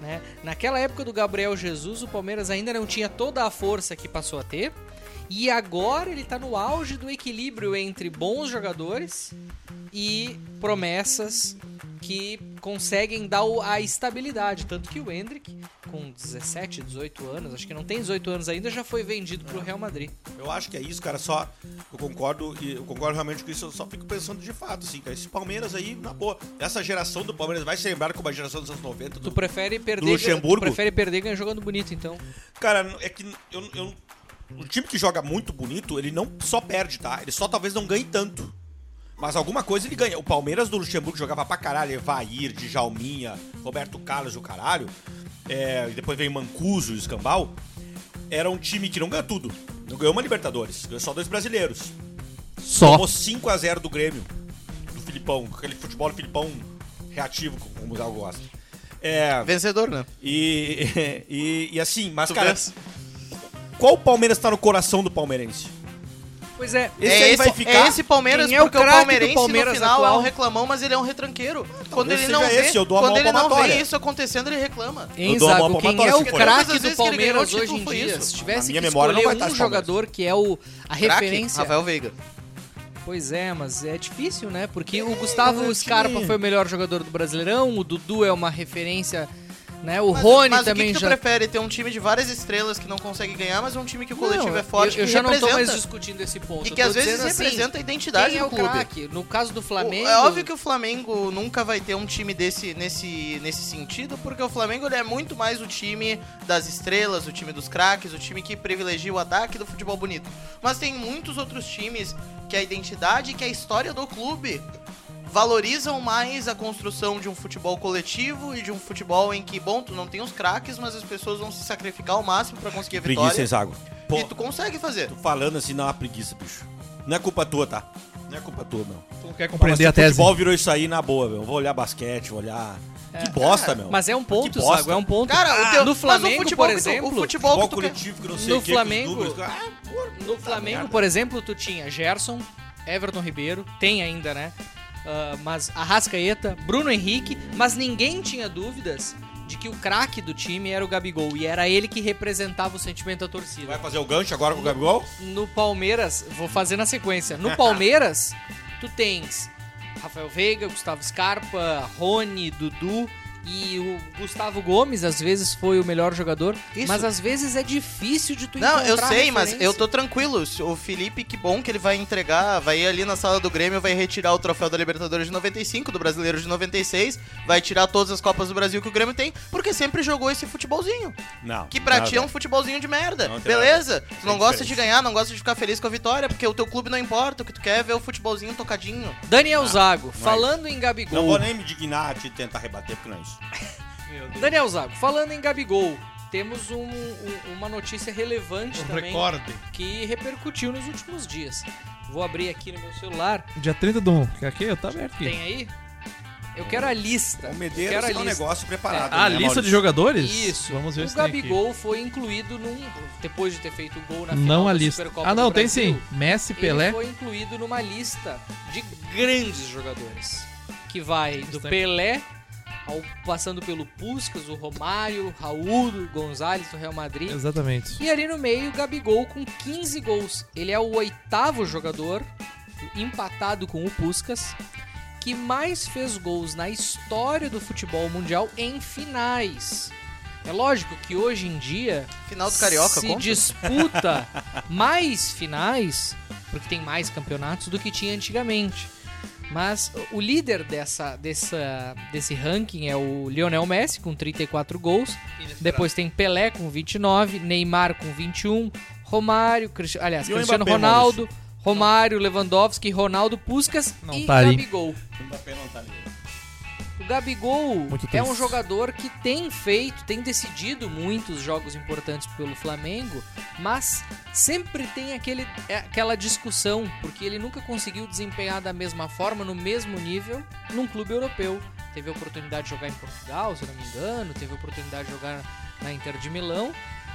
Speaker 4: Né? Naquela época do Gabriel Jesus, o Palmeiras ainda não tinha toda a força que passou a ter. E agora ele tá no auge do equilíbrio entre bons jogadores e promessas que conseguem dar o- a estabilidade. Tanto que o Hendrick, com 17, 18 anos, acho que não tem 18 anos ainda, já foi vendido pro Real Madrid.
Speaker 1: Eu acho que é isso, cara. Só eu concordo e eu concordo realmente com isso. Eu só fico pensando de fato, assim, cara. Esse Palmeiras aí, na boa, essa geração do Palmeiras vai ser lembrada como a geração dos anos 90.
Speaker 4: Tu
Speaker 1: Do...
Speaker 4: prefere perder,
Speaker 1: Luxemburgo?
Speaker 4: Tu prefere perder ganha jogando bonito, então.
Speaker 1: Cara, é que eu, eu- o time que joga muito bonito, ele não só perde, tá? Ele só talvez não ganhe tanto. Mas alguma coisa ele ganha. O Palmeiras do Luxemburgo jogava pra caralho. Evair, Djalminha, Roberto Carlos, o caralho. É, e depois veio Mancuso e Escambau. Era um time que não ganha tudo. Não ganhou uma Libertadores. Ganhou só dois brasileiros.
Speaker 3: Só.
Speaker 1: Tomou 5x0 do Grêmio. Do Filipão. com Aquele futebol do Filipão reativo, como o Gal gosta. É,
Speaker 2: Vencedor, né?
Speaker 1: e, e, e assim, mas
Speaker 2: Tu
Speaker 1: cara,
Speaker 2: vês?
Speaker 1: qual Palmeiras tá no coração do palmeirense?
Speaker 4: Pois é,
Speaker 1: Esse aí vai ficar.
Speaker 2: é esse Palmeiras,
Speaker 4: Quem é o
Speaker 2: porque o
Speaker 4: craque do
Speaker 2: Palmeirense
Speaker 4: Palmeiras
Speaker 2: no final
Speaker 4: atual?
Speaker 2: é um reclamão, mas ele é um retranqueiro. quando
Speaker 1: talvez
Speaker 2: ele não
Speaker 1: seja
Speaker 2: vê,
Speaker 1: esse, eu dou a
Speaker 2: quando
Speaker 1: mão
Speaker 2: ele não
Speaker 1: palmatória.
Speaker 2: vê isso acontecendo, ele reclama.
Speaker 4: Hein,
Speaker 1: Eu dou a mão
Speaker 4: Zago,
Speaker 1: pra
Speaker 4: quem
Speaker 1: Matos,
Speaker 4: é o
Speaker 1: por
Speaker 4: craque
Speaker 2: exemplo.
Speaker 4: do
Speaker 2: Todas as vezes que ele ganhou
Speaker 4: Palmeiras
Speaker 2: título
Speaker 4: hoje em
Speaker 2: foi
Speaker 4: dia?
Speaker 2: isso.
Speaker 4: Se
Speaker 1: Na
Speaker 4: tivesse
Speaker 1: minha
Speaker 4: que
Speaker 1: memória, não
Speaker 4: escolher
Speaker 1: vai estar
Speaker 4: um
Speaker 1: esse
Speaker 4: jogador que é o, a
Speaker 2: Craque, Ah,
Speaker 4: referência...
Speaker 2: Rafael Veiga.
Speaker 4: Pois é, mas é difícil, né? Porque o
Speaker 2: é
Speaker 4: Gustavo Scarpa foi o melhor jogador do Brasileirão, o Dudu é uma referência, né? O
Speaker 2: Mas-
Speaker 4: Rony
Speaker 2: mas
Speaker 4: também
Speaker 2: o que que,
Speaker 4: já...
Speaker 2: tu prefere? Ter um time de várias estrelas que não consegue ganhar, mas um time que o coletivo
Speaker 4: Não,
Speaker 2: é forte,
Speaker 4: eu, eu
Speaker 2: que
Speaker 4: já não
Speaker 2: representa.
Speaker 4: tô mais discutindo esse ponto.
Speaker 2: e
Speaker 4: eu
Speaker 2: que
Speaker 4: tô
Speaker 2: às vezes
Speaker 4: dizendo assim,
Speaker 2: representa a identidade
Speaker 4: quem é
Speaker 2: do
Speaker 4: o
Speaker 2: clube.
Speaker 4: craque? No caso do Flamengo...
Speaker 2: É óbvio que o Flamengo nunca vai ter um time desse nesse, nesse sentido, porque o Flamengo ele é muito mais o time das estrelas, o time dos craques, o time que privilegia o ataque do futebol bonito. Mas tem muitos outros times que a identidade e que a história do clube valorizam mais a construção de um futebol coletivo e de um futebol em que, bom, tu não tem os craques, mas as pessoas vão se sacrificar ao máximo pra conseguir a
Speaker 1: Preguiça,
Speaker 2: vitória.
Speaker 1: Zago. Pô,
Speaker 2: E tu consegue fazer.
Speaker 1: tô falando assim, não é uma preguiça, bicho. Não é culpa tua, tá? Não é culpa tua, meu.
Speaker 3: Tu não quer compreender a
Speaker 1: Mas se
Speaker 3: tese.
Speaker 1: futebol virou isso aí na boa, meu. Vou olhar basquete, vou olhar. que bosta, meu.
Speaker 4: Mas é um ponto,
Speaker 1: Que bosta.
Speaker 4: Zago, é um ponto.
Speaker 2: Cara, o teu,
Speaker 4: no
Speaker 2: mas
Speaker 4: Flamengo,
Speaker 2: o futebol
Speaker 4: por
Speaker 2: que tu-
Speaker 4: exemplo...
Speaker 2: o futebol,
Speaker 1: futebol
Speaker 2: que tu quer-
Speaker 1: coletivo que não sei
Speaker 4: No
Speaker 1: o que,
Speaker 4: Flamengo-
Speaker 1: com os números. Ah, porra,
Speaker 4: No
Speaker 1: puta
Speaker 4: Flamengo,
Speaker 1: merda.
Speaker 4: por exemplo, tu tinha Gerson, Everton Ribeiro, tem ainda, né? Ah, mas Arrascaeta, Bruno Henrique, mas ninguém tinha dúvidas de que o craque do time era o Gabigol e era ele que representava o sentimento da torcida.
Speaker 1: Vai fazer o gancho agora com o Gabigol?
Speaker 4: No Palmeiras, vou fazer na sequência. No Palmeiras, tu tens Rafael Veiga, Gustavo Scarpa, Rony, Dudu e o Gustavo Gomes, às vezes foi o melhor jogador,
Speaker 2: Isso.
Speaker 4: mas às vezes é difícil de tu
Speaker 2: Não, eu
Speaker 4: encontrar
Speaker 2: sei, mas
Speaker 4: referência.
Speaker 2: eu tô tranquilo. Se O Felipe, que bom que ele vai entregar, vai ir ali na sala do Grêmio, vai retirar o troféu da Libertadores de 95, do Brasileiro de 96, vai tirar todas as Copas do Brasil que o Grêmio tem, porque sempre jogou esse futebolzinho.
Speaker 1: Não.
Speaker 2: Que pra ti é
Speaker 1: nada.
Speaker 2: um futebolzinho de merda.
Speaker 1: Não tem
Speaker 2: Beleza? Tu não
Speaker 1: Tem
Speaker 2: gosta de
Speaker 1: diferença.
Speaker 2: ganhar, não gosta de ficar feliz com a vitória, porque o teu clube não importa, o que tu quer é ver o futebolzinho tocadinho.
Speaker 4: Daniel Zago, falando
Speaker 1: Não
Speaker 4: em
Speaker 1: vou
Speaker 4: Gabigol.
Speaker 1: nem me dignar de tentar rebater, porque não é isso.
Speaker 4: Daniel Zago, falando em Gabigol, temos um- um- uma notícia
Speaker 1: Um
Speaker 4: relevante também
Speaker 3: Recorde.
Speaker 4: que repercutiu nos últimos dias. Vou abrir aqui no meu celular.
Speaker 3: Dia 30 do 1. que Aqui, eu tá aberto aqui.
Speaker 4: Tem aí? Eu quero a lista.
Speaker 1: O
Speaker 4: Eu
Speaker 1: Medeiros
Speaker 4: quero a
Speaker 1: é um
Speaker 4: lista.
Speaker 1: negócio preparado.
Speaker 3: Ah, a
Speaker 1: né,
Speaker 3: lista de
Speaker 1: Maurício?
Speaker 3: jogadores?
Speaker 4: Isso.
Speaker 3: Vamos ver
Speaker 4: o
Speaker 3: se tem aqui.
Speaker 4: Gabigol foi incluído num depois de ter feito o gol na final
Speaker 3: Não a
Speaker 4: da
Speaker 3: lista.
Speaker 4: Supercopa
Speaker 3: Ah, não,
Speaker 4: do
Speaker 3: tem
Speaker 4: Brasil,
Speaker 3: sim. Messi,
Speaker 4: Ele
Speaker 3: Pelé.
Speaker 4: foi incluído numa lista de grandes jogadores. Que vai do
Speaker 3: Bastante.
Speaker 4: Pelé, ao, passando pelo Puskas, o Romário, Raul, o Gonzalez do Real Madrid.
Speaker 3: Exatamente.
Speaker 4: E ali no meio, o Gabigol com 15 gols. Ele é o oitavo jogador empatado com o Puskas, que mais fez gols na história do futebol mundial em finais. É lógico que hoje em dia
Speaker 2: Final do Carioca,
Speaker 4: se
Speaker 2: conta?
Speaker 4: disputa mais finais, porque tem mais campeonatos do que tinha antigamente. Mas o líder dessa, dessa, desse ranking é o Lionel Messi, com 34 gols. Depois tem Pelé, com 29. Neymar, com 21. Romário, Cristi- aliás,
Speaker 1: E o
Speaker 4: Cristiano
Speaker 1: Mbappé,
Speaker 4: Ronaldo. Romário, Lewandowski, Ronaldo, Puskas
Speaker 3: Não
Speaker 4: e
Speaker 3: tá ali.
Speaker 4: Gabigol.
Speaker 1: Mbappé não tá ali.
Speaker 4: O Gabigol
Speaker 3: Muito
Speaker 4: é
Speaker 3: triste.
Speaker 4: um jogador que tem feito, tem decidido muitos jogos importantes pelo Flamengo, mas sempre tem aquele, é, aquela discussão, porque ele nunca conseguiu desempenhar da mesma forma, no mesmo nível, num clube europeu. Teve a oportunidade de jogar em Portugal, se eu não me engano, teve a oportunidade de jogar na Inter de Milão,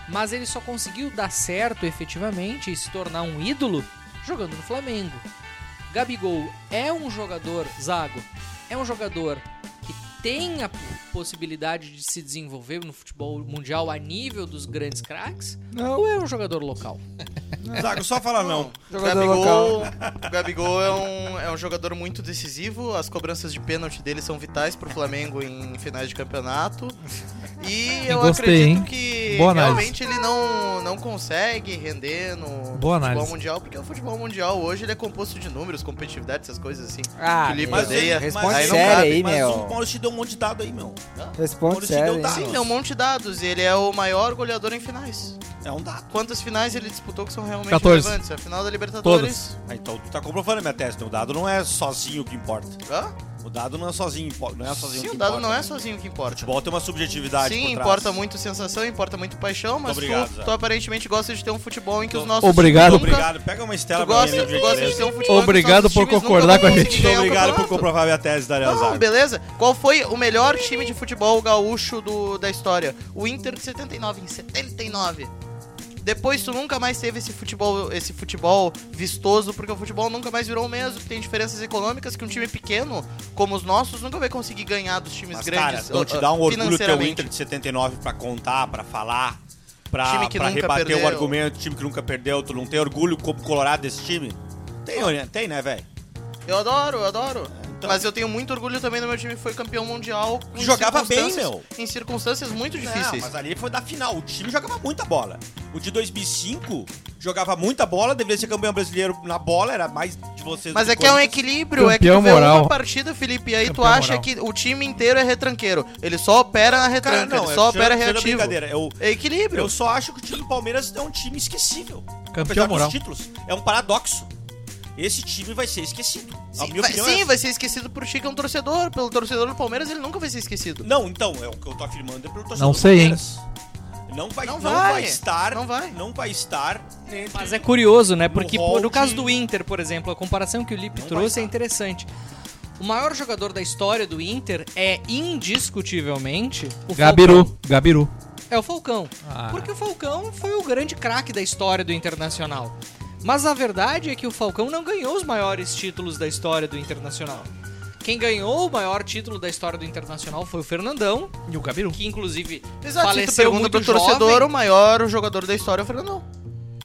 Speaker 4: mas ele só conseguiu dar certo efetivamente e se tornar um ídolo jogando no Flamengo. Gabigol é um jogador, Zago, é um jogador que tem a possibilidade de se desenvolver no futebol mundial a nível dos grandes craques? Ou é um jogador local?
Speaker 1: Zago, só falar não.
Speaker 2: O Gabigol, o Gabigol é, um, é um jogador muito decisivo, as cobranças de pênalti dele são vitais pro Flamengo em finais de campeonato. E eu
Speaker 3: Gostei,
Speaker 2: acredito
Speaker 3: hein?
Speaker 2: que
Speaker 3: Boa análise.
Speaker 2: realmente ele não, não consegue render no
Speaker 3: Boa
Speaker 2: futebol
Speaker 3: análise.
Speaker 2: mundial, porque o futebol mundial hoje ele é composto de números, competitividade, essas coisas assim.
Speaker 6: Ah,
Speaker 2: Felipe
Speaker 6: meu,
Speaker 2: odeia,
Speaker 6: responde
Speaker 2: aí não
Speaker 6: sério
Speaker 2: cabe,
Speaker 6: aí,
Speaker 1: mas
Speaker 6: meu.
Speaker 1: o Maurício te deu um monte de dado aí, meu.
Speaker 6: Responde
Speaker 1: Maurício deu
Speaker 6: sério.
Speaker 1: dado.
Speaker 6: hein?
Speaker 2: Sim, tem um monte de dados e ele é o maior goleador em finais.
Speaker 1: É um dado.
Speaker 2: Quantas finais ele disputou que são realmente
Speaker 3: 14.
Speaker 2: relevantes? A final da Libertadores.
Speaker 1: Ah, então tu tá comprovando a minha tese. né? O dado não é sozinho que importa.
Speaker 2: Hã?
Speaker 1: O dado não é sozinho, impo- não é sozinho
Speaker 2: Sim,
Speaker 1: que
Speaker 2: o dado
Speaker 1: importa.
Speaker 2: não é sozinho que
Speaker 1: O
Speaker 2: importa.
Speaker 1: futebol tem uma subjetividade
Speaker 2: Sim,
Speaker 1: por trás.
Speaker 2: importa muito sensação, importa muito paixão, mas
Speaker 1: obrigado,
Speaker 2: tu,
Speaker 1: Zé.
Speaker 2: tu aparentemente gosta de ter um futebol em que os nossos
Speaker 3: Obrigado.
Speaker 2: times nunca...
Speaker 1: Obrigado. Pega uma estela
Speaker 2: Tu
Speaker 1: pra mim,
Speaker 2: gosta,
Speaker 1: meu
Speaker 2: tu gosta de ter
Speaker 1: gentileza.
Speaker 2: um futebol que os
Speaker 3: Obrigado
Speaker 2: nossos
Speaker 3: por
Speaker 2: times nunca
Speaker 3: concordar com a
Speaker 2: conseguem
Speaker 3: gente.
Speaker 1: Muito
Speaker 2: ganhar um
Speaker 1: obrigado por
Speaker 2: campeonato.
Speaker 1: comprovar minha tese, Daniel
Speaker 2: Não,
Speaker 1: Zago.
Speaker 2: beleza. Qual foi o melhor time de futebol gaúcho do, da história? O Inter de 79, em 79. Depois tu nunca mais teve esse futebol, esse futebol vistoso, porque o futebol nunca mais virou o mesmo. Tem diferenças econômicas que um time pequeno, como os nossos, nunca vai conseguir ganhar dos times
Speaker 1: Mas, cara,
Speaker 2: grandes.
Speaker 1: não te
Speaker 2: ah,
Speaker 1: dá um orgulho ter o
Speaker 2: financeiramente.
Speaker 1: Inter de 79 pra contar, pra falar, pra,
Speaker 2: Time que
Speaker 1: pra
Speaker 2: nunca
Speaker 1: rebater o
Speaker 2: perdeu.
Speaker 1: argumento, time que nunca perdeu. Tu não tem orgulho como colorado desse time? Tem, né? tem né, velho?
Speaker 2: Eu adoro, eu adoro.
Speaker 1: então.
Speaker 2: Mas eu tenho muito orgulho também do meu time que foi campeão mundial. em
Speaker 1: Jogava bem,
Speaker 2: circunstâncias-
Speaker 1: meu.
Speaker 2: Em circunstâncias muito
Speaker 1: Não,
Speaker 2: difíceis.
Speaker 1: mas ali foi da final. O time jogava muita bola. O de 2005 jogava muita bola, deveria ser campeão brasileiro na bola, era mais de vocês.
Speaker 2: Mas
Speaker 1: do
Speaker 2: é que é um
Speaker 1: Corinthians.
Speaker 2: equilíbrio, é que tu
Speaker 3: Campeão
Speaker 2: vê
Speaker 3: moral.
Speaker 2: uma partida, Felipe, e aí tu
Speaker 3: Campeão
Speaker 2: acha
Speaker 3: moral.
Speaker 2: que o time inteiro é retranqueiro. Ele só opera na
Speaker 1: Cara,
Speaker 2: retranca,
Speaker 1: não,
Speaker 2: ele
Speaker 1: é
Speaker 2: só
Speaker 1: tira- tira
Speaker 2: opera
Speaker 1: a
Speaker 2: reativo.
Speaker 1: brincadeira. Eu,
Speaker 2: É equilíbrio.
Speaker 1: eu só acho que o time do Palmeiras é um time esquecível.
Speaker 3: Campeão
Speaker 1: Apesar
Speaker 3: moral.
Speaker 1: dos títulos. É um paradoxo. Esse time vai ser esquecido. a
Speaker 2: Sim,
Speaker 1: minha
Speaker 2: vai,
Speaker 1: opinião
Speaker 2: sim,
Speaker 1: é...
Speaker 2: vai ser esquecido por ti, que é um torcedor. Pelo torcedor do Palmeiras, ele nunca vai ser esquecido.
Speaker 1: Não, então, é o que eu tô afirmando é pelo torcedor
Speaker 3: Não
Speaker 1: do
Speaker 3: sei, hein?
Speaker 1: Palmeiras. Não vai,
Speaker 2: Não
Speaker 1: não,
Speaker 2: vai,
Speaker 1: vai, estar.
Speaker 2: não vai.
Speaker 1: Não vai estar. entre-
Speaker 4: Mas é curioso, né? Porque
Speaker 1: No hall
Speaker 4: pô, no caso
Speaker 1: de-
Speaker 4: do Inter, por exemplo, a comparação que o Lipe
Speaker 1: Não vai
Speaker 4: trouxe
Speaker 1: estar.
Speaker 4: é interessante. O maior jogador da história do Inter é indiscutivelmente o Falcão.
Speaker 3: Gabiru, Gabiru.
Speaker 4: É o Falcão.
Speaker 3: Ah.
Speaker 4: Porque o Falcão foi o grande craque da história do Internacional. Mas a verdade é que o Falcão não ganhou os maiores títulos da história do Internacional. Quem ganhou o maior título da história do Internacional foi o Fernandão,
Speaker 3: E o Gabiru.
Speaker 4: que inclusive
Speaker 2: Exato, se tu
Speaker 4: faleceu
Speaker 2: pergunta
Speaker 4: muito
Speaker 2: pro
Speaker 4: jovem.
Speaker 2: torcedor, o maior jogador da história é o Fernandão.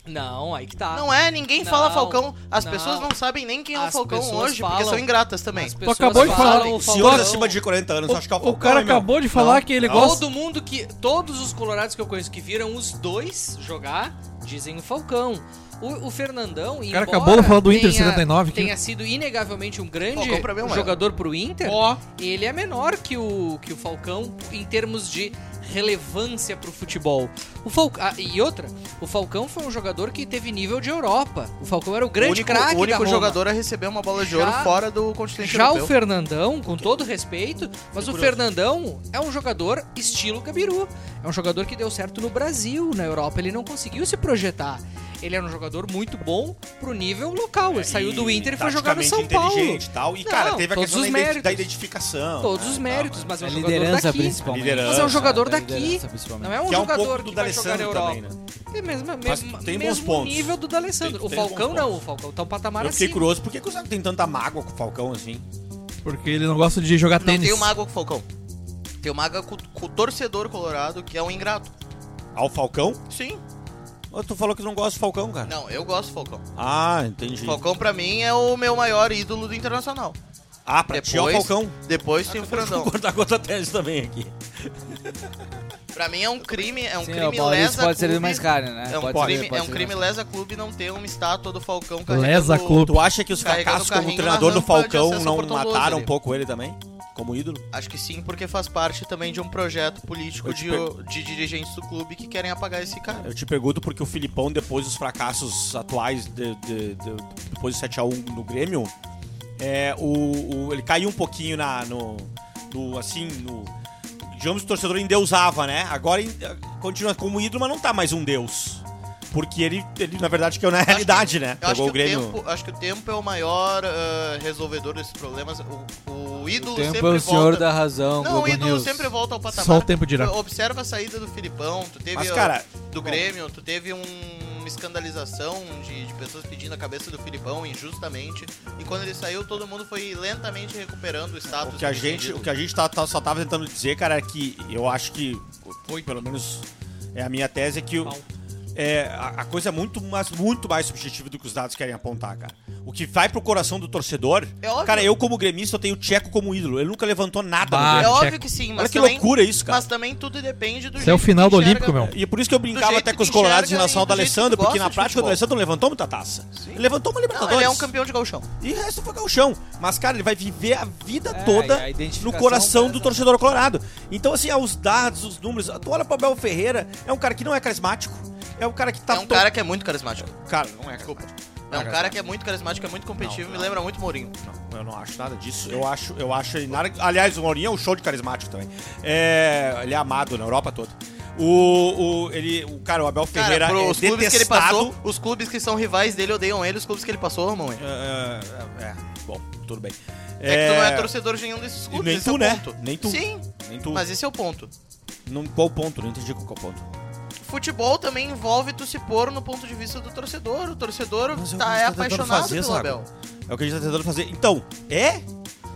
Speaker 4: Não, aí que
Speaker 1: Ah.
Speaker 4: tá.
Speaker 2: Não é, ninguém
Speaker 4: Não,
Speaker 2: fala Falcão. As
Speaker 4: não.
Speaker 2: pessoas não sabem nem quem é o
Speaker 4: As
Speaker 2: Falcão
Speaker 4: pessoas
Speaker 2: hoje, porque
Speaker 4: falam.
Speaker 2: são ingratas também.
Speaker 4: As
Speaker 3: Tu
Speaker 4: pessoas
Speaker 3: acabou de falar-
Speaker 4: falam o
Speaker 1: Senhores
Speaker 4: Falcão.
Speaker 1: acima de 40 anos, acho que é o
Speaker 3: O,
Speaker 1: Falcão,
Speaker 3: cara
Speaker 1: hein, meu?
Speaker 3: acabou de falar que ele gosta.
Speaker 4: Todo mundo que. Todos os colorados que eu conheço que viram os dois jogar dizem o Falcão. O, o Fernandão. O
Speaker 3: cara acabou de falar do Inter 79 aqui.
Speaker 4: Tenha sido inegavelmente um grande
Speaker 2: Falcão pra mim é o maior.
Speaker 4: jogador pro Inter.
Speaker 3: Ó.
Speaker 4: Ele é menor que o, que o Falcão em termos de relevância pro futebol. O Falcão, e outra, o Falcão foi um jogador que teve nível de Europa. O Falcão era o
Speaker 2: o
Speaker 4: grande
Speaker 2: único,
Speaker 4: craque
Speaker 2: o
Speaker 4: da
Speaker 2: único
Speaker 4: Roma.
Speaker 2: jogador a receber uma bola de ouro
Speaker 4: Já-
Speaker 2: fora do continente
Speaker 4: Já o
Speaker 2: europeu.
Speaker 4: Fernandão, com todo respeito, mas o
Speaker 1: Curioso.
Speaker 4: Fernandão é um jogador estilo Gabiru. É um jogador que deu certo no Brasil, na Europa ele não conseguiu se projetar. Ele era um jogador muito bom pro nível local. Ele saiu do Inter e foi jogar no São
Speaker 1: É, taticamente
Speaker 4: Paulo.
Speaker 1: inteligente e tal. E,
Speaker 4: Não,
Speaker 1: cara, teve a
Speaker 4: todos
Speaker 1: questão
Speaker 4: os
Speaker 1: da, identi-
Speaker 4: méritos.
Speaker 1: da identificação.
Speaker 4: Todos
Speaker 1: né,
Speaker 4: os
Speaker 1: e tal,
Speaker 4: méritos, mas é
Speaker 6: A
Speaker 4: um jogador
Speaker 6: liderança,
Speaker 4: daqui.
Speaker 6: principalmente.
Speaker 1: Liderança. né?
Speaker 4: Mas é um jogador
Speaker 6: A
Speaker 4: daqui.
Speaker 6: liderança, principalmente.
Speaker 4: Não é um
Speaker 1: Que é um
Speaker 4: jogador
Speaker 1: pouco
Speaker 4: que
Speaker 1: do
Speaker 4: vai jogar na
Speaker 1: D'Alessandro
Speaker 4: Europa.
Speaker 1: também, né?
Speaker 4: Tem mesmo, é
Speaker 1: Mas
Speaker 4: mesmo,
Speaker 1: tem bons
Speaker 4: mesmo
Speaker 1: pontos.
Speaker 4: nível do D'Alessandro.
Speaker 1: Tem-
Speaker 4: O
Speaker 1: tem bons
Speaker 4: Falcão não,
Speaker 1: pontos.
Speaker 4: o Falcão tá um patamar
Speaker 1: Eu fiquei
Speaker 4: acima.
Speaker 1: curioso, por que, que o Zago tem tanta mágoa com o Falcão assim?
Speaker 3: Porque ele não gosta de jogar
Speaker 2: Não
Speaker 3: tênis.
Speaker 2: tem uma água com o Falcão. Tem uma água com, com o torcedor colorado, que é um ingrato.
Speaker 1: Ao Falcão?
Speaker 2: Sim.
Speaker 1: Ô, Tu falou que não gosta do Falcão, cara.
Speaker 2: Não, eu gosto do Falcão.
Speaker 1: Ah, entendi.
Speaker 2: Falcão pra mim é o meu maior ídolo do internacional.
Speaker 1: Ah, pra ti é o Falcão.
Speaker 2: Depois tem o Fernandão.
Speaker 1: Vou cortar contra a tese também aqui.
Speaker 2: Pra mim é um crime, é um
Speaker 6: Sim,
Speaker 2: crime
Speaker 6: o Maurício
Speaker 2: lesa
Speaker 6: pode servir
Speaker 2: clube.
Speaker 6: mais caro, né?
Speaker 2: É um
Speaker 6: Pode servir,
Speaker 2: crime,
Speaker 6: pode
Speaker 2: é um
Speaker 6: servir
Speaker 2: crime
Speaker 6: mais
Speaker 2: lesa clube não ter uma estátua do Falcão
Speaker 3: Lesa clube.
Speaker 1: Tu acha que os
Speaker 2: Carregando
Speaker 1: fracassos como
Speaker 2: carrinho
Speaker 1: treinador
Speaker 2: na
Speaker 1: do
Speaker 2: rampa de
Speaker 1: Falcão
Speaker 2: acesso
Speaker 1: não
Speaker 2: ao Portão Doze
Speaker 1: mataram
Speaker 2: ali?
Speaker 1: um pouco ele também? Como ídolo?
Speaker 2: Acho que sim, porque faz parte também de um projeto político
Speaker 1: Eu te
Speaker 2: de, de dirigentes do clube que querem apagar esse cara.
Speaker 1: Eu te pergunto porque o Filipão, depois dos fracassos atuais, de- de- de- depois do 7x1 no Grêmio, é, o, o- ele caiu um pouquinho na, no, no, assim, no, digamos, o torcedor endeusava, né? Agora en- continua como ídolo, mas não tá mais um deus. Porque ele, ele na verdade, caiu na realidade, né?
Speaker 2: Eu
Speaker 1: Pegou
Speaker 2: acho que,
Speaker 1: o
Speaker 2: o
Speaker 1: Grêmio.
Speaker 2: tempo, acho que o tempo é o maior ah, resolvedor desses problemas. O, o ídolo
Speaker 13: O tempo
Speaker 2: sempre
Speaker 13: é o senhor
Speaker 2: volta.
Speaker 13: da razão,
Speaker 2: Não, o
Speaker 13: Globo
Speaker 2: ídolo
Speaker 13: News.
Speaker 2: sempre volta ao patamar.
Speaker 3: Só o tempo dirá.
Speaker 2: Tu Observa a saída do Filipão, tu teve
Speaker 1: Mas,
Speaker 2: a-
Speaker 1: cara,
Speaker 2: do Grêmio, tu teve um- uma escandalização de, de pessoas pedindo a cabeça do Filipão injustamente. E quando ele saiu, todo mundo foi lentamente recuperando o status.
Speaker 1: O que a
Speaker 2: de
Speaker 1: gente,
Speaker 2: ídolo.
Speaker 1: o que a gente tá, tá- só tava tentando dizer, cara, é que eu acho que foi pelo menos é a minha tese é que o- é, a, a coisa é muito mais, muito mais subjetiva do que os dados querem apontar, cara. O que vai pro coração do torcedor,
Speaker 2: É óbvio.
Speaker 1: cara, eu como gremista eu tenho o Tcheco como ídolo. Ele nunca levantou nada. no
Speaker 3: Bah.
Speaker 1: Grêmio.
Speaker 2: É
Speaker 3: Tcheco.
Speaker 2: óbvio que sim, mas
Speaker 1: Olha que
Speaker 2: também,
Speaker 1: loucura isso, cara.
Speaker 2: Mas também tudo depende do
Speaker 3: Isso é o
Speaker 2: jeito
Speaker 3: final
Speaker 2: que
Speaker 3: do
Speaker 2: enxerga-
Speaker 3: Olímpico, meu.
Speaker 1: E é por isso que eu brincava
Speaker 2: jeito
Speaker 1: até com
Speaker 2: que
Speaker 1: os colorados em
Speaker 2: enxerga
Speaker 1: relação ao
Speaker 2: e do jeito que
Speaker 1: D'Alessandro,
Speaker 2: tu
Speaker 1: porque
Speaker 2: gosta
Speaker 1: na
Speaker 2: de
Speaker 1: prática o
Speaker 2: futebol.
Speaker 1: D'Alessandro não levantou muita taça. Ele levantou uma
Speaker 2: Não,
Speaker 1: Libertadores.
Speaker 2: ele é um campeão de galchão.
Speaker 1: E o resto foi galchão. Mas, cara, ele vai viver a vida
Speaker 6: É,
Speaker 1: toda
Speaker 6: e a identificação
Speaker 1: no coração do
Speaker 6: pesa.
Speaker 1: torcedor colorado. Então, assim, ah, os dados, os números. Tu olha pro Abel Ferreira, é um cara que não é carismático. É um cara que tá.
Speaker 2: é um
Speaker 1: to-
Speaker 2: cara que é muito carismático.
Speaker 1: Cara, não é
Speaker 2: Desculpa.
Speaker 1: carismático.
Speaker 2: É um cara que é muito carismático, é muito competitivo,
Speaker 1: Não, tá.
Speaker 2: me
Speaker 1: não.
Speaker 2: lembra muito Mourinho.
Speaker 1: Não, eu não acho nada disso. Eu acho, eu acho ele nada. Aliás, o Mourinho é um show de carismático também. É, ele é amado na Europa toda. O, o, ele, o cara, o Abel Ferreira
Speaker 2: Cara,
Speaker 1: é
Speaker 2: os clubes que ele
Speaker 1: detestado.
Speaker 2: passou, os clubes que são rivais dele odeiam ele, os clubes que ele passou amam ele.
Speaker 1: É, é, é, bom, tudo bem.
Speaker 2: É, que tu não é torcedor de nenhum desses clubes,
Speaker 1: nem
Speaker 2: esse
Speaker 1: tu,
Speaker 2: é o
Speaker 1: né?
Speaker 2: ponto.
Speaker 1: Nem tu.
Speaker 2: Sim,
Speaker 1: Nem tu-
Speaker 2: mas esse é o ponto.
Speaker 1: não, qual o ponto? Não entendi qual que é o ponto.
Speaker 2: Futebol também envolve tu se pôr no ponto de vista do torcedor. O torcedor
Speaker 1: Mas é o que
Speaker 2: tá,
Speaker 1: a
Speaker 2: é
Speaker 1: gente tá tentando
Speaker 2: apaixonado
Speaker 1: fazer,
Speaker 2: pelo
Speaker 1: Zago.
Speaker 2: Abel.
Speaker 1: É o que a gente tá tentando fazer. Então, é?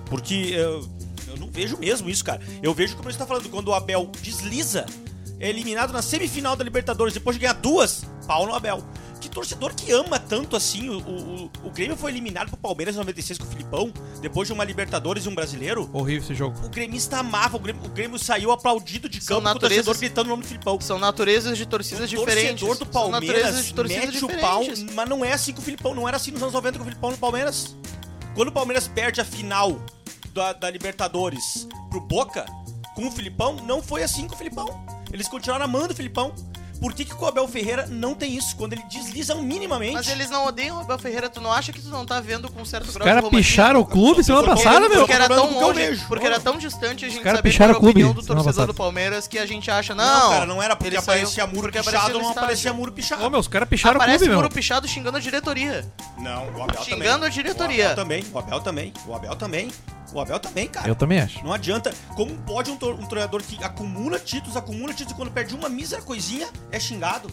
Speaker 1: Porque eu, eu não vejo mesmo isso, cara. Eu vejo como você tá falando, quando o Abel desliza, é eliminado na semifinal da Libertadores, depois de ganhar duas, pau no Abel. Que torcedor que ama tanto assim? O, o, o- o Grêmio foi eliminado pro Palmeiras em 96 com o Filipão, depois de uma Libertadores e um brasileiro.
Speaker 3: Horrível esse jogo.
Speaker 1: O gremista amava, o Grêmio, o Grêmio saiu aplaudido de
Speaker 2: São
Speaker 1: campo com o torcedor
Speaker 2: naturezas-
Speaker 1: gritando o nome do Filipão.
Speaker 2: São naturezas de torcidas
Speaker 1: O
Speaker 2: diferentes.
Speaker 1: torcedor do
Speaker 2: São naturezas
Speaker 1: Palmeiras
Speaker 2: de torcidas
Speaker 1: mete o
Speaker 2: diferentes.
Speaker 1: pau, mas não é assim com o Filipão, não era assim nos anos 90 com o Filipão no Palmeiras. Quando o Palmeiras perde a final da, da Libertadores pro Boca com o Filipão, não foi assim com o Filipão. Eles continuaram amando o Filipão. Por que, que com o Abel Ferreira não tem isso? Quando ele desliza minimamente.
Speaker 2: Mas eles não odeiam o Abel Ferreira, tu não acha que tu não tá vendo com certo
Speaker 3: Os
Speaker 2: grau de
Speaker 3: caras
Speaker 2: romantismo?
Speaker 3: picharam o clube semana
Speaker 1: Porque-
Speaker 3: passada,
Speaker 2: porque
Speaker 3: meu. tá
Speaker 2: era
Speaker 1: Tô falando
Speaker 2: tão
Speaker 1: do que eu
Speaker 2: longe,
Speaker 1: vejo.
Speaker 2: porque era tão distante a gente
Speaker 3: caras
Speaker 2: saber qual
Speaker 3: picharam
Speaker 2: era a
Speaker 3: o clube
Speaker 2: opinião do
Speaker 3: semana
Speaker 2: torcedor
Speaker 3: passada.
Speaker 2: do Palmeiras que a gente acha, não,
Speaker 1: Não, cara, não era porque
Speaker 2: ele
Speaker 1: aparecia
Speaker 2: saiu
Speaker 1: muro
Speaker 2: porque
Speaker 1: pichado,
Speaker 2: apareceu no
Speaker 1: não
Speaker 2: estádio.
Speaker 1: aparecia muro pichado.
Speaker 3: Ô, meu, os caras picharam o
Speaker 2: Aparece um
Speaker 3: clube,
Speaker 2: muro
Speaker 3: meu.
Speaker 2: pichado xingando a diretoria.
Speaker 1: Não, o Abel também.
Speaker 2: Xingando a diretoria.
Speaker 1: O Abel também, o Abel também, o Abel também, o Abel também, cara.
Speaker 3: Eu também acho.
Speaker 1: Não adianta. Como pode um, tor- um treinador que acumula títulos, acumula títulos e quando perde uma mísera coisinha, é xingado?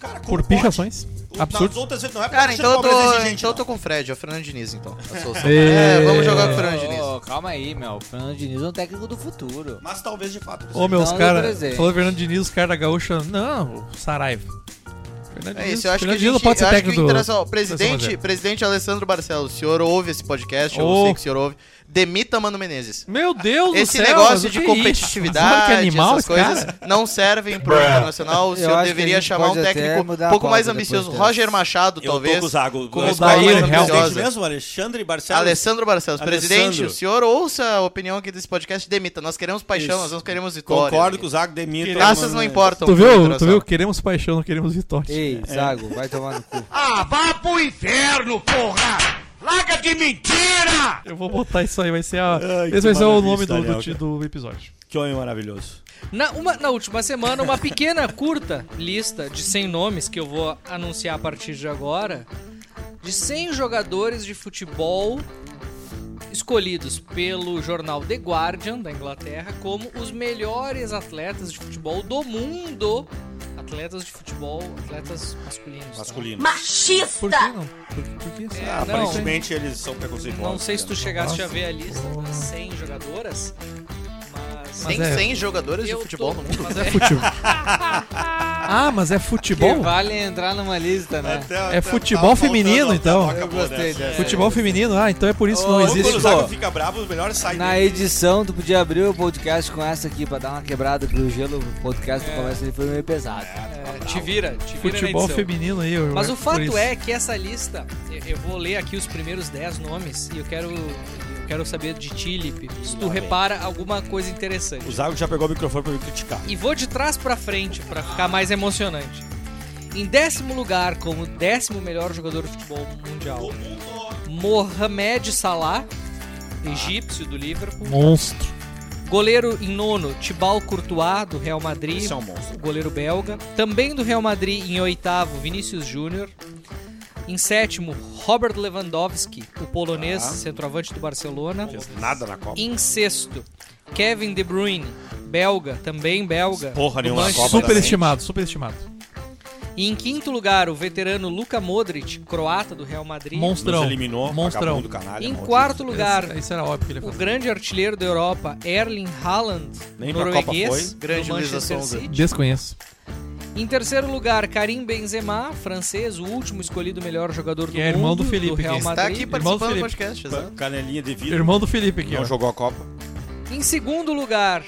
Speaker 1: Cara, como
Speaker 2: um
Speaker 3: Por
Speaker 1: pode?
Speaker 3: pichações.
Speaker 1: O- Nas
Speaker 3: Absurdo.
Speaker 1: outras vezes não é porque
Speaker 2: Cara,
Speaker 1: o
Speaker 2: então eu
Speaker 1: Palmeiras é
Speaker 2: tô,
Speaker 1: exigente,
Speaker 2: então eu tô
Speaker 1: não.
Speaker 2: com o Fred, é o Fernando Diniz, então. A solução.
Speaker 3: É.
Speaker 2: é, vamos jogar com o Fernando Diniz.
Speaker 13: Ô, calma aí, meu. O Fernando Diniz é um técnico do futuro.
Speaker 1: Mas talvez de fato.
Speaker 3: Ô, meu, os
Speaker 13: Não,
Speaker 3: caras.
Speaker 13: depois é.
Speaker 3: Falou Fernando Diniz, os caras da Gaúcha. Não, o Saraiva. Fernando
Speaker 2: É
Speaker 3: Diniz-
Speaker 2: isso, eu acho que a
Speaker 3: Fernando
Speaker 2: gente,
Speaker 3: Diniz não pode
Speaker 2: eu
Speaker 3: ser
Speaker 2: acho que
Speaker 3: técnico
Speaker 2: o
Speaker 3: do.
Speaker 2: internacional-
Speaker 3: Seleção
Speaker 2: presidente,
Speaker 3: brasileira.
Speaker 2: presidente Alessandro Barcelos, o senhor ouve esse
Speaker 3: Ô.
Speaker 2: podcast, eu sei que o senhor ouve. Demita Mano Menezes.
Speaker 3: Meu Deus do
Speaker 2: Esse
Speaker 3: céu. mas
Speaker 2: negócio
Speaker 3: o que é isso?
Speaker 2: de
Speaker 3: Mas olha
Speaker 2: competitividade,
Speaker 3: que é animal
Speaker 2: essas
Speaker 3: esse
Speaker 2: coisas
Speaker 3: cara.
Speaker 2: não servem pro internacional. O
Speaker 6: Eu
Speaker 2: senhor
Speaker 6: acho que a
Speaker 2: deveria
Speaker 6: gente
Speaker 2: chamar um
Speaker 6: pode até
Speaker 2: técnico um
Speaker 6: mudar a
Speaker 2: pouco mais
Speaker 6: pauta depois
Speaker 2: ambicioso.
Speaker 6: dessa.
Speaker 2: Roger Machado,
Speaker 1: Eu
Speaker 2: talvez.
Speaker 1: tô com o Zago.
Speaker 2: com
Speaker 1: Eu
Speaker 2: uma
Speaker 1: tô
Speaker 2: escola
Speaker 3: Odair
Speaker 2: mais
Speaker 1: com o
Speaker 3: Helm.
Speaker 1: presidente
Speaker 2: ambiciosa.
Speaker 1: mesmo, Alexandre Barcelos.
Speaker 2: Alessandro Barcelos,
Speaker 1: Alessandro.
Speaker 2: presidente, o senhor ouça a opinião aqui desse podcast, demita. Nós queremos paixão,
Speaker 1: Isso.
Speaker 2: nós não queremos vitória.
Speaker 1: Concordo com o é Zago, demito.
Speaker 2: Graças não importam.
Speaker 3: Tu
Speaker 2: pro
Speaker 3: viu, tu
Speaker 2: Internacional.
Speaker 3: viu? Queremos paixão, não queremos vitória.
Speaker 6: Ei, Zago, vai tomar no cu.
Speaker 3: Eu vou botar isso aí, vai ser a.
Speaker 1: Ai, que
Speaker 3: esse vai ser o
Speaker 1: maravilha,
Speaker 3: nome do,
Speaker 1: Daniel,
Speaker 3: do, ti- do episódio.
Speaker 1: Que homem maravilhoso.
Speaker 4: Na, uma- na última semana, uma pequena, curta lista de 100 nomes que eu vou anunciar a partir de agora, de 100 jogadores de futebol escolhidos pelo jornal The Guardian da Inglaterra como os melhores atletas de futebol do mundo. Atletas de futebol, atletas masculinos. tá?
Speaker 1: Masculino.
Speaker 3: Por que não? Por, por que assim?
Speaker 4: É,
Speaker 1: Ah,
Speaker 4: não.
Speaker 1: aparentemente eles são preconceituosos.
Speaker 4: Não sei se tu chegaste a ver a lista das 100 jogadoras, mas...
Speaker 3: Mas
Speaker 2: Tem
Speaker 3: é-
Speaker 2: 100 jogadores de
Speaker 4: eu
Speaker 2: futebol
Speaker 4: tô-
Speaker 2: no mundo?
Speaker 4: mas é-
Speaker 3: Futebol. É Ah, mas é
Speaker 13: Que
Speaker 3: futebol?
Speaker 13: vale entrar numa lista, né?
Speaker 3: É futebol feminino, então?
Speaker 13: Eu gostei dessa.
Speaker 3: Futebol feminino? Ah, então é por isso que não
Speaker 13: Ô,
Speaker 1: Quando
Speaker 3: existe.
Speaker 1: o Zago fica bravo, o melhor é sair
Speaker 6: Na
Speaker 1: dele.
Speaker 6: edição, tu podia abrir o podcast com essa aqui pra dar uma quebrada, porque o gelo, o podcast
Speaker 1: É.
Speaker 6: do começo ele foi meio pesado.
Speaker 4: É, te vira, te vira na
Speaker 3: Futebol
Speaker 4: edição.
Speaker 3: feminino aí. eu-
Speaker 4: Mas o
Speaker 3: por
Speaker 4: fato
Speaker 3: isso.
Speaker 4: é que essa lista, eu- eu vou ler aqui os primeiros 10 nomes e eu quero, eu quero saber de ti, Lipe, se tu repara alguma coisa interessante.
Speaker 1: O Zago já pegou o microfone pra me criticar.
Speaker 4: E vou de trás pra frente pra ficar mais emocionante. Em décimo lugar, como décimo melhor jogador de futebol mundial, Mohamed Salah, egípcio do Liverpool.
Speaker 3: Monstro.
Speaker 4: Goleiro em nono, Tibal Courtois, do Real Madrid.
Speaker 1: Esse é um monstro.
Speaker 4: O goleiro belga. Também do Real Madrid, em oitavo, Vinícius Júnior. Em sétimo, Robert Lewandowski, o polonês,
Speaker 1: Tá.
Speaker 4: centroavante do Barcelona.
Speaker 1: Fez nada na Copa.
Speaker 4: Em sexto, Kevin De Bruyne, belga, também belga.
Speaker 1: Porra
Speaker 4: do
Speaker 1: nenhuma na
Speaker 4: Manchester
Speaker 1: Copa
Speaker 4: City.
Speaker 3: Superestimado, superestimado.
Speaker 4: E em quinto lugar, o veterano Luka Modric, croata do Real Madrid.
Speaker 3: Monstrão.
Speaker 1: Nos eliminou.
Speaker 3: Monstrão.
Speaker 1: Do canalha,
Speaker 4: Em
Speaker 1: maldito.
Speaker 4: quarto Um lugar, um
Speaker 3: Esse- Isso era óbvio que
Speaker 1: é
Speaker 3: ele ia
Speaker 4: o
Speaker 3: fazer.
Speaker 4: grande artilheiro da Europa, Erling Haaland,
Speaker 1: Nem pra Copa
Speaker 4: norueguês,
Speaker 1: foi.
Speaker 2: Grande
Speaker 4: do
Speaker 2: Luiz
Speaker 4: Manchester
Speaker 2: Assonza.
Speaker 4: City.
Speaker 3: Desconheço.
Speaker 4: Em terceiro lugar, Karim Benzema, francês, o último escolhido melhor jogador do
Speaker 3: Que é irmão
Speaker 4: mundo,
Speaker 3: do Felipe,
Speaker 4: Real
Speaker 3: que está
Speaker 2: Tá
Speaker 4: Madrid.
Speaker 2: aqui
Speaker 3: Irmão
Speaker 2: participando do
Speaker 3: Felipe.
Speaker 2: podcast, exato.
Speaker 1: Canelinha de vidro.
Speaker 3: Irmão do Felipe aqui,
Speaker 1: não
Speaker 3: ó.
Speaker 1: jogou a Copa.
Speaker 4: Em segundo lugar,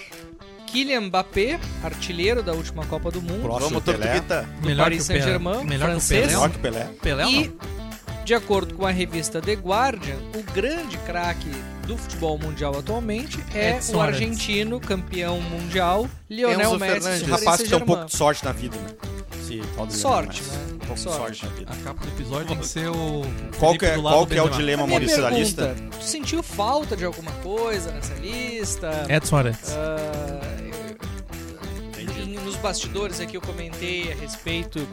Speaker 4: Kylian Mbappé, artilheiro da última Copa do Mundo,
Speaker 1: Próximo
Speaker 2: Vamos,
Speaker 1: Pelé.
Speaker 2: Tortuguita.
Speaker 3: Melhor que
Speaker 4: Paris
Speaker 3: o Pelé.
Speaker 4: Saint-Germain,
Speaker 3: Melhor que o
Speaker 4: francês.
Speaker 3: Pelé.
Speaker 1: Melhor que Pelé.
Speaker 3: Pelé ou
Speaker 4: E,
Speaker 3: não?
Speaker 4: de acordo com a revista The Guardian, o grande craque do futebol mundial atualmente é
Speaker 3: Edson
Speaker 4: o
Speaker 3: Arantes.
Speaker 4: argentino campeão mundial Lionel
Speaker 2: Enzo
Speaker 4: Messi.
Speaker 2: Fernandes.
Speaker 4: do
Speaker 1: Esse
Speaker 4: Paris
Speaker 1: rapaz que tem um
Speaker 4: Saint-Germain.
Speaker 1: pouco de sorte na vida, né? Esse tal do
Speaker 4: Sorte,
Speaker 1: Neymar,
Speaker 4: né?
Speaker 1: Um pouco de
Speaker 4: Sorte.
Speaker 1: sorte na vida.
Speaker 3: A capa do episódio tem que ser o.
Speaker 1: Qual
Speaker 3: Felipe
Speaker 1: que é,
Speaker 3: do lado
Speaker 1: qual
Speaker 3: do
Speaker 1: que é o
Speaker 3: Benzema.
Speaker 1: dilema
Speaker 4: A minha
Speaker 1: Maurício da
Speaker 4: pergunta,
Speaker 1: lista?
Speaker 4: tu sentiu falta de alguma coisa nessa lista?
Speaker 3: Edson Arantes.
Speaker 4: Ah, eu- em- nos bastidores aqui eu comentei a respeito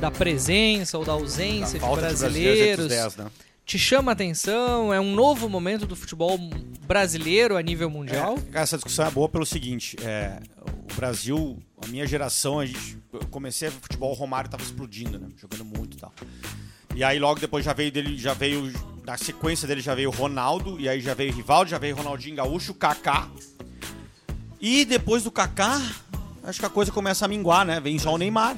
Speaker 4: da presença ou da ausência de
Speaker 1: Falta de
Speaker 4: brasileiros.
Speaker 1: brasileiros entre os 10, né?
Speaker 4: Te chama a atenção? É um novo momento do futebol brasileiro a nível mundial?
Speaker 1: É, cara, essa discussão é boa pelo seguinte: é, o Brasil, a minha geração, a gente, eu comecei a ver futebol, o Romário tava explodindo, né? Jogando muito e tal. E aí logo depois já veio dele, já veio. Na sequência dele já veio o Ronaldo, e aí já veio o Rivaldo, já veio o Ronaldinho Gaúcho, o Kaká. E depois do Kaká, acho que a coisa começa a minguar, né? Vem só o Neymar.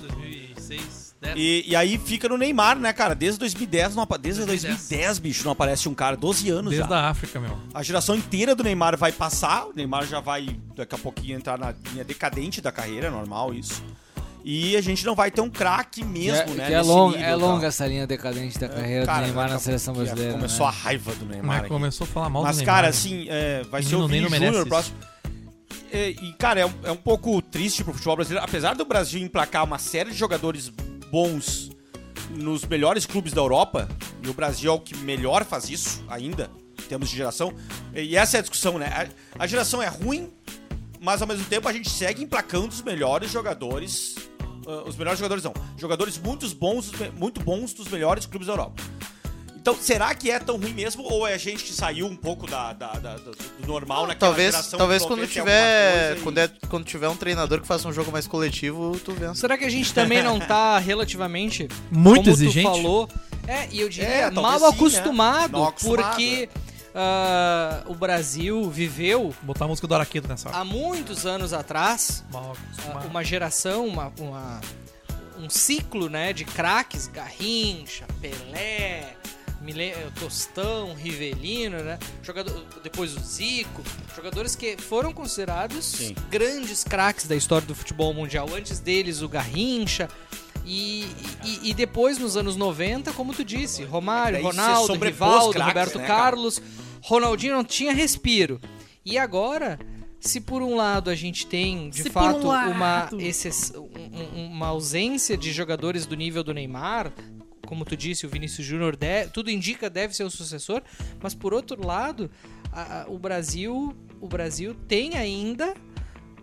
Speaker 1: E, e aí fica no Neymar, né, cara? Desde 2010, não, apa- desde 2010. bicho, não aparece um cara. 12 anos já.
Speaker 3: Desde a África, meu.
Speaker 1: A geração inteira do Neymar vai passar. O Neymar já vai, daqui a pouquinho, entrar na linha decadente da carreira, é normal isso. E a gente não vai ter um craque
Speaker 6: Que
Speaker 1: mesmo,
Speaker 6: é,
Speaker 1: né?
Speaker 6: que é
Speaker 1: nesse
Speaker 6: longa,
Speaker 1: nível,
Speaker 6: é
Speaker 1: tá?
Speaker 6: longa essa linha decadente da carreira
Speaker 1: Cara, né,
Speaker 6: do Neymar
Speaker 1: daqui
Speaker 6: na
Speaker 1: a
Speaker 6: seleção
Speaker 1: pouquinho,
Speaker 6: brasileira.
Speaker 1: é? Começou
Speaker 6: né?
Speaker 1: a raiva do
Speaker 3: Né,
Speaker 1: Neymar. aqui.
Speaker 3: Começou a falar mal
Speaker 1: Mas,
Speaker 3: do Neymar.
Speaker 1: cara,
Speaker 3: né?
Speaker 1: assim, é, vai ser
Speaker 3: Menino
Speaker 1: o
Speaker 3: nem
Speaker 1: Vini
Speaker 3: não merece
Speaker 1: Júnior
Speaker 3: isso.
Speaker 1: próximo. É, E, cara, é um, é um pouco triste pro futebol brasileiro. Apesar do Brasil emplacar uma série de jogadores bons nos melhores clubes da Europa, e o Brasil é o que melhor faz isso ainda, em termos de geração. E essa é a discussão, né? A, a geração é ruim, mas ao mesmo tempo a gente segue emplacando os melhores jogadores. ah, os melhores jogadores não. Jogadores muito bons, muito bons dos melhores clubes da Europa. Então, será que é tão ruim mesmo? Ou é a gente que saiu um pouco da, da- da- do do normal naquela
Speaker 2: Talvez,
Speaker 1: geração?
Speaker 2: talvez
Speaker 1: que
Speaker 2: quando
Speaker 1: acontece
Speaker 2: tiver,
Speaker 1: alguma
Speaker 2: quando,
Speaker 1: coisa
Speaker 2: é, quando tiver um treinador que faça um jogo mais coletivo, tu
Speaker 1: É.
Speaker 2: vence.
Speaker 4: Será que a gente também não tá relativamente
Speaker 3: Muito
Speaker 4: como
Speaker 3: exigente.
Speaker 4: Tu falou, é, e eu diria
Speaker 1: É,
Speaker 4: mal
Speaker 1: talvez sim, né?
Speaker 4: acostumado,
Speaker 1: Mal acostumado,
Speaker 4: porque ah, o Brasil viveu
Speaker 3: Botar a música do Araqueto nessa hora.
Speaker 4: há muitos anos atrás
Speaker 3: Mal
Speaker 4: uma,
Speaker 1: Ah.
Speaker 3: acostumado.
Speaker 4: uma geração, uma, uma- um ciclo né, de craques, Garrincha, Pelé, Mile- Tostão, Rivelino, né? Jogador, depois o Zico, jogadores que foram considerados
Speaker 1: Sim.
Speaker 4: grandes craques da história do futebol mundial. Antes deles, o Garrincha. E, e- e depois, nos anos 90, como tu
Speaker 1: É,
Speaker 4: disse, Romário,
Speaker 1: Daí se
Speaker 4: Ronaldo,
Speaker 1: sobrepôs
Speaker 4: Rivaldo,
Speaker 1: craques,
Speaker 4: Roberto
Speaker 1: né, cara?
Speaker 4: Carlos, Ronaldinho não tinha respiro. E agora, se por um lado a gente tem, de fato, uma, exce- um- um- uma ausência de jogadores do nível do Neymar, como tu disse, o Vinícius Júnior, de- tudo indica deve ser o sucessor, mas por outro lado, a- a- o Brasil o Brasil tem ainda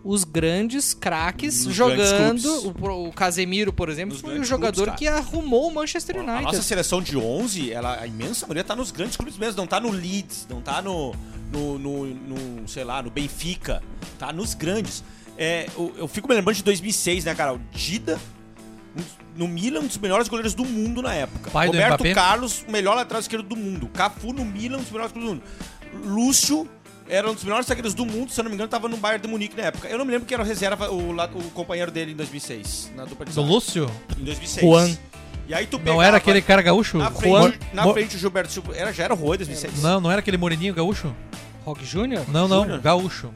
Speaker 4: os grandes craques
Speaker 1: Nos
Speaker 4: jogando.
Speaker 1: grandes clubes.
Speaker 4: o, pro- o Casemiro, por exemplo,
Speaker 1: Nos
Speaker 4: foi o
Speaker 1: grandes
Speaker 4: jogador
Speaker 1: clubes,
Speaker 4: que arrumou o Manchester
Speaker 1: assim. A
Speaker 4: United.
Speaker 1: nossa seleção de 11, ela, a imensa maioria tá nos grandes clubes mesmo. Não tá no Leeds, não tá no, no, no- no, sei lá, no Benfica. Tá nos grandes. É, eu, eu fico me lembrando de 2006, né, cara? O Dida, um dos- no Milan, um dos melhores goleiros do mundo na época.
Speaker 3: Pai do
Speaker 1: Roberto
Speaker 3: Mbappé.
Speaker 1: Carlos, o melhor lateral esquerdo do mundo. Cafu no Milan, um dos melhores goleiros do mundo. Lúcio, Era um dos melhores zagueiros do mundo, se eu não me engano, tava no Bayern de Munique na época. Eu não me lembro quem era o reserva, o, la- o companheiro dele em 2006, na dupla de
Speaker 3: Do
Speaker 1: zaga.
Speaker 3: Lúcio?
Speaker 1: Em 2006.
Speaker 3: Juan.
Speaker 1: E aí tu
Speaker 3: Não
Speaker 1: pegava
Speaker 3: era aquele cara gaúcho?
Speaker 1: Na
Speaker 3: Mor-
Speaker 1: frente, na
Speaker 3: Mor-
Speaker 1: frente o Gilberto Silva. Era, já era o Rui em 2006.
Speaker 3: Não, não era aquele moreninho gaúcho?
Speaker 4: Rock Júnior?
Speaker 3: Não, não,
Speaker 1: Júnior?
Speaker 3: gaúcho.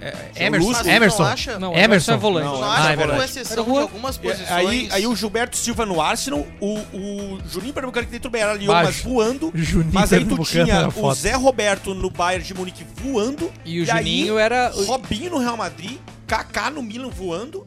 Speaker 3: É, Emerson.
Speaker 1: Lúcio.
Speaker 3: Emerson.
Speaker 2: Não acha?
Speaker 4: Não,
Speaker 3: Emerson.
Speaker 4: Emerson é volante.
Speaker 2: Não,
Speaker 3: Ah,
Speaker 2: acha,
Speaker 3: é
Speaker 2: com
Speaker 3: verdade.
Speaker 2: exceção
Speaker 4: Era
Speaker 2: de
Speaker 4: o-
Speaker 2: algumas posições.
Speaker 1: Aí, aí o Gilberto Silva no Arsenal, o, o Juninho Pernambucano que tentou era Lyon, mas
Speaker 3: Baixo.
Speaker 1: voando.
Speaker 3: Juninho
Speaker 1: Mas aí tu
Speaker 3: Pernambucano
Speaker 1: tinha
Speaker 3: na
Speaker 1: o
Speaker 3: foto.
Speaker 1: Zé Roberto no Bayern de Munique voando.
Speaker 4: E o
Speaker 1: aí,
Speaker 4: Juninho era. o-
Speaker 1: Robinho no Real Madrid, Kaká no Milan voando,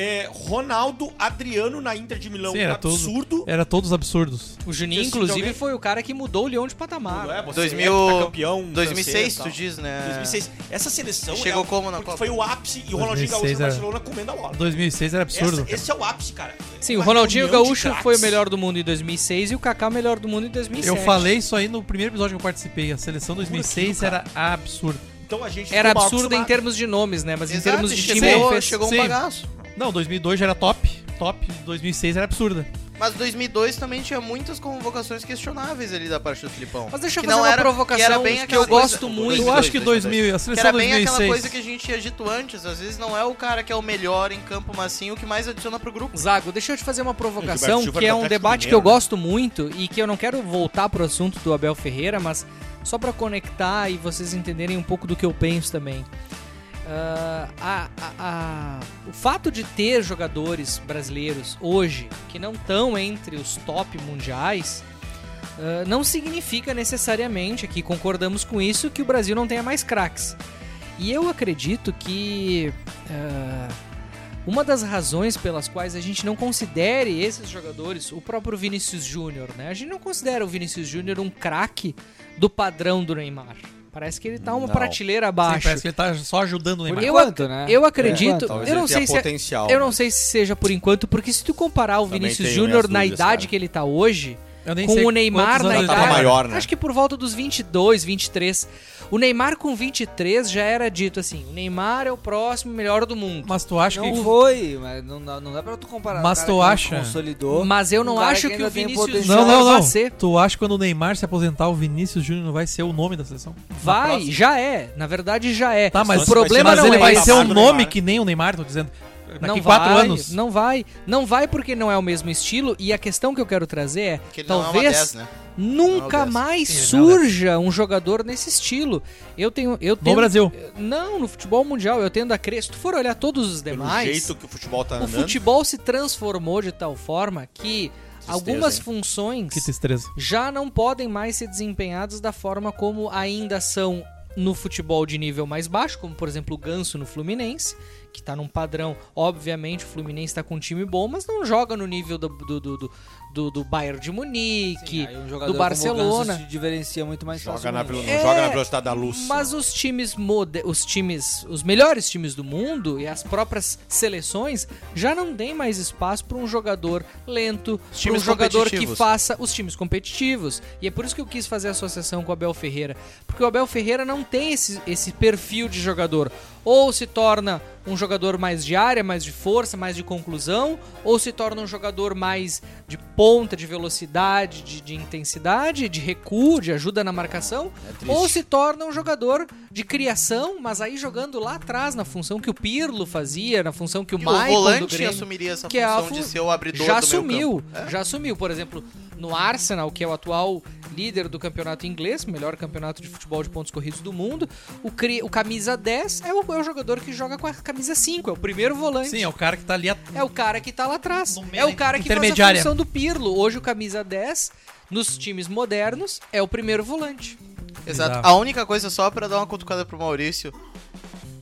Speaker 1: é, Ronaldo, Adriano na Inter de Milão,
Speaker 3: Sim, era É. tudo.
Speaker 1: absurdo.
Speaker 3: Era todos absurdos.
Speaker 4: O Juninho,
Speaker 1: Tinha sido
Speaker 4: inclusive,
Speaker 1: alguém-
Speaker 4: foi o cara que mudou o Leão de patamar.
Speaker 1: É, você
Speaker 2: 2000
Speaker 1: é campeão
Speaker 2: 2006, tu
Speaker 1: francês e
Speaker 2: diz, né?
Speaker 1: tal. 2006. Essa seleção
Speaker 2: Chegou
Speaker 1: é,
Speaker 2: como na
Speaker 1: porque
Speaker 2: Copa?
Speaker 1: foi o ápice e é o Ronaldinho Gaúcho
Speaker 3: 2006
Speaker 1: no
Speaker 3: era-
Speaker 1: Barcelona comendo a bola.
Speaker 3: 2006 era absurdo.
Speaker 1: Essa- esse é o ápice, cara.
Speaker 4: Sim, o
Speaker 1: Uma
Speaker 4: Ronaldinho
Speaker 1: reunião de
Speaker 4: Gaúcho
Speaker 1: craques.
Speaker 4: foi o melhor do mundo em 2006 e o Kaká o melhor do mundo em 2007.
Speaker 1: é
Speaker 3: Eu falei isso aí no primeiro episódio que eu participei. A seleção 2006
Speaker 1: aquilo,
Speaker 3: era absurda.
Speaker 1: Então a gente
Speaker 4: Era
Speaker 1: ficou mal
Speaker 4: absurdo em
Speaker 1: acostumado.
Speaker 4: termos de nomes, né? Mas
Speaker 2: Exato,
Speaker 4: em termos de time,
Speaker 2: chegou,
Speaker 4: ele fez-
Speaker 2: chegou
Speaker 3: sim.
Speaker 2: um bagaço.
Speaker 3: Não, 2002 já era top. Top. 2006 era absurda.
Speaker 2: Mas 2002 também tinha muitas convocações questionáveis ali da parte do Filipão.
Speaker 4: Mas deixa eu
Speaker 2: Que
Speaker 4: fazer
Speaker 2: não
Speaker 4: uma
Speaker 2: era- que
Speaker 4: provocação
Speaker 2: era bem
Speaker 4: que eu
Speaker 2: aquela coisa-
Speaker 4: gosto
Speaker 2: Dois,
Speaker 4: muito.
Speaker 3: eu
Speaker 2: dois,
Speaker 3: acho que
Speaker 2: dois,
Speaker 3: 2000, a
Speaker 2: Que
Speaker 3: seleção
Speaker 2: era bem aquela
Speaker 3: 2006.
Speaker 2: coisa que a gente tinha dito antes. Às vezes não é o cara que é o melhor em campo, mas sim o que mais adiciona pro grupo.
Speaker 4: Zago, deixa eu te fazer uma provocação,
Speaker 1: Silva
Speaker 4: que
Speaker 1: era
Speaker 4: é
Speaker 1: do
Speaker 4: um
Speaker 1: Atlético
Speaker 4: debate
Speaker 1: Mineiro,
Speaker 4: que eu
Speaker 1: né?
Speaker 4: gosto muito e que eu não quero voltar pro assunto do Abel Ferreira, mas só pra conectar e vocês entenderem um pouco do que eu penso também. Ah, a- a- a- o fato de ter jogadores brasileiros hoje que não estão entre os top mundiais ah, não significa necessariamente, aqui concordamos com isso, que o Brasil não tenha mais craques. E eu acredito que ah, uma das razões pelas quais a gente não considere esses jogadores, o próprio Vinícius Júnior, né? A gente não considera o Vinícius Júnior um craque do padrão do Neymar. Parece que ele tá uma
Speaker 1: Não.
Speaker 4: prateleira
Speaker 3: Sim,
Speaker 4: abaixo.
Speaker 3: parece que ele tá só ajudando o
Speaker 1: é
Speaker 3: Neymar.
Speaker 4: Eu
Speaker 6: enquanto, né?
Speaker 4: Eu acredito,
Speaker 6: Por enquanto.
Speaker 4: eu não
Speaker 1: ele
Speaker 4: sei
Speaker 1: tenha
Speaker 4: se é-
Speaker 1: potencial,
Speaker 4: eu não
Speaker 1: né?
Speaker 4: sei se seja por enquanto, porque se tu comparar o
Speaker 1: Também
Speaker 4: Vinícius
Speaker 1: tenho
Speaker 4: Júnior
Speaker 1: minhas
Speaker 4: na
Speaker 1: dúvidas,
Speaker 4: idade
Speaker 1: cara.
Speaker 4: que ele tá hoje,
Speaker 3: Eu nem sei
Speaker 4: com o Neymar
Speaker 3: quantos
Speaker 4: na
Speaker 3: anos ele
Speaker 1: tá
Speaker 4: idade,
Speaker 1: maior, né?
Speaker 4: acho que por volta dos 22, 23. O Neymar com 23 já era dito assim, o Neymar é o próximo melhor do mundo.
Speaker 3: Mas tu acha
Speaker 6: não
Speaker 3: que...
Speaker 6: foi, mas não, dá- não dá pra tu comparar.
Speaker 3: Mas
Speaker 6: o
Speaker 3: tu
Speaker 6: cara que
Speaker 3: acha?
Speaker 6: Consolidou.
Speaker 4: Mas eu não
Speaker 6: um cara
Speaker 4: acho que
Speaker 6: ainda
Speaker 4: o
Speaker 6: tem
Speaker 4: Vinícius
Speaker 6: potencial.
Speaker 3: Não, não,
Speaker 4: vai
Speaker 3: não.
Speaker 4: ser.
Speaker 3: Tu acha que quando o Neymar se aposentar, o Vinícius Júnior não vai ser o nome da seleção? Na
Speaker 4: Vai,
Speaker 3: próxima?
Speaker 4: já é. Na verdade, já é.
Speaker 3: Tá, mas
Speaker 4: o problema
Speaker 3: mas
Speaker 4: não
Speaker 3: ele
Speaker 4: é
Speaker 3: vai
Speaker 4: esse.
Speaker 3: ser um
Speaker 1: Neymar.
Speaker 3: nome que nem o Neymar, tô dizendo. Daqui
Speaker 4: não
Speaker 3: quatro
Speaker 4: vai,
Speaker 3: anos.
Speaker 4: Não vai. Não vai porque não é o mesmo estilo. E a questão que eu quero trazer é:
Speaker 2: Que ele não é uma
Speaker 4: talvez
Speaker 2: 10, né?
Speaker 4: nunca
Speaker 2: Não é o 10.
Speaker 4: mais
Speaker 3: Sim, ele não é o 10.
Speaker 4: surja um jogador nesse estilo. Eu tenho. Eu
Speaker 3: No
Speaker 4: tenho
Speaker 3: Brasil.
Speaker 4: Não, no futebol mundial. Eu tendo a crer. Se tu for olhar todos os
Speaker 1: Pelo
Speaker 4: demais.
Speaker 1: jeito que o futebol tá
Speaker 4: o
Speaker 1: andando.
Speaker 4: futebol se transformou de tal forma que algumas
Speaker 1: hein?
Speaker 4: funções.
Speaker 3: Que tristeza.
Speaker 4: já não podem mais ser desempenhados da forma como ainda são no futebol de nível mais baixo, como por exemplo o Ganso no Fluminense, que tá num padrão. Obviamente o Fluminense tá com um time bom, mas não joga no nível do, do, do, do, do- do Bayern de Munique,
Speaker 6: Aí um jogador
Speaker 4: do
Speaker 6: como o
Speaker 4: Barcelona.
Speaker 6: Ganso se diferencia muito mais
Speaker 1: Joga na,
Speaker 6: facilmente.
Speaker 1: velo-
Speaker 4: É,
Speaker 1: joga na velocidade da luz.
Speaker 4: Mas os times, mode- os times, os melhores times do mundo e as próprias seleções já não tem mais espaço para um jogador lento, para um
Speaker 2: times
Speaker 4: jogador que
Speaker 2: competitivos.
Speaker 4: faça os times competitivos. E é por isso que eu quis fazer a associação com o Abel Ferreira, porque o Abel Ferreira não tem esse, esse perfil de jogador. Ou se torna um jogador mais de área, mais de força, mais de conclusão, ou se torna um jogador mais de ponta, de velocidade, de, de intensidade, de recuo, de ajuda na marcação,
Speaker 2: É
Speaker 4: ou se torna um jogador de criação, mas aí jogando lá atrás, na função que o Pirlo fazia, na função que o
Speaker 2: E
Speaker 4: Michael
Speaker 2: o volante
Speaker 4: do Grêmio
Speaker 2: assumiria essa
Speaker 4: que é a
Speaker 2: função
Speaker 4: fu-
Speaker 2: de ser o abridor
Speaker 4: já
Speaker 2: do meio
Speaker 4: assumiu,
Speaker 2: campo. É.
Speaker 4: já assumiu, por exemplo, no Arsenal, que é o atual líder do campeonato inglês, melhor campeonato de futebol de pontos corridos do mundo, o, cri- o camisa 10 é o, é o jogador que joga com a camisa 5, é o primeiro volante.
Speaker 3: Sim, é o cara que tá ali. A...
Speaker 4: É o cara que tá lá atrás.
Speaker 3: No meio
Speaker 4: É o
Speaker 3: da
Speaker 4: cara que faz a
Speaker 3: intermediária.
Speaker 4: função do Pirlo. Hoje o camisa 10, nos times modernos, é o primeiro volante.
Speaker 2: Exato.
Speaker 3: Exato.
Speaker 2: A única coisa, só pra dar uma cutucada pro Maurício,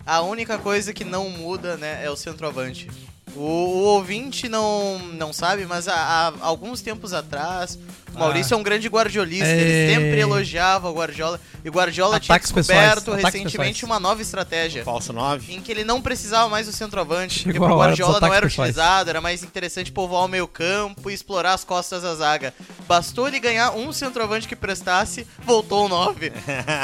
Speaker 2: a única coisa que não muda, né, é o centroavante. O, o ouvinte não, não sabe, mas há, há alguns tempos atrás,
Speaker 4: Ah.
Speaker 2: o Maurício é um grande guardiolista,
Speaker 3: Ei.
Speaker 4: É.
Speaker 2: ele sempre elogiava o Guardiola, e o Guardiola
Speaker 3: Ataques
Speaker 2: tinha
Speaker 3: pessoais,
Speaker 2: descoberto
Speaker 3: ataques
Speaker 2: recentemente
Speaker 3: pessoais.
Speaker 2: uma nova estratégia.
Speaker 1: Falso 9.
Speaker 2: Em que ele não precisava mais do centroavante,
Speaker 3: Chegou
Speaker 2: porque
Speaker 3: a
Speaker 2: pro
Speaker 3: hora dos
Speaker 2: Guardiola não
Speaker 3: ataques
Speaker 2: era
Speaker 3: pessoais.
Speaker 2: utilizado, era mais interessante povoar o meio campo e explorar as costas da zaga. Bastou ele ganhar um centroavante que prestasse, voltou o 9.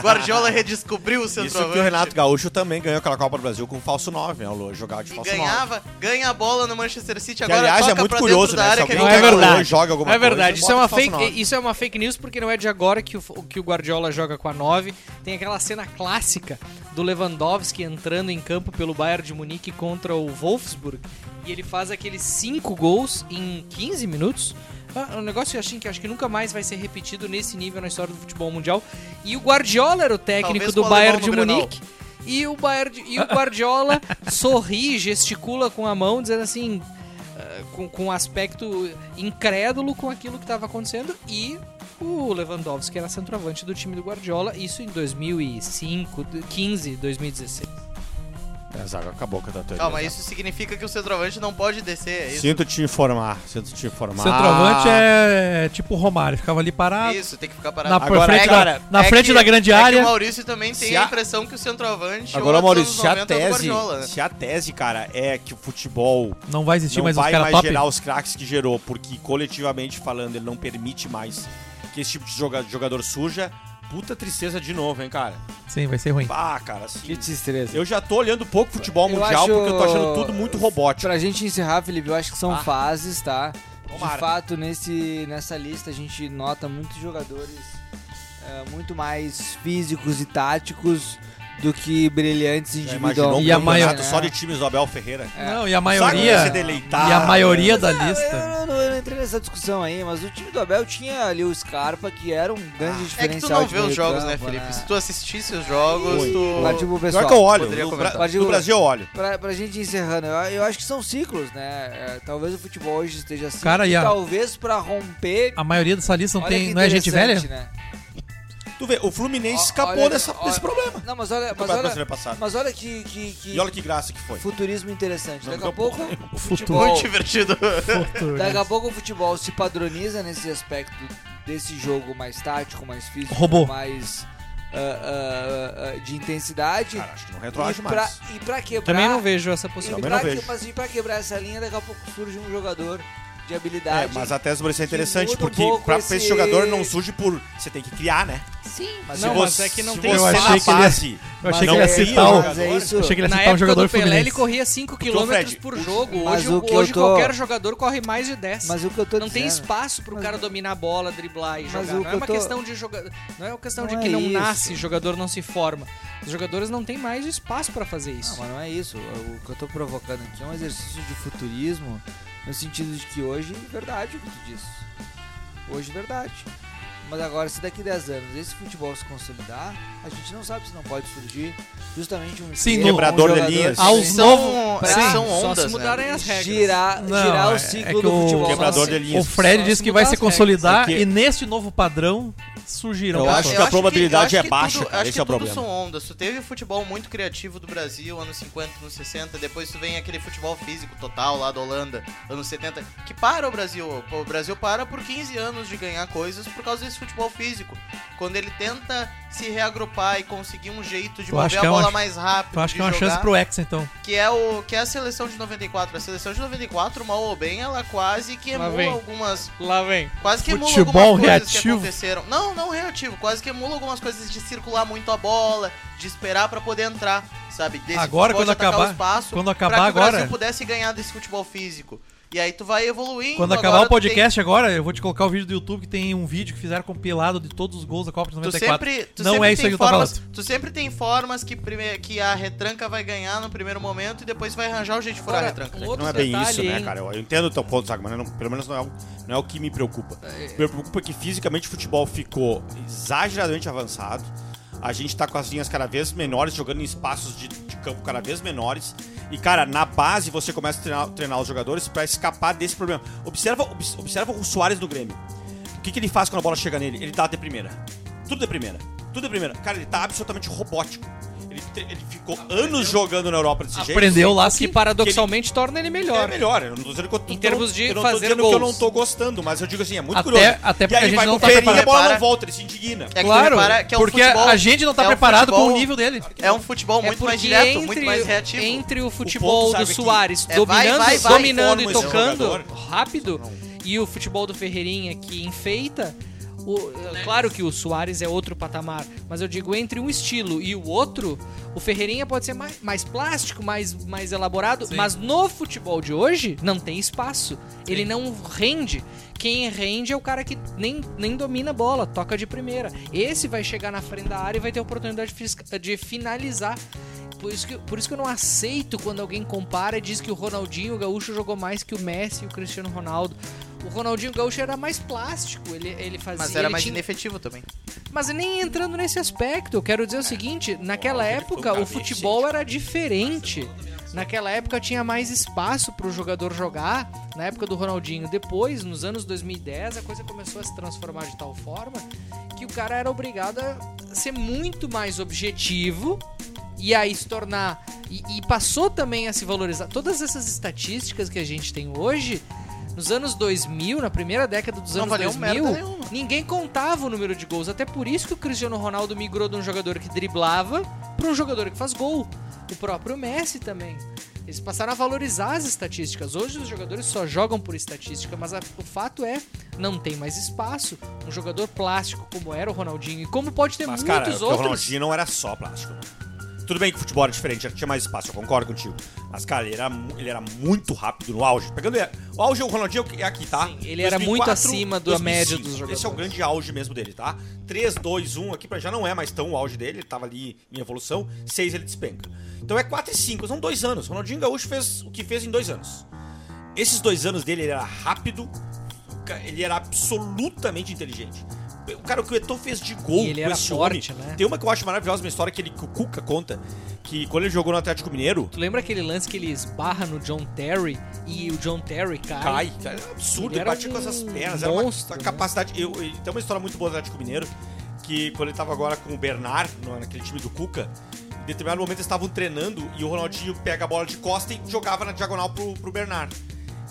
Speaker 2: Guardiola redescobriu o
Speaker 1: Isso
Speaker 2: centroavante.
Speaker 1: que o Renato Gaúcho também ganhou aquela Copa do Brasil com falso 9, né? O Jogava de
Speaker 2: e
Speaker 1: falso 9.
Speaker 2: ganhava, ganha a bola no Manchester City,
Speaker 1: Que,
Speaker 2: agora
Speaker 1: aliás, é
Speaker 2: toca
Speaker 1: muito
Speaker 2: pra
Speaker 1: curioso,
Speaker 2: dentro da
Speaker 1: né? Se
Speaker 2: área que
Speaker 1: alguém
Speaker 2: ele
Speaker 1: pega a
Speaker 2: tá
Speaker 1: bola
Speaker 2: jogando.
Speaker 1: e joga alguma
Speaker 4: É
Speaker 1: coisa,
Speaker 4: verdade, isso é
Speaker 1: bota
Speaker 4: uma
Speaker 1: falso
Speaker 4: fake,
Speaker 1: nove.
Speaker 4: isso é uma fake news porque não é de agora que o, que o Guardiola joga com a 9. Tem aquela cena clássica do Lewandowski entrando em campo pelo Bayern de Munique contra o Wolfsburg. E ele faz aqueles 5 gols em 15 minutos. Ah, Um negócio que eu achei que acho que nunca mais vai ser repetido nesse nível na história do futebol mundial. E o Guardiola era o técnico
Speaker 2: Talvez
Speaker 4: do
Speaker 2: com o
Speaker 4: Bayern de
Speaker 2: alemão no Grenal.
Speaker 4: Munique. E o, Bayern de- e o Guardiola sorri, gesticula com a mão, dizendo assim, eh, com, com um aspecto incrédulo com aquilo que estava acontecendo. E o Lewandowski era centroavante do time do Guardiola, isso em 2005, 15, 2016.
Speaker 1: É, Zago, acabou com a tua teoria,
Speaker 2: Calma,
Speaker 1: Zago.
Speaker 2: isso significa que o centroavante não pode descer, é isso?
Speaker 1: Sinto te informar, sinto te informar.
Speaker 3: Centroavante é tipo o Romário, ficava ali parado.
Speaker 2: Isso, tem que ficar
Speaker 3: Na,
Speaker 2: parado.
Speaker 3: por
Speaker 1: Agora,
Speaker 3: frente,
Speaker 1: cara,
Speaker 3: da, na
Speaker 2: É
Speaker 3: frente
Speaker 2: que-
Speaker 3: da grande
Speaker 2: é
Speaker 3: área.
Speaker 2: Que o Maurício também tem
Speaker 1: Se
Speaker 2: a
Speaker 1: a-
Speaker 2: impressão que o centroavante
Speaker 1: Agora,
Speaker 2: ou
Speaker 1: Maurício,
Speaker 2: dos
Speaker 1: se a
Speaker 2: 90 é do
Speaker 1: tese,
Speaker 2: Guardiola, né?
Speaker 1: se a tese, cara, é que o futebol
Speaker 3: Não vai existir
Speaker 1: não
Speaker 3: mais os
Speaker 1: vai
Speaker 3: caras
Speaker 1: mais
Speaker 3: top.
Speaker 1: gerar os craques que gerou, porque coletivamente falando, ele não permite mais que esse tipo de joga- jogador surja. Puta tristeza de novo, hein, cara?
Speaker 3: Sim, vai ser ruim.
Speaker 1: Pá, cara, assim,
Speaker 6: Que destreza.
Speaker 1: Eu já tô olhando pouco futebol
Speaker 6: Eu
Speaker 1: mundial
Speaker 6: acho-
Speaker 1: porque eu tô achando tudo muito robótico.
Speaker 6: Pra gente encerrar, Felipe, eu acho que são
Speaker 1: Ah.
Speaker 6: fases, tá?
Speaker 1: Tomara.
Speaker 6: De fato, nesse, nessa lista a gente nota muitos jogadores eh, muito mais físicos e táticos do que brilhantes
Speaker 1: Já imaginou
Speaker 6: individualmente.
Speaker 1: um
Speaker 3: E a
Speaker 1: campeonato
Speaker 6: né?
Speaker 1: só de times do Abel Ferreira?
Speaker 3: Não, e a
Speaker 1: Sabe, você
Speaker 3: maioria.
Speaker 1: deleitar,
Speaker 3: e a maioria da lista.
Speaker 6: Eu não, eu não entrei nessa discussão aí, mas o time do Abel tinha ali o Scarpa, que era um grande
Speaker 2: É que tu
Speaker 6: diferencial.
Speaker 2: não
Speaker 6: de
Speaker 2: vê os
Speaker 6: meio
Speaker 2: jogos, né,
Speaker 6: campo,
Speaker 2: Felipe? Se tu assistisse os jogos,
Speaker 1: Ui.
Speaker 2: tu...
Speaker 6: Partiu pro
Speaker 1: Pior
Speaker 6: pessoal.
Speaker 1: que eu olho.
Speaker 2: poderia
Speaker 1: No, Bra-
Speaker 2: comentar.
Speaker 1: no Brasil eu olho.
Speaker 6: Pra, pra gente encerrando, eu, eu acho que são ciclos, né? É, talvez o futebol hoje esteja assim.
Speaker 3: Cara, e a-
Speaker 6: Talvez pra romper.
Speaker 3: A maioria dessa lista não,
Speaker 6: Olha
Speaker 3: tem,
Speaker 6: que
Speaker 3: não é gente velha?
Speaker 6: interessante, Né?
Speaker 1: Tu vê, o Fluminense
Speaker 6: Ó,
Speaker 1: escapou
Speaker 6: olha-
Speaker 1: dessa-
Speaker 6: ó-
Speaker 1: desse problema.
Speaker 6: Não, mas olha, mas
Speaker 1: Campeonato
Speaker 6: olha,
Speaker 1: Brasileiro passado.
Speaker 6: mas olha que, que, que
Speaker 1: E olha que graça que foi.
Speaker 6: futurismo interessante.
Speaker 1: Não
Speaker 6: Daqui a
Speaker 1: deu
Speaker 6: pouco, o futebol,
Speaker 2: Muito divertido.
Speaker 6: daqui a pouco o futebol se padroniza nesse aspecto desse jogo mais tático, mais físico,
Speaker 3: Robô.
Speaker 6: mais ah, ah, ah, ah, de intensidade.
Speaker 1: Cara, acho que não
Speaker 6: e,
Speaker 1: retroage
Speaker 6: pra,
Speaker 1: mais.
Speaker 6: e pra quebrar.
Speaker 4: Também não vejo essa
Speaker 6: e
Speaker 4: possibilidade.
Speaker 1: Também
Speaker 6: pra
Speaker 1: não
Speaker 6: que-
Speaker 1: vejo.
Speaker 6: mas e pra quebrar essa linha, daqui a pouco surge um jogador de
Speaker 1: É,
Speaker 6: habilidade.
Speaker 1: mas a tese do Brasil é
Speaker 6: que
Speaker 1: interessante,
Speaker 6: muda um
Speaker 1: porque
Speaker 6: pouco
Speaker 1: pra, pra
Speaker 6: esse-
Speaker 1: esse jogador não surge por. Você tem que criar, né?
Speaker 4: Sim,
Speaker 6: Mas
Speaker 4: não,
Speaker 1: se
Speaker 4: mas
Speaker 1: você,
Speaker 4: é que não
Speaker 1: se
Speaker 4: tem
Speaker 1: você
Speaker 3: Eu
Speaker 1: na
Speaker 3: achei que ele ia-
Speaker 1: base-
Speaker 3: Eu achei
Speaker 6: Mas
Speaker 3: que ele ia
Speaker 6: é-
Speaker 3: citar o.
Speaker 6: Mas é isso.
Speaker 3: Achei que ele ia
Speaker 4: Na
Speaker 3: citar um
Speaker 4: época
Speaker 3: jogador
Speaker 4: do Pelé, ele
Speaker 3: fluminense.
Speaker 4: corria 5
Speaker 1: Fred,
Speaker 4: km por jogo.
Speaker 6: mas
Speaker 4: Hoje,
Speaker 6: o que eu
Speaker 4: hoje
Speaker 6: tô-
Speaker 4: qualquer jogador corre mais de 10.
Speaker 6: Mas o que eu tô
Speaker 4: não
Speaker 6: dizendo.
Speaker 4: tem espaço pro
Speaker 6: Mas-
Speaker 4: cara dominar a bola, driblar e
Speaker 6: Mas
Speaker 4: jogar.
Speaker 6: o
Speaker 4: Não
Speaker 6: que
Speaker 4: é
Speaker 6: eu
Speaker 4: uma
Speaker 6: tô-
Speaker 4: questão de jogador. Não é uma questão de
Speaker 6: Não
Speaker 4: que
Speaker 6: é
Speaker 4: não
Speaker 6: isso.
Speaker 4: nasce, jogador não se forma. Os jogadores não têm mais espaço pra fazer
Speaker 6: Não,
Speaker 4: isso.
Speaker 6: mas não é isso. O que eu tô provocando aqui é um exercício de futurismo, no sentido de que hoje, verdade o que tu disse. Hoje, verdade. Mas agora, se daqui 10 anos esse futebol se consolidar, a gente não sabe se não pode surgir justamente um
Speaker 3: Sim,
Speaker 6: esquema,
Speaker 3: no-
Speaker 1: Quebrador de
Speaker 6: jogador
Speaker 1: linhas.
Speaker 6: que
Speaker 3: Aos
Speaker 6: venha
Speaker 2: São,
Speaker 6: Pra-
Speaker 2: são
Speaker 4: Só se
Speaker 2: ondas, né?
Speaker 4: mudarem as regras.
Speaker 6: girar,
Speaker 3: Não,
Speaker 6: girar
Speaker 3: é-
Speaker 6: o ciclo
Speaker 3: é que
Speaker 6: do
Speaker 3: o-
Speaker 6: futebol. Assim,
Speaker 1: Quebrador de
Speaker 6: Nossa,
Speaker 1: linhas.
Speaker 3: O Fred
Speaker 4: Só
Speaker 3: disse
Speaker 4: se
Speaker 3: que vai
Speaker 4: mudar
Speaker 3: se
Speaker 4: as regras.
Speaker 3: consolidar
Speaker 1: É que-
Speaker 3: e neste novo padrão surgirão.
Speaker 1: Eu acho
Speaker 3: pessoas.
Speaker 1: que a probabilidade é baixa,
Speaker 2: tudo,
Speaker 1: cara,
Speaker 2: acho
Speaker 1: esse
Speaker 2: que
Speaker 1: é o
Speaker 2: tudo
Speaker 1: problema.
Speaker 2: são ondas. Tu teve futebol muito criativo do Brasil, anos 50, anos 60. Depois tu vem aquele futebol físico total lá da Holanda, anos 70. Que para o Brasil. Pô, O Brasil para por 15 anos de ganhar coisas por causa desse futebol físico. Quando ele tenta se reagrupar e conseguir um jeito de
Speaker 3: Eu acho
Speaker 2: mover
Speaker 3: que
Speaker 2: a
Speaker 3: é
Speaker 2: bola
Speaker 3: uma-
Speaker 2: mais rápido.
Speaker 3: Eu acho
Speaker 2: de
Speaker 3: que é uma
Speaker 2: jogar,
Speaker 3: chance pro Hexa, então.
Speaker 2: que é o que é a seleção de 94. A seleção de 94, mal ou bem, ela quase que
Speaker 4: Lá
Speaker 2: emula
Speaker 4: vem.
Speaker 2: algumas
Speaker 4: Lá vem.
Speaker 2: Quase que emula
Speaker 3: Futebol
Speaker 2: algumas coisas que
Speaker 3: reativo.
Speaker 2: aconteceram. Não, não reativo. Quase que emula algumas coisas de circular muito a bola, de esperar pra poder entrar, sabe? Desse
Speaker 3: Agora,
Speaker 2: futebol
Speaker 3: quando
Speaker 2: de atacar
Speaker 3: acabar-
Speaker 2: o espaço,
Speaker 3: quando
Speaker 2: pra
Speaker 3: acabar
Speaker 2: que o
Speaker 3: agora-
Speaker 2: Brasil pudesse ganhar desse futebol físico. E aí tu vai evoluindo.
Speaker 3: Quando
Speaker 2: agora
Speaker 3: acabar o
Speaker 2: tu tem-
Speaker 3: podcast agora, eu vou te colocar o vídeo do YouTube que tem um vídeo que fizeram compilado de todos os gols da Copa de
Speaker 2: Tu
Speaker 3: 94.
Speaker 2: sempre, tu
Speaker 3: não
Speaker 2: sempre
Speaker 3: é isso aí
Speaker 2: tem
Speaker 3: que eu tô
Speaker 2: formas,
Speaker 3: falando.
Speaker 2: Tu sempre tem formas que, prime- que a retranca vai ganhar no primeiro momento e depois vai arranjar o jeito de furar
Speaker 4: Agora,
Speaker 2: a retranca.
Speaker 4: um outro
Speaker 1: não é bem
Speaker 4: detalhe,
Speaker 1: isso, né,
Speaker 4: hein?
Speaker 1: cara? Eu, eu entendo o teu ponto, Zago, mas não- pelo menos não é, o, não é o que me preocupa. O que me preocupa é que fisicamente o futebol ficou exageradamente avançado. A gente tá com as linhas cada vez menores, jogando em espaços de, de campo cada vez menores. E, cara, na base você começa a treinar, treinar os jogadores pra escapar desse problema. Observa, obs- observa o Soares do Grêmio. O que, que ele faz quando a bola chega nele? Ele dá de primeira. Tudo de primeira. Tudo de primeira. Cara, ele tá absolutamente robótico. Ele, tre- ele ficou anos jogando na Europa desse jeito.
Speaker 3: Prendeu lá
Speaker 4: Que
Speaker 3: que
Speaker 4: paradoxalmente torna ele melhor.
Speaker 1: É melhor, eu não tô dizendo que eu tô,
Speaker 4: Em termos de
Speaker 1: eu não tô
Speaker 4: fazer
Speaker 1: dizendo que eu
Speaker 4: gols.
Speaker 1: não tô gostando, mas eu digo assim, é muito
Speaker 3: Até-
Speaker 1: curioso.
Speaker 3: até porque
Speaker 1: e aí
Speaker 3: a gente
Speaker 1: vai
Speaker 3: não
Speaker 1: pro
Speaker 3: tá
Speaker 1: Ferrinha, a
Speaker 2: preparado.
Speaker 1: bola não volta, ele se indigna.
Speaker 2: É que tu
Speaker 3: Claro,
Speaker 2: repara que é um
Speaker 3: porque
Speaker 2: futebol-
Speaker 3: a gente não tá
Speaker 2: é um
Speaker 3: preparado com
Speaker 2: futebol-
Speaker 3: o nível dele.
Speaker 2: É um futebol
Speaker 4: É
Speaker 2: muito mais
Speaker 4: porque
Speaker 2: direto,
Speaker 4: entre-
Speaker 2: muito mais reativo.
Speaker 4: Entre o
Speaker 1: ponto,
Speaker 4: futebol
Speaker 1: sabe,
Speaker 4: do
Speaker 1: que
Speaker 4: Soares
Speaker 2: é vai,
Speaker 4: dominando,
Speaker 2: vai, vai,
Speaker 4: dominando
Speaker 1: forma
Speaker 4: e
Speaker 1: esse
Speaker 4: tocando
Speaker 1: jogador.
Speaker 4: rápido e o futebol do Ferreirinha que enfeita, o- é claro que o Soares é outro patamar, mas eu digo entre um estilo e o outro, o Ferreirinha pode ser mais, mais plástico, mais, mais elaborado, mas no futebol de hoje não tem espaço. Ele não rende. Quem rende é o cara que nem, nem domina a bola, toca de primeira. Esse vai chegar na frente da área e vai ter a oportunidade fisca- de finalizar. Por isso, que, por isso que eu não aceito quando alguém compara e diz que o Ronaldinho Gaúcho jogou mais que o Messi e o Cristiano Ronaldo. O Ronaldinho Gaúcho era mais plástico, ele, ele fazia.
Speaker 2: Mas era
Speaker 4: ele
Speaker 2: mais
Speaker 4: tinha-
Speaker 2: inefetivo também.
Speaker 4: mas nem entrando nesse aspecto, eu quero dizer o seguinte: naquela época o futebol era diferente. Naquela época tinha mais espaço para o jogador jogar, na época do Ronaldinho. Depois, nos anos 2010, a coisa começou a se transformar de tal forma que o cara era obrigado a ser muito mais objetivo e aí se tornar. E, e passou também a se valorizar. Todas essas estatísticas que a gente tem hoje, nos anos 2000, na primeira década dos
Speaker 2: Não
Speaker 4: anos
Speaker 2: valeu
Speaker 4: 2000,
Speaker 2: merda nenhuma.
Speaker 4: ninguém contava o número de gols. Até por isso que o Cristiano Ronaldo migrou de um jogador que driblava para um jogador que faz gol. O próprio Messi também. Eles passaram a valorizar as estatísticas. Hoje os jogadores só jogam por estatística, mas a- o fato é, não tem mais espaço. Um jogador plástico como era o Ronaldinho e como pode ter
Speaker 1: Mas,
Speaker 4: muitos
Speaker 1: cara, o
Speaker 4: outros.
Speaker 1: Ronaldinho não era só plástico, né? Tudo bem que o futebol era diferente, já tinha mais espaço, eu concordo contigo. Mas, cara, ele era, mu- ele era muito rápido no auge. Pegando o auge, o Ronaldinho é aqui, tá?
Speaker 4: Sim, ele era muito acima da média dos jogadores.
Speaker 1: Esse é o grande auge mesmo dele, tá? 3, 2, 1 aqui pra já não é mais tão o auge dele, ele tava ali em evolução. 6 ele despenca. Então é 4 e 5, são dois anos. Ronaldinho Gaúcho fez o que fez em dois anos. Esses dois anos dele, ele era rápido, ca- ele era absolutamente inteligente. O cara, o que o Eto'o fez de gol
Speaker 4: E ele
Speaker 1: com
Speaker 4: era
Speaker 1: esse
Speaker 4: forte,
Speaker 1: homem.
Speaker 4: né?
Speaker 1: Tem uma que eu acho maravilhosa, uma história que, ele, que o Cuca conta, que quando ele jogou no Atlético Mineiro,
Speaker 4: Tu lembra aquele lance que ele esbarra no John Terry e o John Terry cai?
Speaker 1: cai, cara, era um absurdo,
Speaker 4: Ele
Speaker 1: ele
Speaker 4: era
Speaker 1: batia com
Speaker 4: um
Speaker 1: essas pernas, era uma,
Speaker 4: monstro,
Speaker 1: uma
Speaker 4: né?
Speaker 1: capacidade... Eu, eu- tem uma história muito boa do Atlético Mineiro, que quando ele tava agora com o Bernard, no- naquele time do Cuca, em determinado momento eles estavam treinando e o Ronaldinho pega a bola de costa e jogava na diagonal pro, pro Bernard.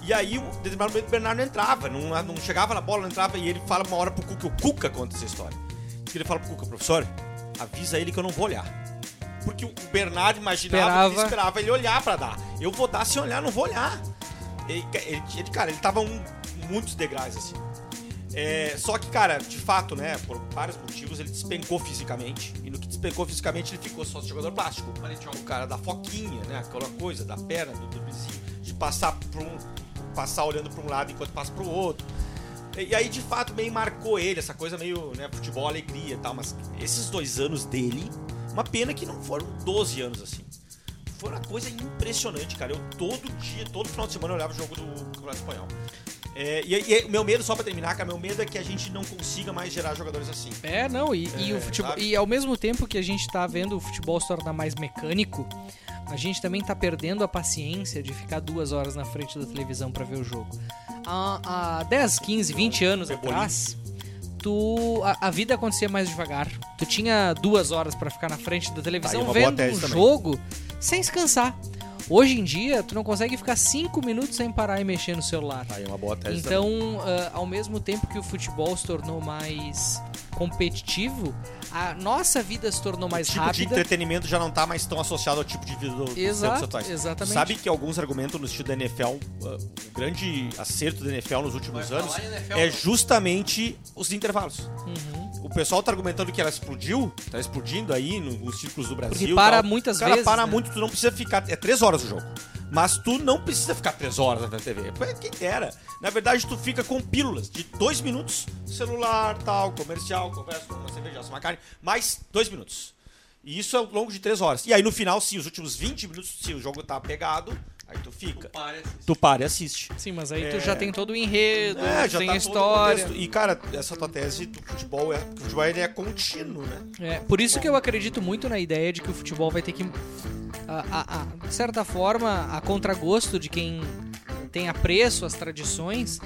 Speaker 1: E aí, em determinado momento, o Bernard não entrava, não, não chegava na bola, não entrava, e ele fala uma hora pro Cuca, o Cuca conta essa história. Que ele fala pro Cuca, professor, avisa ele que eu não vou olhar. Porque o Bernardo imaginava que ele
Speaker 4: Esperava.
Speaker 1: esperava ele olhar pra dar. Eu vou dar se olhar, não vou olhar. Ele, ele- ele- cara, ele tava um, muitos degraus assim. É, só que, cara, de fato, né, por vários motivos, ele despencou fisicamente. E no que despencou fisicamente, ele ficou só jogador plástico. O um cara da foquinha, né? Aquela coisa, da perna, do driblezinho, de passar pra um. passar olhando pra um lado enquanto passa pro outro. E, e aí, de fato, meio marcou ele, essa coisa meio, né, futebol, alegria e tal. Mas esses dois anos dele, uma pena que não foram 12 anos assim. Foi uma coisa impressionante, cara. Eu todo dia, todo final de semana eu olhava o jogo do Campeonato Espanhol. É, e e o meu medo, só pra terminar, cara, meu medo é que a gente não consiga mais gerar jogadores assim.
Speaker 4: É, não, e, e
Speaker 1: É,
Speaker 4: o futebol,
Speaker 1: sabe?
Speaker 4: e ao mesmo tempo que a gente tá vendo o futebol se tornar mais mecânico, a gente também tá perdendo a paciência de ficar duas horas na frente da televisão pra ver o jogo. Há, há 10, 15, 20 anos
Speaker 1: Cebolinha.
Speaker 4: atrás, tu a, a vida acontecia mais devagar. Tu tinha duas horas pra ficar na frente da televisão
Speaker 1: Tá, e uma boa
Speaker 4: vendo um
Speaker 1: tese também.
Speaker 4: jogo sem descansar. Hoje em dia, tu não consegue ficar cinco minutos sem parar e mexer no celular.
Speaker 1: Aí é uma boa tese.
Speaker 4: Então, ah, ao mesmo tempo que o futebol se tornou mais competitivo, a nossa vida se tornou mais
Speaker 1: o tipo de
Speaker 4: rápida.
Speaker 1: entretenimento já não tá mais tão associado ao tipo de vida do dos tempos
Speaker 4: Exato,
Speaker 1: atuais.
Speaker 4: exatamente.
Speaker 1: Sabe que alguns argumentam no estilo da NFL, uh, o grande acerto da NFL nos últimos anos é justamente os intervalos. O pessoal tá argumentando que ela explodiu, tá explodindo aí no- nos círculos do Brasil. e
Speaker 4: para
Speaker 1: tal.
Speaker 4: muitas
Speaker 1: o cara
Speaker 4: vezes,
Speaker 1: para
Speaker 4: né?
Speaker 1: muito, tu não precisa ficar. É três horas o jogo. Mas tu não precisa ficar três horas na TV. Pô, Quem dera. Na verdade, tu fica com pílulas de dois minutos, celular, tal, comercial, conversa com uma cerveja, uma carne, mais dois minutos. E isso é ao longo de três horas. E aí no final, sim, os últimos 20 minutos, se o jogo tá pegado, aí tu fica. Tu para e assiste.
Speaker 4: Sim, mas aí tu já tem todo o enredo,
Speaker 1: É, já
Speaker 4: tem
Speaker 1: tá todo
Speaker 4: a
Speaker 1: o
Speaker 4: história.
Speaker 1: contexto. E, cara, essa tua tese do futebol é. O futebol ele é contínuo, né?
Speaker 4: É, por isso que eu acredito muito na ideia de que o futebol vai ter que. a- a- a- de certa forma, a contragosto de quem tem apreço às tradições,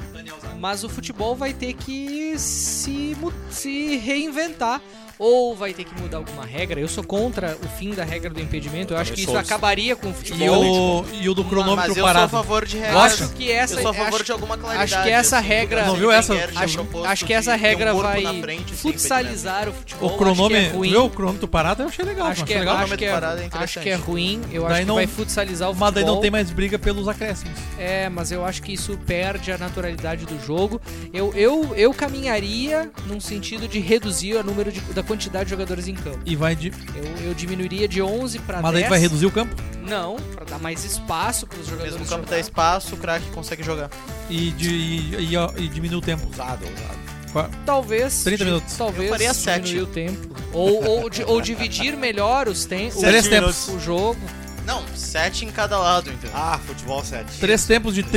Speaker 4: mas o futebol vai ter que se, mu- se reinventar. Ou vai ter que mudar alguma regra. Eu sou contra o fim da regra do impedimento. Eu acho que isso
Speaker 1: sou-
Speaker 4: acabaria com o
Speaker 3: E
Speaker 4: futebol.
Speaker 3: o, e o do cronômetro
Speaker 2: Mas eu
Speaker 3: parado.
Speaker 2: sou a favor de
Speaker 4: Eu
Speaker 2: regras.
Speaker 4: acho que essa
Speaker 2: eu sou a favor
Speaker 4: acho-
Speaker 2: de alguma claridade.
Speaker 4: acho que essa
Speaker 2: assim,
Speaker 4: regra-
Speaker 2: do
Speaker 3: Não viu
Speaker 2: Brasil
Speaker 3: essa?
Speaker 2: Guerra,
Speaker 4: acho,
Speaker 2: tinha proposto
Speaker 4: acho que
Speaker 2: de ter
Speaker 4: essa
Speaker 2: um
Speaker 4: regra
Speaker 2: corpo
Speaker 4: vai
Speaker 2: na frente, sem
Speaker 4: futsalizar o futebol.
Speaker 3: O
Speaker 4: Acho que é
Speaker 3: cronômetro,
Speaker 4: ruim.
Speaker 3: viu? O cronômetro parado eu achei legal.
Speaker 4: Acho que é,
Speaker 3: legal.
Speaker 4: acho que é,
Speaker 2: Parada é
Speaker 4: acho que é
Speaker 2: interessante.
Speaker 4: ruim. Eu
Speaker 3: Daí
Speaker 4: acho que
Speaker 3: não-
Speaker 4: vai futsalizar o futebol.
Speaker 3: Mas daí não tem mais briga pelos acréscimos.
Speaker 4: É, mas eu acho que isso perde a naturalidade do jogo. Eu, eu, eu caminharia num sentido de reduzir o número de- da quantidade de jogadores em campo.
Speaker 3: E vai de.
Speaker 4: Eu, eu diminuiria de 11 para 10.
Speaker 3: Mas daí tu vai reduzir o campo
Speaker 4: Não, pra dar mais espaço pros
Speaker 2: No
Speaker 4: jogadores
Speaker 2: mesmo campo
Speaker 4: jogar.
Speaker 2: tá dá espaço, o craque consegue jogar.
Speaker 3: e, de, e, e, ó, e diminui o tempo.
Speaker 1: Usado, usado.
Speaker 3: Qua-
Speaker 4: Talvez.
Speaker 3: 30
Speaker 4: di-
Speaker 3: minutos.
Speaker 4: Talvez
Speaker 2: Eu faria sete.
Speaker 4: diminuir o tempo. Ou, ou, di- ou dividir melhor os tem, o-
Speaker 3: Três
Speaker 1: minutos.
Speaker 3: tempos.
Speaker 4: o jogo.
Speaker 2: Não, sete em cada lado, entendeu?
Speaker 1: Ah, futebol 7.
Speaker 3: Três tempos de 30.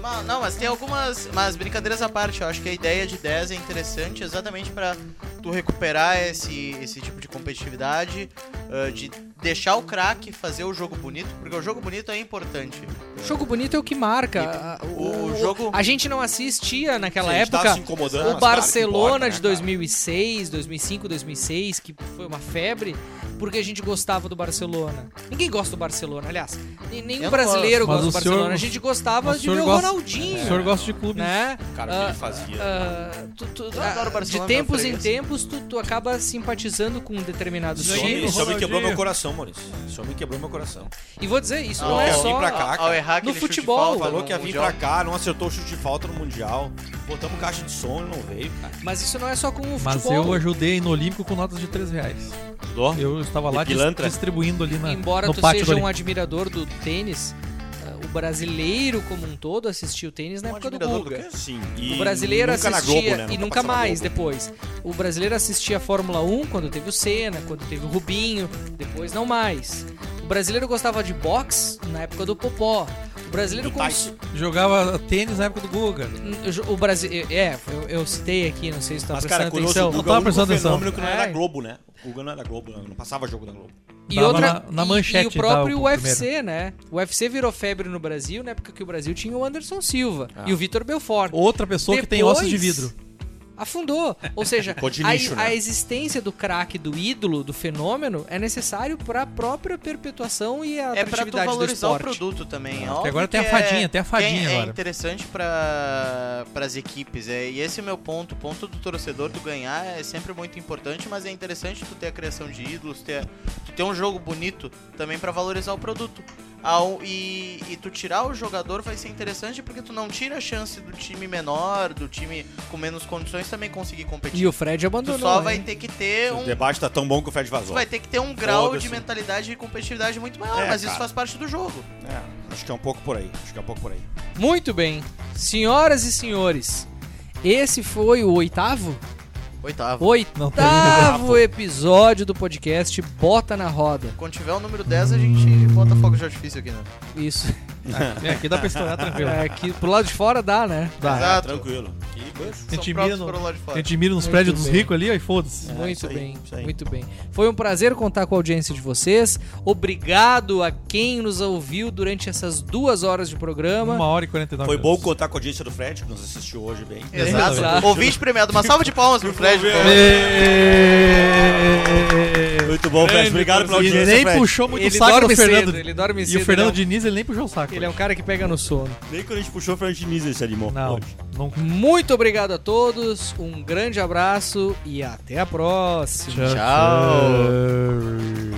Speaker 2: Ma- Não, mas tem algumas. Mas brincadeiras à parte, eu acho que a ideia de 10 é interessante exatamente pra tu recuperar esse, esse tipo de competitividade, ah, de deixar o craque fazer o jogo bonito, porque o jogo bonito é importante.
Speaker 4: O jogo bonito é o que marca. A-
Speaker 2: O jogo.
Speaker 4: A gente não assistia naquela
Speaker 1: Se a gente
Speaker 4: época
Speaker 1: tava se incomodando,
Speaker 4: o
Speaker 1: mas claro que
Speaker 4: Barcelona
Speaker 1: importa, né, cara?
Speaker 4: de 2006, 2005, 2006, que foi uma febre, porque a gente gostava do Barcelona. Ninguém gosta do Barcelona, aliás. Nem- Nenhum
Speaker 2: Eu não
Speaker 4: brasileiro
Speaker 3: gosto.
Speaker 4: gosta do
Speaker 3: Mas o senhor-
Speaker 4: Barcelona. a gente gostava
Speaker 3: mas o
Speaker 4: de
Speaker 3: senhor
Speaker 4: ver o
Speaker 3: gosta-
Speaker 4: Ronaldinho.
Speaker 3: O senhor gosta de clube.
Speaker 4: Né?
Speaker 1: Cara, o que
Speaker 4: Ah,
Speaker 1: ele fazia.
Speaker 4: Ah, tu- tu-
Speaker 2: Eu adoro o Barcelona,
Speaker 4: de tempos
Speaker 2: meu
Speaker 4: em
Speaker 3: assim.
Speaker 2: freguês.
Speaker 4: tempos, tu, tu acaba simpatizando com um determinado
Speaker 1: Isso,
Speaker 4: time.
Speaker 1: me- isso me
Speaker 3: Ronaldinho.
Speaker 1: quebrou meu coração, Maurício. Isso me quebrou meu coração.
Speaker 4: E vou dizer, isso
Speaker 2: Ao-
Speaker 4: não é
Speaker 1: Ah, quer vir
Speaker 4: só.
Speaker 1: pra cá,
Speaker 2: ao errar
Speaker 4: no
Speaker 2: aquele chute de
Speaker 4: futebol,
Speaker 2: falta
Speaker 1: Falou
Speaker 2: no
Speaker 1: que ia vir
Speaker 2: Mundial.
Speaker 1: pra cá, não acertou o chute de falta no Mundial. Botamos caixa de som, ele não veio, cara.
Speaker 4: Mas isso não é só com o
Speaker 3: Mas
Speaker 4: futebol.
Speaker 3: eu ajudei no Olímpico com notas de 3 reais.
Speaker 1: Ajudou?
Speaker 3: Eu estava
Speaker 1: E
Speaker 3: lá dis-
Speaker 1: pilantra?
Speaker 3: distribuindo ali na,
Speaker 4: Embora
Speaker 3: no
Speaker 4: tu
Speaker 3: pátio do
Speaker 4: seja um
Speaker 3: Olímpico.
Speaker 4: admirador do tênis, eh, o brasileiro como um todo assistiu tênis na
Speaker 1: Um
Speaker 4: época do
Speaker 1: admirador do
Speaker 4: Guga.
Speaker 1: quê? Sim. E
Speaker 4: O brasileiro
Speaker 1: nunca na
Speaker 4: assistia
Speaker 1: Globo, né?
Speaker 4: e nunca
Speaker 1: passava na
Speaker 4: mais
Speaker 1: Globo.
Speaker 4: depois. O brasileiro assistia a Fórmula 1 quando teve o Senna, quando teve o Rubinho, depois não mais. O brasileiro gostava de boxe na época do Popó. O brasileiro
Speaker 1: Do
Speaker 4: cons-
Speaker 1: Tyson.
Speaker 3: Jogava tênis na época do Guga.
Speaker 4: o Brasil é, eu, eu citei aqui, não sei se tu tá
Speaker 1: Mas,
Speaker 4: prestando
Speaker 1: cara, curioso,
Speaker 4: atenção.
Speaker 1: o Guga
Speaker 3: Eu tava
Speaker 1: é o único
Speaker 3: prestando atenção.
Speaker 1: fenômeno que não era
Speaker 4: É.
Speaker 1: Globo, né? O Guga não era Globo, não passava jogo da Globo.
Speaker 4: E
Speaker 3: Tava
Speaker 4: outra
Speaker 3: na- na
Speaker 4: e-
Speaker 3: manchete
Speaker 4: e o próprio
Speaker 3: tava o
Speaker 4: UFC, né? O UFC virou febre no Brasil na época que o Brasil tinha o Anderson Silva
Speaker 1: Ah.
Speaker 4: e o Vitor Belfort.
Speaker 3: Outra pessoa que tem
Speaker 4: Depois-
Speaker 3: ossos de vidro.
Speaker 4: Afundou. Ou seja,
Speaker 1: Ficou de
Speaker 4: a,
Speaker 1: nicho, né?
Speaker 4: a existência do craque, do ídolo, do fenômeno é necessário para a própria perpetuação e a
Speaker 2: É pra tu
Speaker 4: atratividade do
Speaker 2: valorizar o
Speaker 4: esporte.
Speaker 2: produto também.
Speaker 3: Ah,
Speaker 2: Óbvio
Speaker 3: agora tem a
Speaker 2: que é-
Speaker 3: fadinha, tem a fadinha
Speaker 2: é,
Speaker 3: agora.
Speaker 2: É interessante para as equipes. É, e esse é o meu ponto. O ponto do torcedor do ganhar é sempre muito importante, mas é interessante tu ter a criação de ídolos, ter, tu ter um jogo bonito também para valorizar o produto. Ao, e, e tu tirar o jogador vai ser interessante porque tu não tira a chance do time menor, do time com menos condições também conseguir competir.
Speaker 4: E o Fred
Speaker 2: tu
Speaker 4: abandonou.
Speaker 2: só
Speaker 4: hein?
Speaker 2: vai ter que ter
Speaker 1: O
Speaker 2: um
Speaker 1: debate tá tão bom que o Fred
Speaker 2: Tu
Speaker 1: vazou.
Speaker 2: vai ter que ter um grau de
Speaker 1: Foda-se.
Speaker 2: mentalidade e competitividade muito maior,
Speaker 1: É,
Speaker 2: mas isso
Speaker 1: cara.
Speaker 2: faz parte do jogo.
Speaker 1: É, acho que é um pouco por aí. Acho que é um pouco por aí.
Speaker 4: Muito bem. Senhoras e senhores, esse foi o oitavo?
Speaker 2: Oitavo.
Speaker 3: Não,
Speaker 4: Oitavo episódio do podcast Bota na Roda.
Speaker 2: Quando tiver o número 10, a gente bota fogo de artifício aqui, né?
Speaker 4: Isso.
Speaker 3: É, aqui dá pra estourar tranquilo.
Speaker 4: É, que pro lado de fora dá, né?
Speaker 1: Ah,
Speaker 2: Exato.
Speaker 1: tranquilo. E beijo.
Speaker 3: A gente
Speaker 2: São
Speaker 3: mira
Speaker 2: próprios
Speaker 3: no-
Speaker 2: para o lado de
Speaker 3: a
Speaker 2: fora.
Speaker 3: gente mira nos
Speaker 1: É,
Speaker 4: Muito
Speaker 3: prédios dos
Speaker 4: bem.
Speaker 3: ricos ali, É, aí foda-se.
Speaker 4: muito
Speaker 1: isso aí,
Speaker 4: bem,
Speaker 1: isso aí.
Speaker 4: muito bem. Foi um prazer contar com a audiência de vocês. Obrigado a quem nos ouviu durante essas duas horas de programa.
Speaker 3: Uma hora e 49
Speaker 1: É. Foi bom
Speaker 3: minutos.
Speaker 1: contar com a audiência do Fred, que nos assistiu hoje bem.
Speaker 4: É.
Speaker 2: Exato.
Speaker 4: Exato.
Speaker 2: Ouvinte premiado. Uma salva de palmas pro Fred. por favor.
Speaker 1: Muito bom, Fred. Obrigado pela
Speaker 3: E
Speaker 1: audiência,
Speaker 3: nem
Speaker 1: Fred.
Speaker 3: puxou muito o
Speaker 4: Ele
Speaker 3: saco
Speaker 4: dorme
Speaker 3: do Fernando.
Speaker 4: cedo, ele dorme
Speaker 3: E
Speaker 4: cedo.
Speaker 3: o Fernando
Speaker 4: ele é um-
Speaker 3: Diniz, ele nem puxou o saco.
Speaker 4: ele é um cara que pega no sono.
Speaker 1: Nem quando a gente puxou o Fred Diniz, esse animal.
Speaker 3: Não,
Speaker 1: Hoje.
Speaker 3: não.
Speaker 4: Muito obrigado a todos, um grande abraço e até a próxima.
Speaker 3: Tchau.